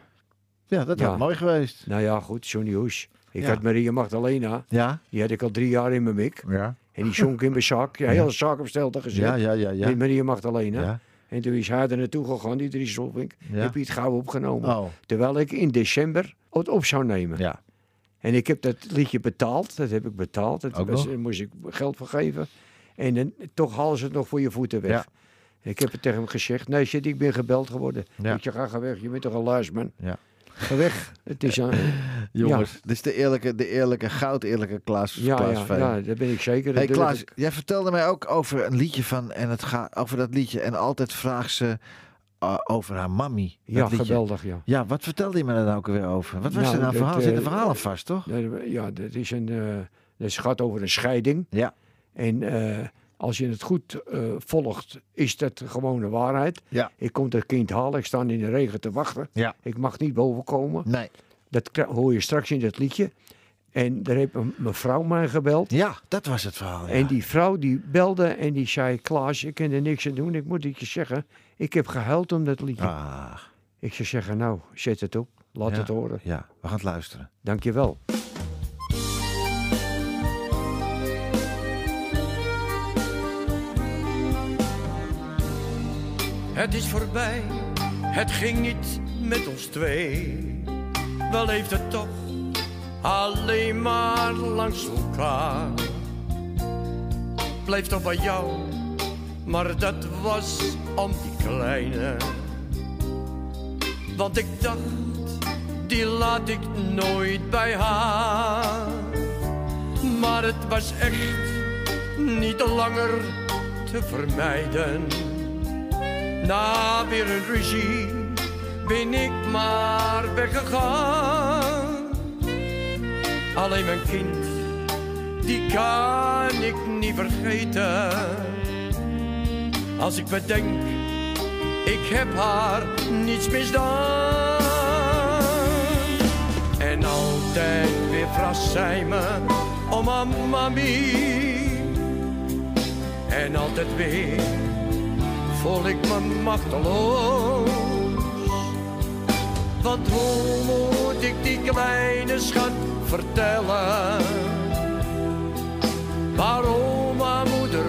[SPEAKER 2] Ja, dat
[SPEAKER 4] Ja.
[SPEAKER 2] had mooi geweest.
[SPEAKER 4] nou ja, goed, Johnny Hoes. Ik
[SPEAKER 2] Ja.
[SPEAKER 4] had Maria Magdalena.
[SPEAKER 2] Ja.
[SPEAKER 4] Die had ik al drie jaar in mijn mik.
[SPEAKER 2] Ja.
[SPEAKER 4] En die zonk in mijn zak. Ja, hele zak op stelte gezet.
[SPEAKER 2] Ja, ja, ja, ja.
[SPEAKER 4] Met Maria Magdalena.
[SPEAKER 2] Ja.
[SPEAKER 4] En toen is hij er naartoe gegaan, die drie Solvink.
[SPEAKER 2] Ja.
[SPEAKER 4] Heb je het gauw opgenomen.
[SPEAKER 2] Oh.
[SPEAKER 4] Terwijl ik in december het op zou nemen.
[SPEAKER 2] Ja.
[SPEAKER 4] En ik heb dat liedje betaald. Dat heb ik betaald. Dat
[SPEAKER 2] Ook
[SPEAKER 4] was-
[SPEAKER 2] nog?
[SPEAKER 4] daar moest ik geld voor geven. En dan, toch halen ze het nog voor je voeten weg.
[SPEAKER 2] Ja.
[SPEAKER 4] Ik heb het tegen hem gezegd. Nee, shit, ik ben gebeld geworden.
[SPEAKER 2] Ja.
[SPEAKER 4] Ik zeg, ga, ga weg. Je bent toch een luisman.
[SPEAKER 2] Ja.
[SPEAKER 4] Ga weg. Het is aan...
[SPEAKER 2] Jongens, dit is de eerlijke, de eerlijke, goud eerlijke Klaas,
[SPEAKER 4] Ja, ja,
[SPEAKER 2] Klaas
[SPEAKER 4] ja,
[SPEAKER 2] Veen.
[SPEAKER 4] ja, dat ben ik zeker.
[SPEAKER 2] Hey
[SPEAKER 4] Dat durf
[SPEAKER 2] Klaas,
[SPEAKER 4] ik.
[SPEAKER 2] jij vertelde mij ook over een liedje van en het gaat over dat liedje en altijd vraagt ze eh, over haar mammy. dat
[SPEAKER 4] Ja,
[SPEAKER 2] liedje.
[SPEAKER 4] geweldig, ja.
[SPEAKER 2] Ja, wat vertelde je me daar nou ook weer over? Wat was
[SPEAKER 4] Nou,
[SPEAKER 2] er nou
[SPEAKER 4] dat,
[SPEAKER 2] verhaal? Zit
[SPEAKER 4] eh,
[SPEAKER 2] een verhaal aan vast, toch?
[SPEAKER 4] Nee, Ja, dat is een. eh dat gaat over een scheiding.
[SPEAKER 2] Ja,
[SPEAKER 4] En eh, als je het goed eh, volgt, is dat gewoon de waarheid.
[SPEAKER 2] ja,
[SPEAKER 4] Ik kom dat kind halen, ik sta in de regen te wachten.
[SPEAKER 2] ja.
[SPEAKER 4] Ik mag niet boven komen.
[SPEAKER 2] Nee.
[SPEAKER 4] Dat kra- hoor je straks in dat liedje. En daar heeft een- mijn vrouw mij gebeld.
[SPEAKER 2] Ja, dat was het verhaal. ja.
[SPEAKER 4] En die vrouw die belde en die zei: Klaas, ik kan er niks aan doen. Ik moet het je zeggen. Ik heb gehuild om dat liedje.
[SPEAKER 2] Ah,
[SPEAKER 4] Ik zou zeggen: Nou, zet het op. Laat
[SPEAKER 2] ja,
[SPEAKER 4] het horen.
[SPEAKER 2] Ja, we gaan het luisteren.
[SPEAKER 4] Dank je wel.
[SPEAKER 3] Het is voorbij, het ging niet met ons twee. We leefden toch alleen maar langs elkaar. Bleef toch bij jou, maar dat was om die kleine. Want ik dacht die laat ik nooit bij haar. Maar het was echt niet langer te vermijden. Na weer een ruzie ben ik maar weggegaan. Alleen mijn kind, die kan ik niet vergeten. Als ik bedenk, ik heb haar niets misdaan. En altijd weer vras zij me oh, om haar mamie. En altijd weer voel ik me machteloos. Want hoe moet ik die kleine schat vertellen? Waarom haar moeder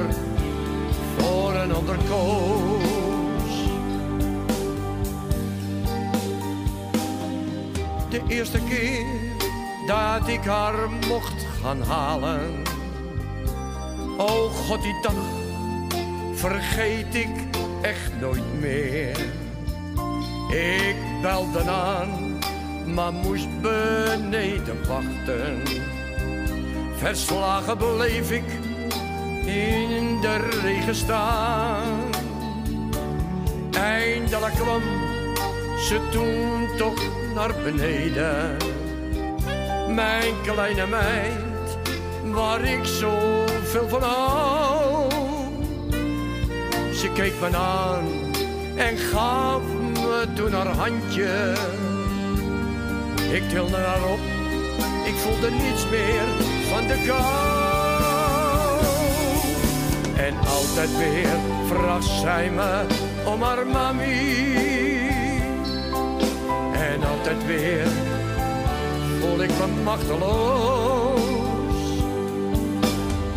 [SPEAKER 3] voor een ander koos? De eerste keer dat ik haar mocht gaan halen. O God, die dag vergeet ik echt nooit meer. Ik belde aan, maar moest beneden wachten. Verslagen bleef ik in de regen staan. Eindelijk kwam ze toen toch naar beneden. Mijn kleine meid, waar ik zoveel van hou. Ze keek me aan en gaf me toen haar handje. Ik tilde haar op, ik voelde niets meer van de kou. En altijd weer vraagt zij me om haar mami. En altijd weer voel ik me machteloos.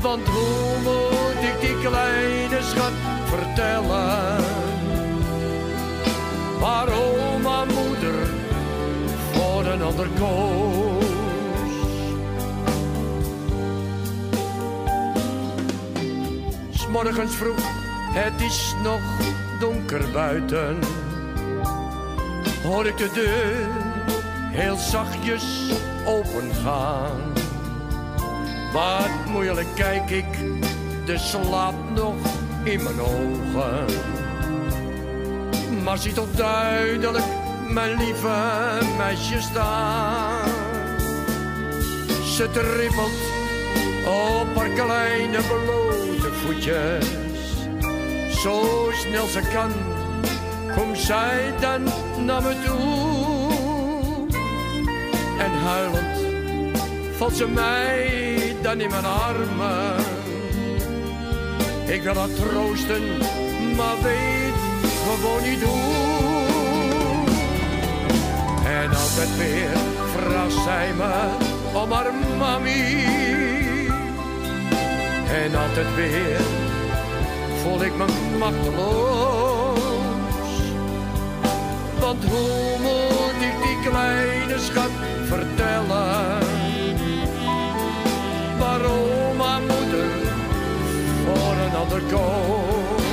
[SPEAKER 3] Want hoe moet ik die kleine schat vertellen? Waarom haar moeder voor een ander koos? S morgens vroeg, het is nog donker buiten. Hoor ik de deur heel zachtjes opengaan. Wat moeilijk kijk ik de slaap nog in mijn ogen. Maar zie toch duidelijk mijn lieve meisje staan. Ze trippelt op haar kleine blote voetjes. Zo snel ze kan, komt zij dan naar me toe. En huilend valt ze mij dan in mijn armen. Ik wil haar troosten, maar weet gewoon niet hoe. En altijd weer vraagt zij me om haar mami. En altijd weer voel ik me machteloos. Want hoe moet ik die kleine schat vertellen? Waarom haar moeder voor een ander koos?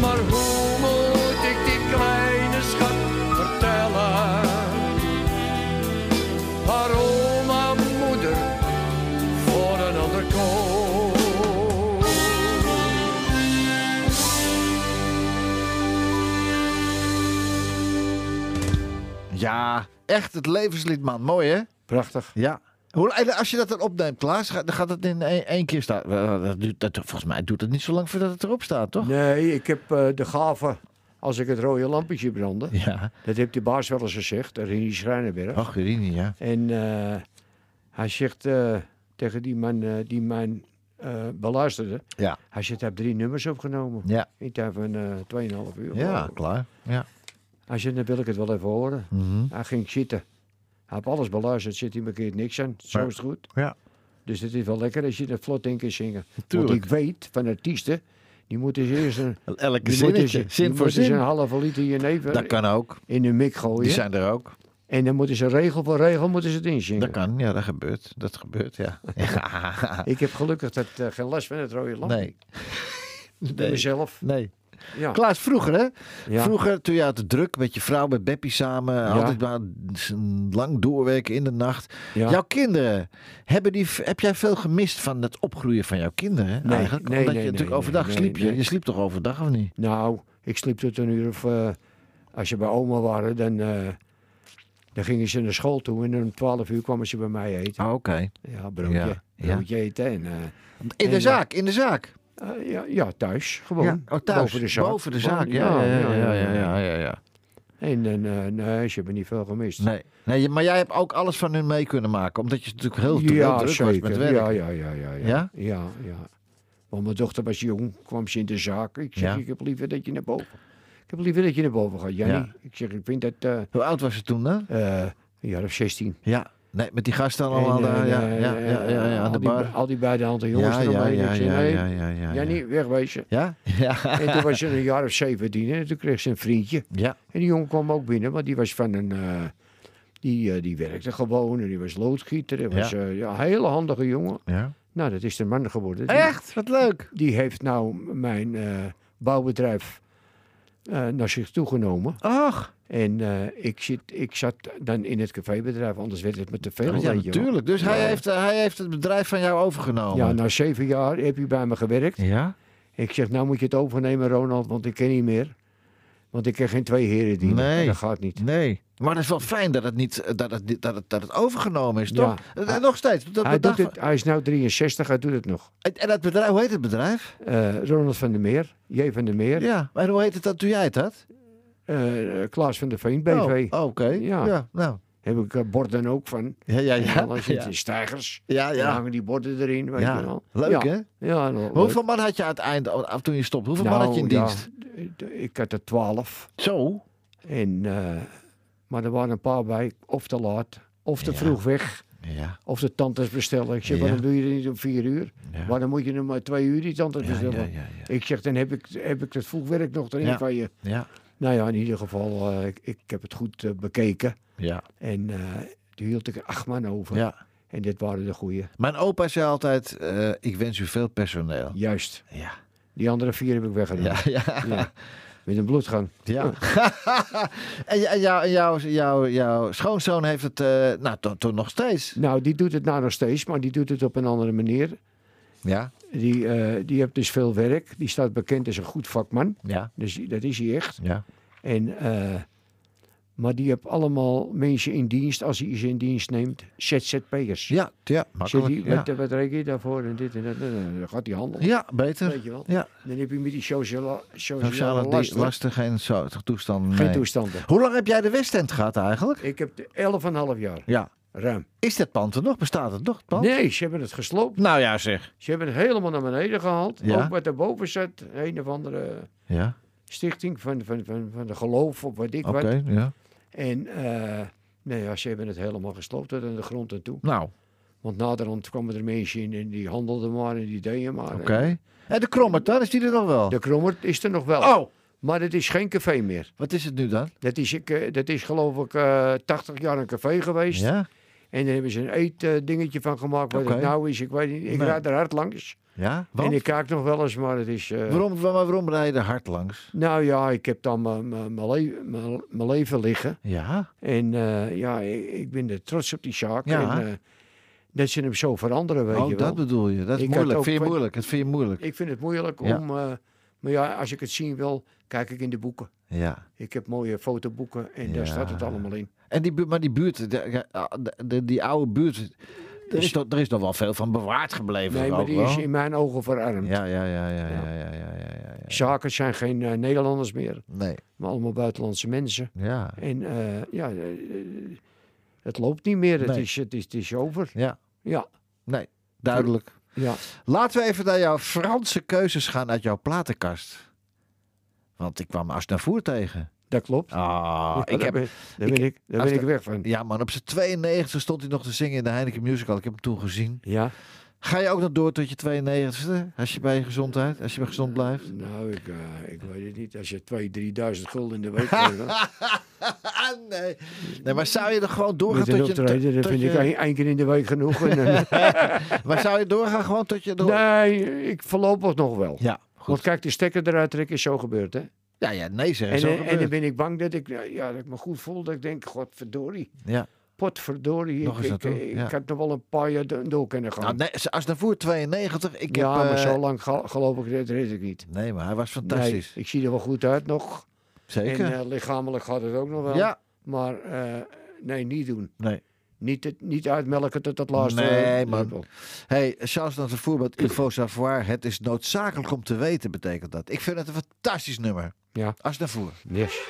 [SPEAKER 3] Maar hoe moet ik die kleine schat vertellen? Waarom haar moeder voor een ander koos?
[SPEAKER 2] Ja, echt het levenslied, man. Mooi, hè?
[SPEAKER 4] Prachtig.
[SPEAKER 2] Ja. Hoe, en als je dat dan opneemt, Klaas, ga- dan gaat het in één, één keer staan. Eh, dat duurt- dat- volgens mij duurt het niet zo lang voordat het erop staat, toch?
[SPEAKER 4] Nee, ik heb eh, de gave als ik het rode lampetje brandde.
[SPEAKER 2] Ja.
[SPEAKER 4] Dat heeft die baas wel eens gezegd, Rini Schrijnenberg.
[SPEAKER 2] Ach, Rini, ja.
[SPEAKER 4] En eh, hij zegt eh, tegen die man eh, die mij eh, beluisterde.
[SPEAKER 2] Ja.
[SPEAKER 4] Hij zegt, hij heeft drie nummers opgenomen.
[SPEAKER 2] Ja.
[SPEAKER 4] In tijd van eh 2,5 uur.
[SPEAKER 2] Ja, klaar. Ja. Mhm.
[SPEAKER 4] Hij zegt, dan wil ik het wel even horen. Hij ging zitten. Hij heeft alles beluisterd, zit hij markeert niks aan. Zo
[SPEAKER 2] Maar-
[SPEAKER 4] is het goed.
[SPEAKER 2] Ja.
[SPEAKER 4] Dus het is wel lekker als je dat vlot in kunt zingen.
[SPEAKER 2] Tuurlijk.
[SPEAKER 4] Want ik weet van artiesten, die moeten ze eerst een...
[SPEAKER 2] Elke
[SPEAKER 4] die moeten
[SPEAKER 2] zinnetje,
[SPEAKER 4] ze-
[SPEAKER 2] zin
[SPEAKER 4] die
[SPEAKER 2] voor
[SPEAKER 4] moeten ze
[SPEAKER 2] zin.
[SPEAKER 4] een halve liter jenever
[SPEAKER 2] Dat kan ook.
[SPEAKER 4] in de mik gooien.
[SPEAKER 2] Die zijn er ook.
[SPEAKER 4] En dan moeten ze regel voor regel moeten ze het inzingen.
[SPEAKER 2] Dat kan, ja, dat gebeurt. Dat gebeurt, ja. ja.
[SPEAKER 4] Ik heb gelukkig dat, eh, geen last van het rode lamp.
[SPEAKER 2] Nee.
[SPEAKER 4] Bij mezelf.
[SPEAKER 2] Nee.
[SPEAKER 4] Ja.
[SPEAKER 2] Klaas, vroeger hè?
[SPEAKER 4] Ja.
[SPEAKER 2] Vroeger, toen je had de druk met je vrouw, met Beppie samen, altijd maar lang doorwerken in de nacht.
[SPEAKER 4] Ja.
[SPEAKER 2] Jouw kinderen, hebben die, heb jij veel gemist van het opgroeien van jouw kinderen
[SPEAKER 4] Nee,
[SPEAKER 2] eigenlijk?
[SPEAKER 4] nee,
[SPEAKER 2] Omdat
[SPEAKER 4] nee,
[SPEAKER 2] je natuurlijk
[SPEAKER 4] nee,
[SPEAKER 2] overdag
[SPEAKER 4] nee,
[SPEAKER 2] sliep.
[SPEAKER 4] nee.
[SPEAKER 2] Je, je sliep toch overdag of niet?
[SPEAKER 4] Nou, ik sliep tot een uur of... eh, als je bij oma waren, dan, eh, dan gingen ze naar school toe. En om twaalf uur kwamen ze bij mij eten.
[SPEAKER 2] Ah, oké.
[SPEAKER 4] Ja, broodje.
[SPEAKER 2] Ja, ja.
[SPEAKER 4] Broodje eten. En, eh,
[SPEAKER 2] In de
[SPEAKER 4] en,
[SPEAKER 2] zaak, in de zaak.
[SPEAKER 4] eh, eh, ja, ja, thuis. Gewoon.
[SPEAKER 2] Ja, oh, thuis.
[SPEAKER 4] Boven de zaak.
[SPEAKER 2] Boven de zaak,
[SPEAKER 4] Gewoon,
[SPEAKER 2] ja, ja, ja, ja, ja, ja, ja.
[SPEAKER 4] En dan, eh, nee, ze hebben niet veel gemist.
[SPEAKER 2] Nee. nee, je- maar jij hebt ook alles van hun mee kunnen maken. Omdat je natuurlijk heel, heel druk was met werk.
[SPEAKER 4] Ja, ja, ja, ja, ja.
[SPEAKER 2] Ja?
[SPEAKER 4] Ja, ja. Want mijn dochter was jong, kwam ze in de zaak. Ik zeg,
[SPEAKER 2] Ja.
[SPEAKER 4] ik heb liever dat je naar boven. Ik heb liever dat je naar boven gaat, Jannie.
[SPEAKER 2] Ja.
[SPEAKER 4] Ik zeg, ik vind dat... eh
[SPEAKER 2] Hoe oud was ze toen dan?
[SPEAKER 4] een jaar of 16.
[SPEAKER 2] Ja, nee, met die gasten allemaal
[SPEAKER 4] En, eh,
[SPEAKER 2] daar, ja,
[SPEAKER 4] eh,
[SPEAKER 2] ja, ja, ja, ja, aan
[SPEAKER 4] al
[SPEAKER 2] de
[SPEAKER 4] die-
[SPEAKER 2] bar.
[SPEAKER 4] al die beide handen jongens
[SPEAKER 2] Ja, ja,
[SPEAKER 4] eromheen.
[SPEAKER 2] ja,
[SPEAKER 4] Ik zeg,
[SPEAKER 2] ja,
[SPEAKER 4] nee,
[SPEAKER 2] ja, ja, ja,
[SPEAKER 4] Jannie, wegwezen.
[SPEAKER 2] Ja? Ja.
[SPEAKER 4] En toen was ze een jaar of 17 en toen kreeg ze een vriendje.
[SPEAKER 2] Ja.
[SPEAKER 4] En die jongen kwam ook binnen, want die was van een... eh, die, eh, die werkte gewoon en die was loodgieter. Hij
[SPEAKER 2] Ja.
[SPEAKER 4] was eh, ja, een hele handige jongen.
[SPEAKER 2] Ja.
[SPEAKER 4] Nou, dat is de man geworden. Die-
[SPEAKER 2] Echt? Wat leuk.
[SPEAKER 4] Die heeft nou mijn eh, bouwbedrijf eh, naar zich toegenomen.
[SPEAKER 2] Ach.
[SPEAKER 4] En eh, ik, zit, ik zat dan in het cafébedrijf, anders werd het me te veel.
[SPEAKER 2] Ja,
[SPEAKER 4] weet je wel.
[SPEAKER 2] natuurlijk. Dus
[SPEAKER 4] Ja.
[SPEAKER 2] hij, heeft, hij heeft het bedrijf van jou overgenomen.
[SPEAKER 4] Ja, na zeven jaar heb je bij me gewerkt.
[SPEAKER 2] Ja?
[SPEAKER 4] Ik zeg, nou moet je het overnemen, Ronald, want ik ken niet meer. Want ik ken geen twee heren die.
[SPEAKER 2] Nee.
[SPEAKER 4] Dat gaat niet.
[SPEAKER 2] Nee. Maar dat is wel fijn dat het, niet, eh, dat het, dat het, dat het overgenomen is,
[SPEAKER 4] Ja.
[SPEAKER 2] toch? Eh, Nog steeds. Dat
[SPEAKER 4] hij,
[SPEAKER 2] bedrag-
[SPEAKER 4] doet het, hij is nou 63, hij doet het nog.
[SPEAKER 2] En dat bedrijf, hoe heet het bedrijf?
[SPEAKER 4] Eh, Ronald van der Meer, J. van der Meer,
[SPEAKER 2] Ja, maar hoe heet het dat toen jij het had?
[SPEAKER 4] eh, Klaas van der Veen, BV.
[SPEAKER 2] Oh, oké.
[SPEAKER 4] Ja.
[SPEAKER 2] ja, nou.
[SPEAKER 4] Heb ik eh, borden ook van.
[SPEAKER 2] Ja, ja,
[SPEAKER 4] En
[SPEAKER 2] ja.
[SPEAKER 4] dan als je het
[SPEAKER 2] Ja.
[SPEAKER 4] in stijgers,
[SPEAKER 2] Ja, ja.
[SPEAKER 4] dan hangen die borden erin. Weet
[SPEAKER 2] Ja,
[SPEAKER 4] je wel.
[SPEAKER 2] leuk,
[SPEAKER 4] ja.
[SPEAKER 2] hè?
[SPEAKER 4] Ja, nou, leuk.
[SPEAKER 2] Hoeveel man had je aan het eind, oh, af toen je stopte? Hoeveel man had je in
[SPEAKER 4] Nou, ja,
[SPEAKER 2] dienst?
[SPEAKER 4] d- d- ik had er twaalf.
[SPEAKER 2] Zo?
[SPEAKER 4] En, eh, maar er waren een paar bij, of te laat, of te
[SPEAKER 2] Ja.
[SPEAKER 4] vroeg weg.
[SPEAKER 2] Ja.
[SPEAKER 4] Of de tandarts bestellen. Ik zeg,
[SPEAKER 2] Ja.
[SPEAKER 4] waarom doe je het niet om vier uur?
[SPEAKER 2] Ja.
[SPEAKER 4] Waarom moet je nou maar twee uur die tandarts
[SPEAKER 2] Ja,
[SPEAKER 4] bestellen?
[SPEAKER 2] ja, ja,
[SPEAKER 4] Ik zeg, dan heb ik, heb ik het vroegwerk nog erin
[SPEAKER 2] Ja.
[SPEAKER 4] van je.
[SPEAKER 2] Ja.
[SPEAKER 4] Nou ja, in ieder geval, eh, ik, ik heb het goed eh, bekeken.
[SPEAKER 2] Ja.
[SPEAKER 4] En eh toen hield ik er acht man over.
[SPEAKER 2] Ja.
[SPEAKER 4] En dit waren de goeie.
[SPEAKER 2] Mijn opa zei altijd, eh, ik wens u veel personeel.
[SPEAKER 4] Juist.
[SPEAKER 2] Ja.
[SPEAKER 4] Die andere vier heb ik weggedaan.
[SPEAKER 2] Ja, ja.
[SPEAKER 4] Met een bloedgang.
[SPEAKER 2] Ja. en jou- en jouw jouw jouw jouw schoonzoon heeft het, eh, nou, to- toch nog steeds.
[SPEAKER 4] Nou, die doet het nou nog steeds, maar die doet het op een andere manier.
[SPEAKER 2] Ja,
[SPEAKER 4] Die, eh, die heeft dus veel werk. Die staat bekend als een goed vakman.
[SPEAKER 2] ja,
[SPEAKER 4] Dus die- dat is hij echt.
[SPEAKER 2] ja.
[SPEAKER 4] En, eh, maar die heeft allemaal mensen in dienst, als hij ze in dienst neemt, ZZP'ers.
[SPEAKER 2] Ja, ja,
[SPEAKER 4] Zegt hij,
[SPEAKER 2] makkelijk. Ja,
[SPEAKER 4] wat, wat reken je daarvoor en dit en dat. en Dan gaat hij handelen.
[SPEAKER 2] ja beter.
[SPEAKER 4] Weet je wel.
[SPEAKER 2] Ja.
[SPEAKER 4] Dan heb je met die sociale,
[SPEAKER 2] Sociale
[SPEAKER 4] sociale
[SPEAKER 2] di-
[SPEAKER 4] lasten
[SPEAKER 2] lasten, geen zo- toestanden.
[SPEAKER 4] geen
[SPEAKER 2] nee.
[SPEAKER 4] toestanden.
[SPEAKER 2] Hoe lang heb jij de Westend gehad eigenlijk?
[SPEAKER 4] Ik heb de 11,5 jaar.
[SPEAKER 2] Ja.
[SPEAKER 4] Ruim.
[SPEAKER 2] Is dat pand er nog? Bestaat het nog, het pand?
[SPEAKER 4] Nee, ze hebben het gesloopt.
[SPEAKER 2] Nou ja, zeg.
[SPEAKER 4] Ze hebben het helemaal naar beneden gehaald.
[SPEAKER 2] Ja.
[SPEAKER 4] Ook wat erboven zat, een of andere
[SPEAKER 2] Ja,
[SPEAKER 4] stichting van, van, van, van de geloof of wat ik
[SPEAKER 2] oké.
[SPEAKER 4] wat.
[SPEAKER 2] ja.
[SPEAKER 4] En eh nee, ja, ze hebben het helemaal gesloopt tot aan de grond en toe.
[SPEAKER 2] Nou,
[SPEAKER 4] Want naderhand kwamen er mensen in en die handelden maar en die deden maar.
[SPEAKER 2] oké. En de Krommert dan, is die er nog wel?
[SPEAKER 4] De krommert is er nog wel.
[SPEAKER 2] Oh,
[SPEAKER 4] Maar het is geen café meer.
[SPEAKER 2] wat is het nu dan?
[SPEAKER 4] Dat is, ik, eh, dat is geloof ik eh 80 jaar een café geweest.
[SPEAKER 2] Ja,
[SPEAKER 4] En daar hebben ze een eetdingetje van gemaakt. Wat
[SPEAKER 2] Oké.
[SPEAKER 4] het nou is, ik weet niet. Ik
[SPEAKER 2] Nee.
[SPEAKER 4] rijd er hard langs.
[SPEAKER 2] ja. Want?
[SPEAKER 4] En ik kijk nog wel eens, maar het is... eh,
[SPEAKER 2] waarom, waar- waarom rij je er hard langs?
[SPEAKER 4] Nou ja, ik heb dan mijn- mijn- mijn le- mijn- mijn leven liggen.
[SPEAKER 2] Ja,
[SPEAKER 4] En eh, ja, ik, ik ben er trots op die zaak.
[SPEAKER 2] Ja.
[SPEAKER 4] En, eh, dat ze hem zo veranderen, weet
[SPEAKER 2] oh,
[SPEAKER 4] je
[SPEAKER 2] dat
[SPEAKER 4] wel.
[SPEAKER 2] bedoel je. Dat is
[SPEAKER 4] Ik had
[SPEAKER 2] moeilijk.
[SPEAKER 4] ook
[SPEAKER 2] Vind je
[SPEAKER 4] van-
[SPEAKER 2] moeilijk? Dat vind je moeilijk.
[SPEAKER 4] Ik vind het moeilijk
[SPEAKER 2] Ja.
[SPEAKER 4] om... eh, maar ja, als ik het zien wil, kijk ik in de boeken.
[SPEAKER 2] Ja.
[SPEAKER 4] Ik heb mooie fotoboeken en daar
[SPEAKER 2] Ja.
[SPEAKER 4] staat het allemaal in.
[SPEAKER 2] En die, bu- maar die buurt, de- ah, de- de- die oude buurt, er is, toch, er is nog wel veel van bewaard gebleven.
[SPEAKER 4] Nee,
[SPEAKER 2] ook
[SPEAKER 4] maar die
[SPEAKER 2] wel.
[SPEAKER 4] is in mijn ogen verarmd.
[SPEAKER 2] Ja, ja, ja, ja, ja, ja, ja, ja, ja, ja.
[SPEAKER 4] Zaken zijn geen eh, Nederlanders meer,
[SPEAKER 2] Nee,
[SPEAKER 4] maar allemaal buitenlandse mensen.
[SPEAKER 2] ja.
[SPEAKER 4] En eh, ja, eh, eh, het loopt niet meer. Het,
[SPEAKER 2] Nee.
[SPEAKER 4] is, het, is, het is over.
[SPEAKER 2] Ja,
[SPEAKER 4] Ja,
[SPEAKER 2] nee, duidelijk.
[SPEAKER 4] ja.
[SPEAKER 2] Laten we even naar jouw Franse keuzes gaan uit jouw platenkast. Want ik kwam Asnavoer tegen.
[SPEAKER 4] dat klopt.
[SPEAKER 2] Ah,
[SPEAKER 4] Ja,
[SPEAKER 2] ik
[SPEAKER 4] daar
[SPEAKER 2] heb...
[SPEAKER 4] ben, daar ben, ik, daar
[SPEAKER 2] als
[SPEAKER 4] ben ik
[SPEAKER 2] de-
[SPEAKER 4] weg van.
[SPEAKER 2] Ja man, op zijn 92 stond hij nog te zingen in de Heineken Musical. Ik heb hem toen gezien.
[SPEAKER 4] Ja,
[SPEAKER 2] Ga je ook nog door tot je 92ste? Als je bij je gezondheid, als je gezond blijft?
[SPEAKER 4] nou, ik, eh, ik weet het niet. Als je 2.000, 3.000 gulden in de week krijgt, hè,
[SPEAKER 2] Ah, nee. nee, maar zou je er gewoon doorgaan
[SPEAKER 4] met een
[SPEAKER 2] tot je...
[SPEAKER 4] optreden, dan
[SPEAKER 2] tot
[SPEAKER 4] vind
[SPEAKER 2] je-
[SPEAKER 4] ik één, één keer in de week genoeg. En, eh,
[SPEAKER 2] maar zou je doorgaan gewoon tot je... door-
[SPEAKER 4] nee, ik voorlopig nog wel.
[SPEAKER 2] Ja,
[SPEAKER 4] Want kijk, die stekker eruit trekken is zo gebeurd, hè?
[SPEAKER 2] Ja, ja, nee zeg.
[SPEAKER 4] En,
[SPEAKER 2] zo
[SPEAKER 4] eh, en dan
[SPEAKER 2] gebeurt.
[SPEAKER 4] ben ik bang dat ik, eh, ja, dat ik me goed voel. Dat ik denk, godverdorie.
[SPEAKER 2] Ja.
[SPEAKER 4] Potverdorie.
[SPEAKER 2] Nog
[SPEAKER 4] ik,
[SPEAKER 2] eens
[SPEAKER 4] ik,
[SPEAKER 2] naartoe,
[SPEAKER 4] ik
[SPEAKER 2] ja.
[SPEAKER 4] had nog wel een paar jaar do- door kunnen gaan.
[SPEAKER 2] Nou, nee, als daarvoor 92, ik
[SPEAKER 4] ja,
[SPEAKER 2] heb...
[SPEAKER 4] maar
[SPEAKER 2] eh,
[SPEAKER 4] zo lang ga- geloof ik, dat red ik niet.
[SPEAKER 2] Nee, maar hij was fantastisch.
[SPEAKER 4] Nee, ik zie er wel goed uit nog.
[SPEAKER 2] Zeker.
[SPEAKER 4] En eh, lichamelijk gaat het ook nog wel.
[SPEAKER 2] Ja.
[SPEAKER 4] Maar eh, nee, niet doen.
[SPEAKER 2] Nee.
[SPEAKER 4] Niet, het, niet uitmelken tot het laatste.
[SPEAKER 2] Nee,
[SPEAKER 4] eh,
[SPEAKER 2] man.
[SPEAKER 4] druppel.
[SPEAKER 2] hey, Charles dan een voorbeeld. Info savoir. Het is noodzakelijk om te weten, betekent dat. Ik vind het een fantastisch nummer.
[SPEAKER 4] Ja.
[SPEAKER 2] Als daarvoor.
[SPEAKER 4] Yes.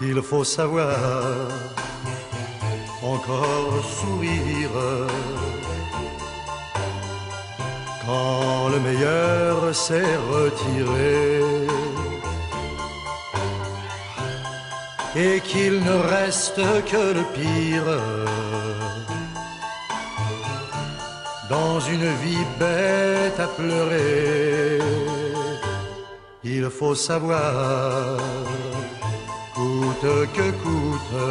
[SPEAKER 15] Il faut savoir encore sourire quand le meilleur s'est retiré et qu'il ne reste que le pire dans une vie bête à pleurer. Il faut savoir coûte que coûte,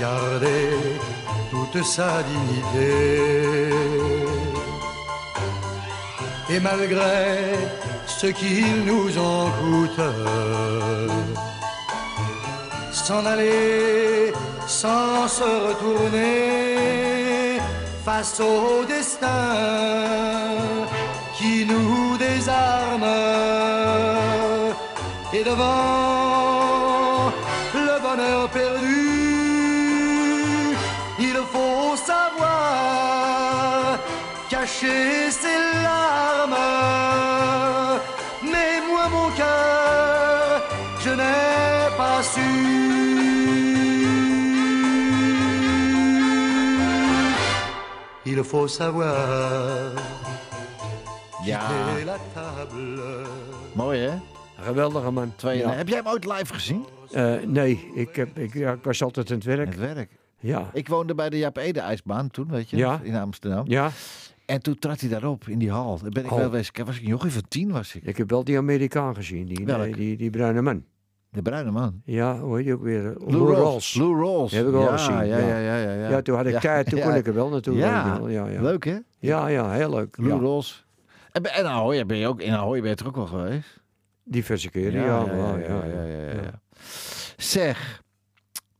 [SPEAKER 15] garder toute sa dignité. Et malgré ce qu'il nous en coûte, s'en aller sans se retourner face au destin qui nous désarme et devant le bonheur perdu, il faut savoir cacher ses larmes. Mais moi, mon cœur, je n'ai pas su. Il faut savoir quitter la table.
[SPEAKER 2] Mooi, hè?
[SPEAKER 4] Geweldige man.
[SPEAKER 2] Twee,
[SPEAKER 4] Ja.
[SPEAKER 2] Heb jij hem ooit live gezien?
[SPEAKER 4] Eh, nee, ik, heb, ik, ja, ik was altijd aan het werk.
[SPEAKER 2] Het werk.
[SPEAKER 4] Ja.
[SPEAKER 2] Ik woonde bij de Jaap Ede-ijsbaan toen, weet je,
[SPEAKER 4] Ja.
[SPEAKER 2] in Amsterdam.
[SPEAKER 4] Ja.
[SPEAKER 2] En toen trad hij daarop in die hal. Daar ben ik
[SPEAKER 4] Hal.
[SPEAKER 2] wel eens, was ik een jochie van tien was ik.
[SPEAKER 4] Ik heb wel die Amerikaan gezien, die,
[SPEAKER 2] Welk?
[SPEAKER 4] die, die, bruine man.
[SPEAKER 2] De bruine man.
[SPEAKER 4] Ja, hoe heet je ook weer? Lou, Rawls.
[SPEAKER 2] Lou Rawls.
[SPEAKER 4] Die heb ik wel
[SPEAKER 2] ja,
[SPEAKER 4] gezien.
[SPEAKER 2] Ja, ja, ja, ja, ja.
[SPEAKER 4] Ja, toen had ik
[SPEAKER 2] Ja,
[SPEAKER 4] tijd, toen
[SPEAKER 2] ja.
[SPEAKER 4] kon ik er wel naartoe. weet
[SPEAKER 2] Ja.
[SPEAKER 4] je wel. ja, ja.
[SPEAKER 2] leuk hè?
[SPEAKER 4] Ja, ja, heel leuk.
[SPEAKER 2] Lou
[SPEAKER 4] ja.
[SPEAKER 2] Rawls. En, bij- en Ahoy ben je ook, in Ahoy ben je toch ook wel geweest?
[SPEAKER 4] Diverse keren, ja.
[SPEAKER 2] ja,
[SPEAKER 4] wel,
[SPEAKER 2] ja, ja, ja, ja. Zeg,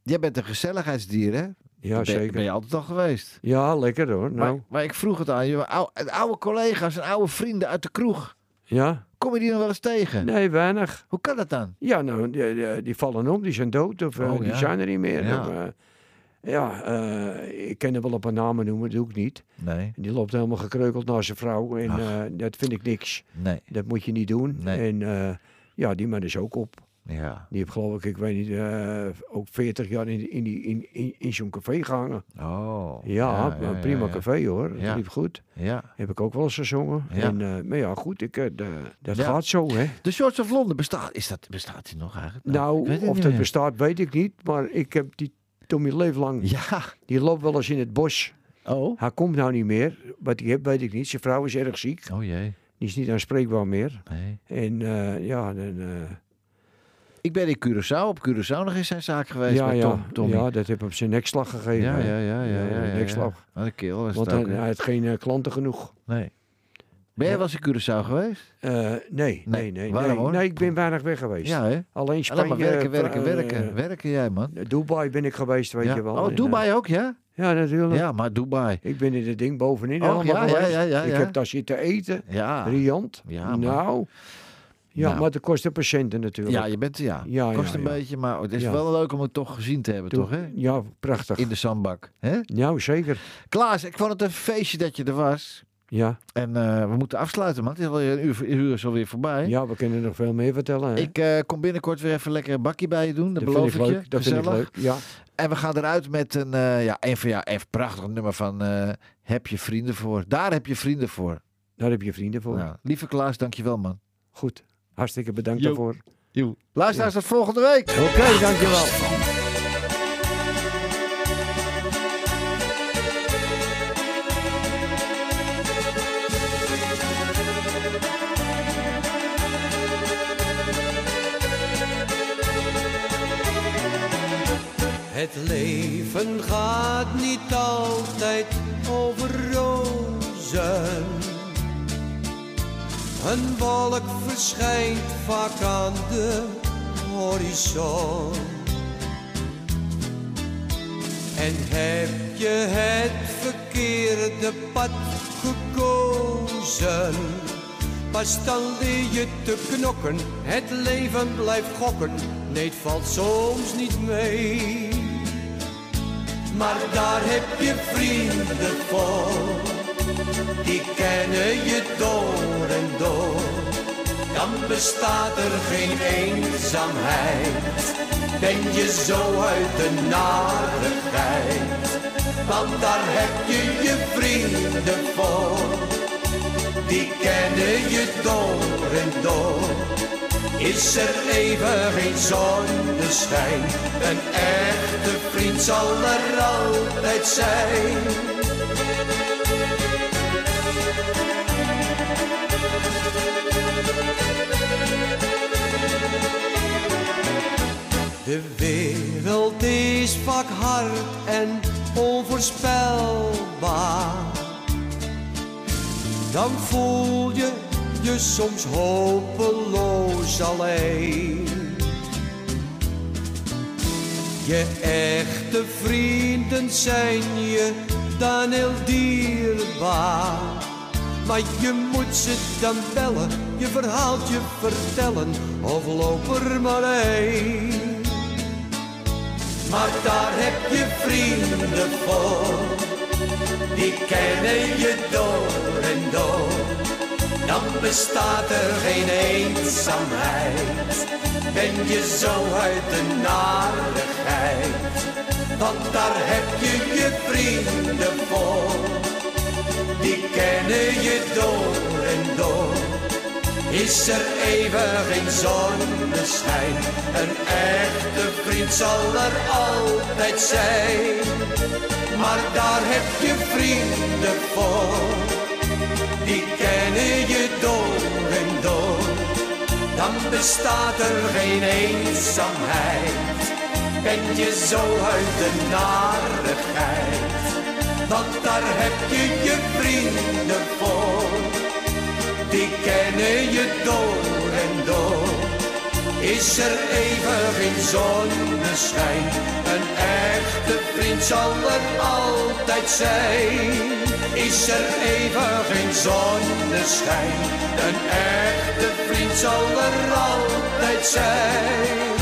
[SPEAKER 2] jij bent een gezelligheidsdier hè?
[SPEAKER 4] Ja,
[SPEAKER 2] ben,
[SPEAKER 4] zeker.
[SPEAKER 2] Ben je altijd al geweest?
[SPEAKER 4] Ja, lekker hoor. Nou,
[SPEAKER 2] Maar, maar ik vroeg het aan je, oude, oude collega's en oude vrienden uit de kroeg,
[SPEAKER 4] ja.
[SPEAKER 2] kom je die nog wel eens tegen?
[SPEAKER 4] Nee, weinig.
[SPEAKER 2] Hoe kan dat dan?
[SPEAKER 4] Ja, nou, die, die- die vallen om, die zijn dood of eh,
[SPEAKER 2] Oh,
[SPEAKER 4] die
[SPEAKER 2] ja.
[SPEAKER 4] zijn er niet meer.
[SPEAKER 2] Ja.
[SPEAKER 4] Of, eh, ja, eh, ik kan er wel een paar namen noemen, dat doe ik niet.
[SPEAKER 2] Nee,
[SPEAKER 4] Die loopt helemaal gekreukeld naar zijn vrouw en
[SPEAKER 2] Ach.
[SPEAKER 4] eh, dat vind ik niks.
[SPEAKER 2] nee,
[SPEAKER 4] Dat moet je niet doen.
[SPEAKER 2] Nee.
[SPEAKER 4] En eh, ja, die man is ook op.
[SPEAKER 2] ja.
[SPEAKER 4] Die heeft geloof ik, ik weet niet, eh, ook 40 jaar in, in, die- in, in, in zo'n café gehangen.
[SPEAKER 2] Oh.
[SPEAKER 4] Ja, een prima
[SPEAKER 2] ja.
[SPEAKER 4] café hoor. Dat
[SPEAKER 2] Ja.
[SPEAKER 4] liep goed.
[SPEAKER 2] Ja.
[SPEAKER 4] Heb ik ook wel eens gezongen.
[SPEAKER 2] Ja.
[SPEAKER 4] En, eh, maar ja, goed, ik, eh, de- dat
[SPEAKER 2] Ja.
[SPEAKER 4] gaat zo hè.
[SPEAKER 2] De Shorts of Londen bestaat, is dat, bestaat die nog eigenlijk? ik weet
[SPEAKER 4] Nou,
[SPEAKER 2] het
[SPEAKER 4] of
[SPEAKER 2] niet
[SPEAKER 4] dat
[SPEAKER 2] meer.
[SPEAKER 4] bestaat weet ik niet, maar ik heb die Tommy Leeflang,
[SPEAKER 2] Ja.
[SPEAKER 4] die loopt wel eens in het bos.
[SPEAKER 2] Oh.
[SPEAKER 4] Hij komt nou niet meer, wat hij heeft weet ik niet. Zijn vrouw is erg ziek,
[SPEAKER 2] Oh jee.
[SPEAKER 4] die is niet aanspreekbaar meer.
[SPEAKER 2] Nee.
[SPEAKER 4] En eh, ja, dan, eh,
[SPEAKER 2] Ik ben in Curaçao, op Curaçao nog eens zijn zaak geweest
[SPEAKER 4] ja,
[SPEAKER 2] met
[SPEAKER 4] ja,
[SPEAKER 2] Tom, Tommy.
[SPEAKER 4] ja, dat heeft hem zijn nekslag gegeven.
[SPEAKER 2] ja, ja,
[SPEAKER 4] hè.
[SPEAKER 2] ja, ja, ja, ja, ja.
[SPEAKER 4] nekslag.
[SPEAKER 2] Wat een keel was
[SPEAKER 4] Want
[SPEAKER 2] het ook,
[SPEAKER 4] hij,
[SPEAKER 2] hè?
[SPEAKER 4] hij had geen eh, klanten genoeg.
[SPEAKER 2] Nee. Ben jij wel eens in Curaçao geweest?
[SPEAKER 4] Eh, nee, nee, nee.
[SPEAKER 2] Waarom,
[SPEAKER 4] nee,
[SPEAKER 2] hoor?
[SPEAKER 4] nee, ik ben weinig weg geweest.
[SPEAKER 2] Ja, hè?
[SPEAKER 4] Alleen
[SPEAKER 2] Alleen
[SPEAKER 4] Spanje.
[SPEAKER 2] maar werken,
[SPEAKER 4] eh,
[SPEAKER 2] werken,
[SPEAKER 4] eh,
[SPEAKER 2] werken. Werken jij, man.
[SPEAKER 4] Dubai ben ik geweest, weet
[SPEAKER 2] Ja.
[SPEAKER 4] je wel. En,
[SPEAKER 2] Oh,
[SPEAKER 4] eh,
[SPEAKER 2] Dubai ook, ja?
[SPEAKER 4] ja, natuurlijk.
[SPEAKER 2] Ja, maar Dubai.
[SPEAKER 4] Ik ben in het ding bovenin
[SPEAKER 2] Oh,
[SPEAKER 4] helemaal
[SPEAKER 2] ja, ja,
[SPEAKER 4] geweest.
[SPEAKER 2] ja, ja,
[SPEAKER 4] Ik
[SPEAKER 2] ja.
[SPEAKER 4] heb daar zitten eten.
[SPEAKER 2] Ja.
[SPEAKER 4] Riant.
[SPEAKER 2] Ja, maar-
[SPEAKER 4] nou. Ja,
[SPEAKER 2] Nou.
[SPEAKER 4] maar dat kost de patiënten natuurlijk.
[SPEAKER 2] Ja, je bent, ja.
[SPEAKER 4] Ja,
[SPEAKER 2] Kost
[SPEAKER 4] ja,
[SPEAKER 2] een
[SPEAKER 4] ja.
[SPEAKER 2] beetje, maar het is
[SPEAKER 4] Ja.
[SPEAKER 2] wel leuk om het toch gezien te hebben,
[SPEAKER 4] Doe-
[SPEAKER 2] toch, hè?
[SPEAKER 4] Ja, prachtig.
[SPEAKER 2] In de zandbak, hè?
[SPEAKER 4] Nou, zeker.
[SPEAKER 2] Klaas, ik vond het een feestje dat je er was.
[SPEAKER 4] Ja.
[SPEAKER 2] En eh, we moeten afsluiten, man. Het is alweer een uur, een uur is alweer voorbij.
[SPEAKER 4] ja, we kunnen nog veel meer vertellen. hè.
[SPEAKER 2] Ik eh, kom binnenkort weer even lekker een bakje bij je doen. Dat,
[SPEAKER 4] dat
[SPEAKER 2] beloof
[SPEAKER 4] vind ik
[SPEAKER 2] ik
[SPEAKER 4] leuk.
[SPEAKER 2] je.
[SPEAKER 4] Dat vind ik
[SPEAKER 2] Gezellig.
[SPEAKER 4] leuk. Ja.
[SPEAKER 2] En we gaan eruit met een, eh, ja, een, van, ja, een prachtig nummer van eh, Heb je vrienden voor. Daar heb je vrienden voor.
[SPEAKER 4] Daar heb je vrienden voor.
[SPEAKER 2] Nou, lieve Klaas, dankjewel man.
[SPEAKER 4] Goed. Hartstikke bedankt
[SPEAKER 2] Jo.
[SPEAKER 4] daarvoor.
[SPEAKER 2] Luisteraars, tot volgende week.
[SPEAKER 4] Oké, dankjewel.
[SPEAKER 7] Thank
[SPEAKER 3] Het leven gaat niet altijd over rozen. Een wolk verschijnt vaak aan de horizon. En heb je het verkeerde pad gekozen? Pas dan leer je te knokken, het leven blijft gokken. Nee, het valt soms niet mee. Maar daar heb je vrienden voor, die kennen je door en door. Dan bestaat er geen eenzaamheid, ben je zo uit de narigheid. Want daar heb je je vrienden voor, die kennen je door en door. Is er even geen zonneschijn, een echte vriend zal er altijd zijn. De wereld is vaak hard en onvoorspelbaar. Dan voel je je soms hopeloos alleen. Je echte vrienden zijn je dan heel dierbaar. Maar je moet ze dan bellen, je verhaaltje vertellen of loop er maar heen. Maar daar heb je vrienden voor, die kennen je door en door. Dan bestaat er geen eenzaamheid, ben je zo uit de narigheid. Want daar heb je je vrienden voor, die kennen je door en door. Is er even geen zonneschijn, een echte vriend zal er altijd zijn. Maar daar heb je vrienden voor, die kennen je door en door. Dan bestaat er geen eenzaamheid, ben je zo uit de narigheid. Want daar heb je je vrienden voor die kennen je door en door. Is er even geen zonneschijn, een echte vriend zal er altijd zijn. Is er even geen zonneschijn, een echte vriend zal er altijd zijn.